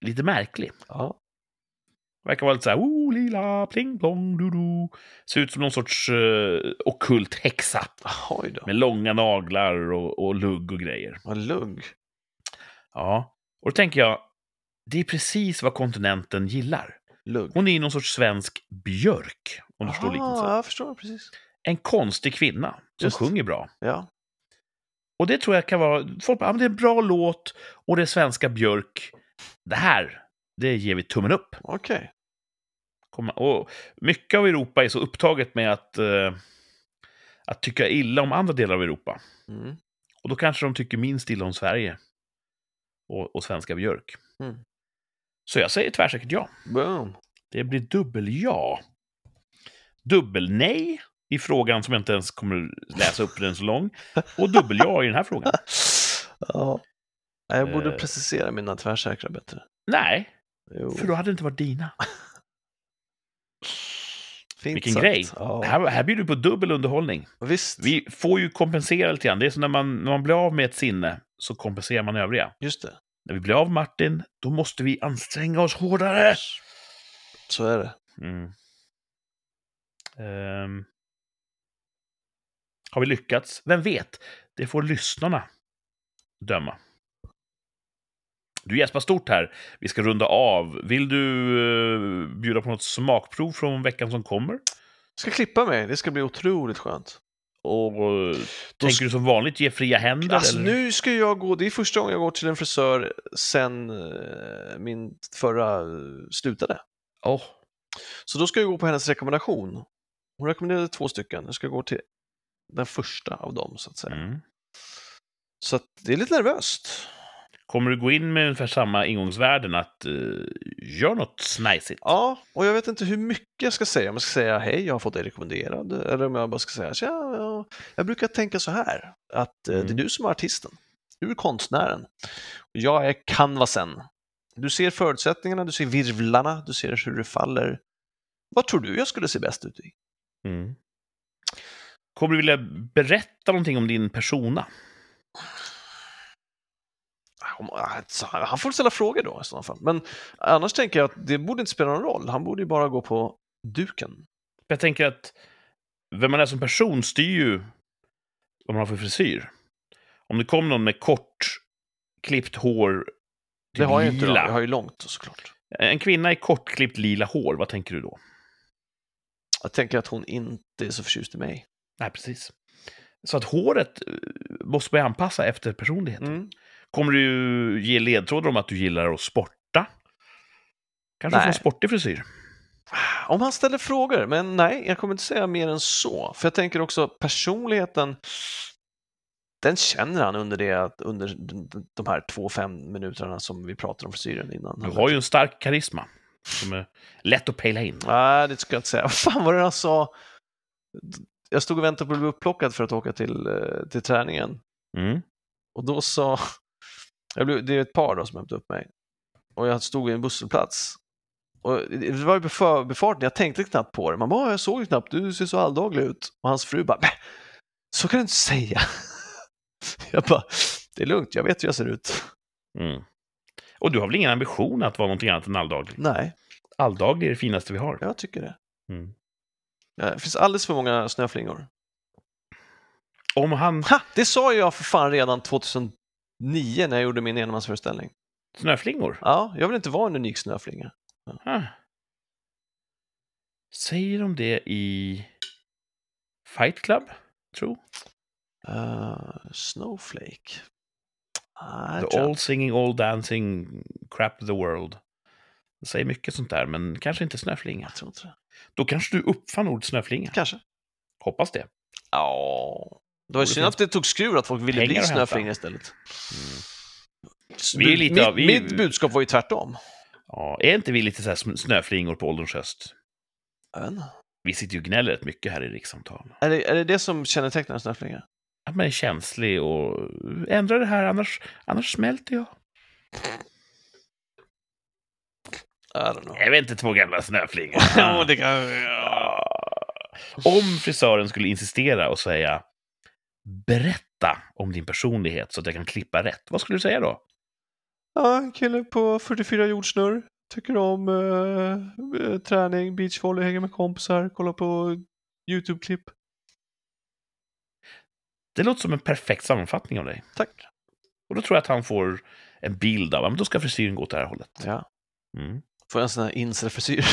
Speaker 2: lite märklig.
Speaker 1: Ja.
Speaker 2: Verkar vara lite så här, oh, lila, pling, plong, du, du. Ser ut som någon sorts uh, okult häxa.
Speaker 1: Oj då.
Speaker 2: Med långa naglar och, och lugg och grejer.
Speaker 1: Vad lugg.
Speaker 2: Ja, och då tänker jag, det är precis vad kontinenten gillar.
Speaker 1: Lugg.
Speaker 2: Hon är ju någon sorts svensk björk, om du förstår
Speaker 1: Ja,
Speaker 2: liknelsen.
Speaker 1: jag förstår precis.
Speaker 2: En konstig kvinna som
Speaker 1: Just.
Speaker 2: sjunger bra.
Speaker 1: Ja.
Speaker 2: Och det tror jag kan vara... Folk bara, ja, men det är en bra låt och det är svenska björk. Det här, det ger vi tummen upp.
Speaker 1: Okej.
Speaker 2: Komma- Och mycket av Europa är så upptaget med att, eh, att tycka illa om andra delar av Europa.
Speaker 1: Mm.
Speaker 2: Och då kanske de tycker minst illa om Sverige och, och svenska björk.
Speaker 1: Mm.
Speaker 2: Så jag säger tvärsäkert ja.
Speaker 1: Boom.
Speaker 2: Det blir dubbel-ja. Dubbel-nej i frågan som jag inte ens kommer läsa upp för den är så lång. Och dubbel-ja i den här frågan.
Speaker 1: Ja. Nej, Jag borde
Speaker 2: Eh.
Speaker 1: precisera mina tvärsäkra bättre.
Speaker 2: Nej,
Speaker 1: Jo.
Speaker 2: för då hade det inte varit dina.
Speaker 1: Fint
Speaker 2: Vilken
Speaker 1: sagt.
Speaker 2: grej.
Speaker 1: Ja.
Speaker 2: Här, här bjuder du på dubbel underhållning.
Speaker 1: Visst,
Speaker 2: Vi får ju kompensera lite grann. Det är som när man, när man blir av med ett sinne så kompenserar man övriga.
Speaker 1: just det.
Speaker 2: När vi blir av Martin, då måste vi anstränga oss hårdare.
Speaker 1: Så är det.
Speaker 2: Mm. Ehm. Har vi lyckats? Vem vet? Det får lyssnarna döma. Du gäspar stort här. Vi ska runda av. Vill du eh, bjuda på något smakprov från veckan som kommer?
Speaker 1: Jag ska klippa mig, det ska bli otroligt skönt.
Speaker 2: Och eh,
Speaker 1: sk-
Speaker 2: tänker du som vanligt ge fria händer?
Speaker 1: Alltså
Speaker 2: eller?
Speaker 1: nu ska jag gå, det är första gången jag går till en frisör sen eh, min förra eh, slutade.
Speaker 2: Åh,
Speaker 1: Så då ska jag gå på hennes rekommendation. Hon rekommenderade två stycken, jag ska gå till den första av dem så att säga.
Speaker 2: Mm.
Speaker 1: Så att det är lite nervöst.
Speaker 2: Kommer du gå in med ungefär samma ingångsvärden att eh, gör något snajsigt?
Speaker 1: Ja, och jag vet inte hur mycket jag ska säga. Om jag ska säga hej, jag har fått dig rekommenderad. Eller om jag bara ska säga tja, ja. jag brukar tänka så här. Att eh,
Speaker 2: Mm.
Speaker 1: det är du som är artisten. Du är konstnären. Och jag är canvasen. Du ser förutsättningarna, du ser virvlarna, du ser hur det faller. Vad tror du jag skulle se bäst ut i?
Speaker 2: Mm. Kommer du vilja berätta någonting om din persona?
Speaker 1: Om- alltså, Han får ställa frågor då i sådana fall. Men annars tänker jag att det borde inte spela någon roll. Han borde ju bara gå på duken.
Speaker 2: Jag tänker att vem man är som person styr ju vad man har för frisyr. Om det kom någon med kort, klippt hår,
Speaker 1: Det har jag inte. då.
Speaker 2: lila.
Speaker 1: Jag har ju långt såklart.
Speaker 2: En kvinna i kortklippt lila hår, vad tänker du då?
Speaker 1: Jag tänker att hon inte är så förtjust i mig.
Speaker 2: Nej, precis. Så att håret eh, måste börja anpassa efter personligheten.
Speaker 1: Mm.
Speaker 2: Kommer du ge ledtrådar om att du gillar att sporta? Kanske
Speaker 1: Nej.
Speaker 2: få en sportig frisyr?
Speaker 1: Om han ställer frågor, men nej, jag kommer inte säga mer än så. För jag tänker också personligheten, den känner han under, det, att- under de här två, fem minuterna som vi pratade om frisyren innan.
Speaker 2: Du har ju en stark karisma som är lätt att pejla in.
Speaker 1: Nej, det ska jag inte säga. Vad fan var det han sa? Jag stod och väntade på att bli upplockad för att åka till, eh, till träningen.
Speaker 2: Mm.
Speaker 1: Och då sa... Jag blev, det är ett par då som hämtade upp mig. Och jag stod vid en busshållplats. Och det var ju beför- befarten, jag tänkte knappt på det. Man bara, "Ah, jag såg ju knappt, du ser så alldaglig ut. Och hans fru bara, "Bäh, så kan du inte säga. Jag bara, det är lugnt, jag vet hur jag ser ut.
Speaker 2: Mm. Och du har väl ingen ambition att vara någonting annat än alldaglig?
Speaker 1: Nej,
Speaker 2: Alldaglig är det finaste vi har.
Speaker 1: jag tycker det.
Speaker 2: Mm.
Speaker 1: Ja, Det finns alldeles för många snöflingor.
Speaker 2: Om han...
Speaker 1: Ha, det sa ju jag för fan redan 2009 när jag gjorde min enmansföreställning.
Speaker 2: Snöflingor?
Speaker 1: Ja, jag vill inte vara en unik snöflinga.
Speaker 2: Ah. Säger de det i Fight Club, tro?
Speaker 1: Eh, snowflake. Nej, det tror
Speaker 2: The
Speaker 1: jag
Speaker 2: all singing, all dancing, crap the world. Det säger mycket sånt där, men kanske inte snöflinga.
Speaker 1: Jag tror inte det.
Speaker 2: Då kanske du uppfann ordet snöflinga.
Speaker 1: Kanske.
Speaker 2: Hoppas det.
Speaker 1: Ja. Det var
Speaker 2: Borde
Speaker 1: ju synd att det tog skruv att folk ville
Speaker 2: pengar
Speaker 1: bli
Speaker 2: att hämta.
Speaker 1: snöflingor istället.
Speaker 2: Vi är lite
Speaker 1: mitt,
Speaker 2: av- vi-
Speaker 1: mitt budskap var ju tvärtom.
Speaker 2: Ja, är inte vi lite så här sm- snöflingor på ålderns höst?
Speaker 1: Jag vet inte.
Speaker 2: Vi sitter ju och gnäller rätt mycket här i rikssamtal.
Speaker 1: Är det, är det det som kännetecknar en snöflinga?
Speaker 2: Att man är känslig och ändra det här, annars, annars smälter jag.
Speaker 1: I don't know.
Speaker 2: Jag vet inte, två gamla snöflingor.
Speaker 1: Ja, det kan...
Speaker 2: Om frisören skulle insistera och säga berätta om din personlighet så att jag kan klippa rätt, vad skulle du säga då?
Speaker 1: ja, en kille på 44 jordsnurr. Tycker om eh, träning, beachvolley, hänger med kompisar, kollar på YouTube-klipp.
Speaker 2: Det låter som en perfekt sammanfattning av dig.
Speaker 1: Tack.
Speaker 2: Och då tror jag att han får en bild av, ja, men då ska frisyren gå åt det här hållet.
Speaker 1: Ja.
Speaker 2: Mm.
Speaker 1: Får jag en sån här incel-frisyr?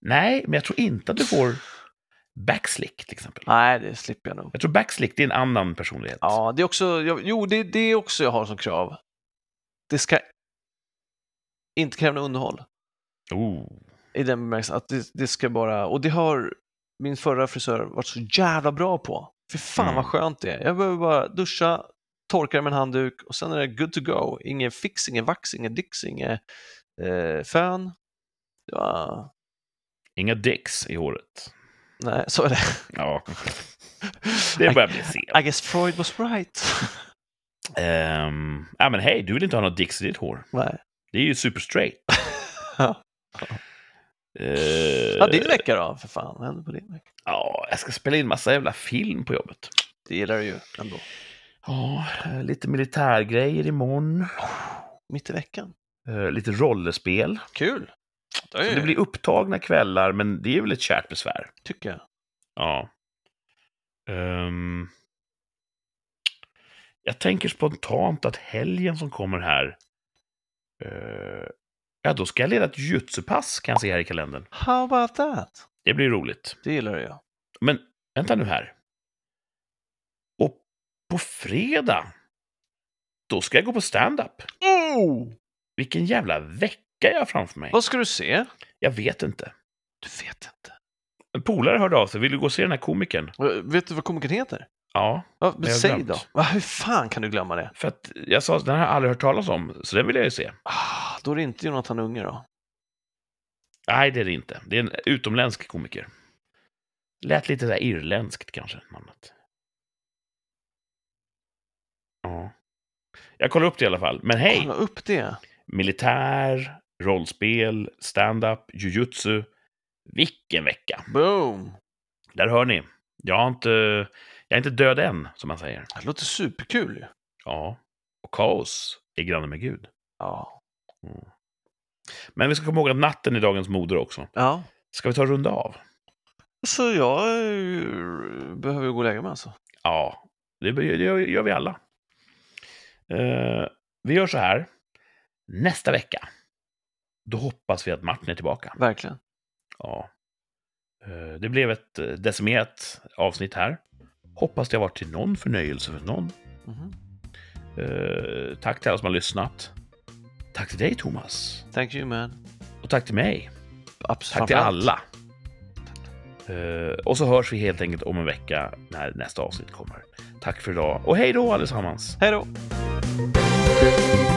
Speaker 2: Nej, men jag tror inte att du får backslick till exempel.
Speaker 1: Nej, det slipper jag nog.
Speaker 2: Jag tror backslick, det är en annan personlighet.
Speaker 1: Ja, det är också, jag, jo, det, det är också jag har som krav. Det ska inte kräva något underhåll
Speaker 2: Oh.
Speaker 1: i den bemärkelsen att det, det ska bara, och det har min förra frisör varit så jävla bra på. För fan
Speaker 2: Mm.
Speaker 1: vad skönt det är. Jag behöver bara duscha, torka med en handduk och sen är det good to go. Ingen fix, ingen vax, ingen dix, ingen eh, fön. Det var,
Speaker 2: Inga dicks i håret.
Speaker 1: nej, så är det.
Speaker 2: Ja, det börjar bli sent.
Speaker 1: I guess Freud was right.
Speaker 2: Ehm, ja, men hej, du vill inte ha några dicks i ditt hår.
Speaker 1: nej.
Speaker 2: Det är ju super straight.
Speaker 1: Ja.
Speaker 2: Eh,
Speaker 1: Ja, din vecka då, för fan. Vad händer på din vecka?
Speaker 2: ja, jag ska spela in massa jävla film på jobbet.
Speaker 1: Det gillar du ju ändå.
Speaker 2: Ja, eh, lite militärgrejer imorgon.
Speaker 1: Mitt i veckan.
Speaker 2: Eh, lite rollspel.
Speaker 1: Kul! Det,
Speaker 2: Så det blir upptagna kvällar, men det är väl ett kärt besvär.
Speaker 1: tycker jag.
Speaker 2: Ja. Ehm, Jag tänker spontant att helgen som kommer här... Eh, ja, då ska jag leda ett jujutsu-pass kan jag se här i kalendern.
Speaker 1: How about that?
Speaker 2: Det blir roligt.
Speaker 1: Det gillar jag.
Speaker 2: Men vänta nu här. Och på fredag, då ska jag gå på stand-up.
Speaker 1: Oh!
Speaker 2: Vilken jävla vecka jag har framför mig.
Speaker 1: Vad ska du se?
Speaker 2: Jag vet inte.
Speaker 1: Du vet inte.
Speaker 2: En polare hörde av sig. Vill du gå och se den här komikern?
Speaker 1: Eh, Vet du vad komikern heter?
Speaker 2: Ja,
Speaker 1: Ja, men
Speaker 2: jag har
Speaker 1: säg
Speaker 2: glömt.
Speaker 1: då. Va, hur fan kan du glömma det?
Speaker 2: för att jag sa att den har jag aldrig hört talas om, så den vill jag ju se.
Speaker 1: Ah, då är det inte Jonathan Unge då.
Speaker 2: Nej, det är det inte. Det är en utomländsk komiker. Lät lite där irländskt kanske, namnet. Ja. Jag kollar upp det i alla fall. Men hej!
Speaker 1: Kolla upp det.
Speaker 2: Militär, rollspel, stand-up, jujutsu. Vilken vecka!
Speaker 1: Boom!
Speaker 2: Där hör ni. Jag, har inte, jag är inte död än, som man säger.
Speaker 1: Det låter superkul ju.
Speaker 2: Ja. Och kaos är granne med Gud.
Speaker 1: Ja.
Speaker 2: Men vi ska komma ihåg att natten är dagens moder också.
Speaker 1: ja.
Speaker 2: Ska vi ta och runda av?
Speaker 1: Så jag eh, behöver ju gå och lägga mig alltså.
Speaker 2: Ja, det, be- det gör- gör vi alla. Eh, vi gör så här. Nästa vecka, då hoppas vi att Martin är tillbaka.
Speaker 1: Verkligen.
Speaker 2: Ja. Eh, det blev ett eh, decimerat avsnitt här. Hoppas det har varit till någon förnöjelse för någon.
Speaker 1: Mhm.
Speaker 2: Eh, tack till alla som har lyssnat. Tack till dig, Thomas.
Speaker 1: Thank you man.
Speaker 2: Och tack till mig.
Speaker 1: Abs-
Speaker 2: Tack till
Speaker 1: framförallt.
Speaker 2: alla. Eh, och så hörs vi helt enkelt om en vecka när nästa avsnitt kommer. Tack för idag och hej då allesammans.
Speaker 1: Hej då!
Speaker 2: Thank you.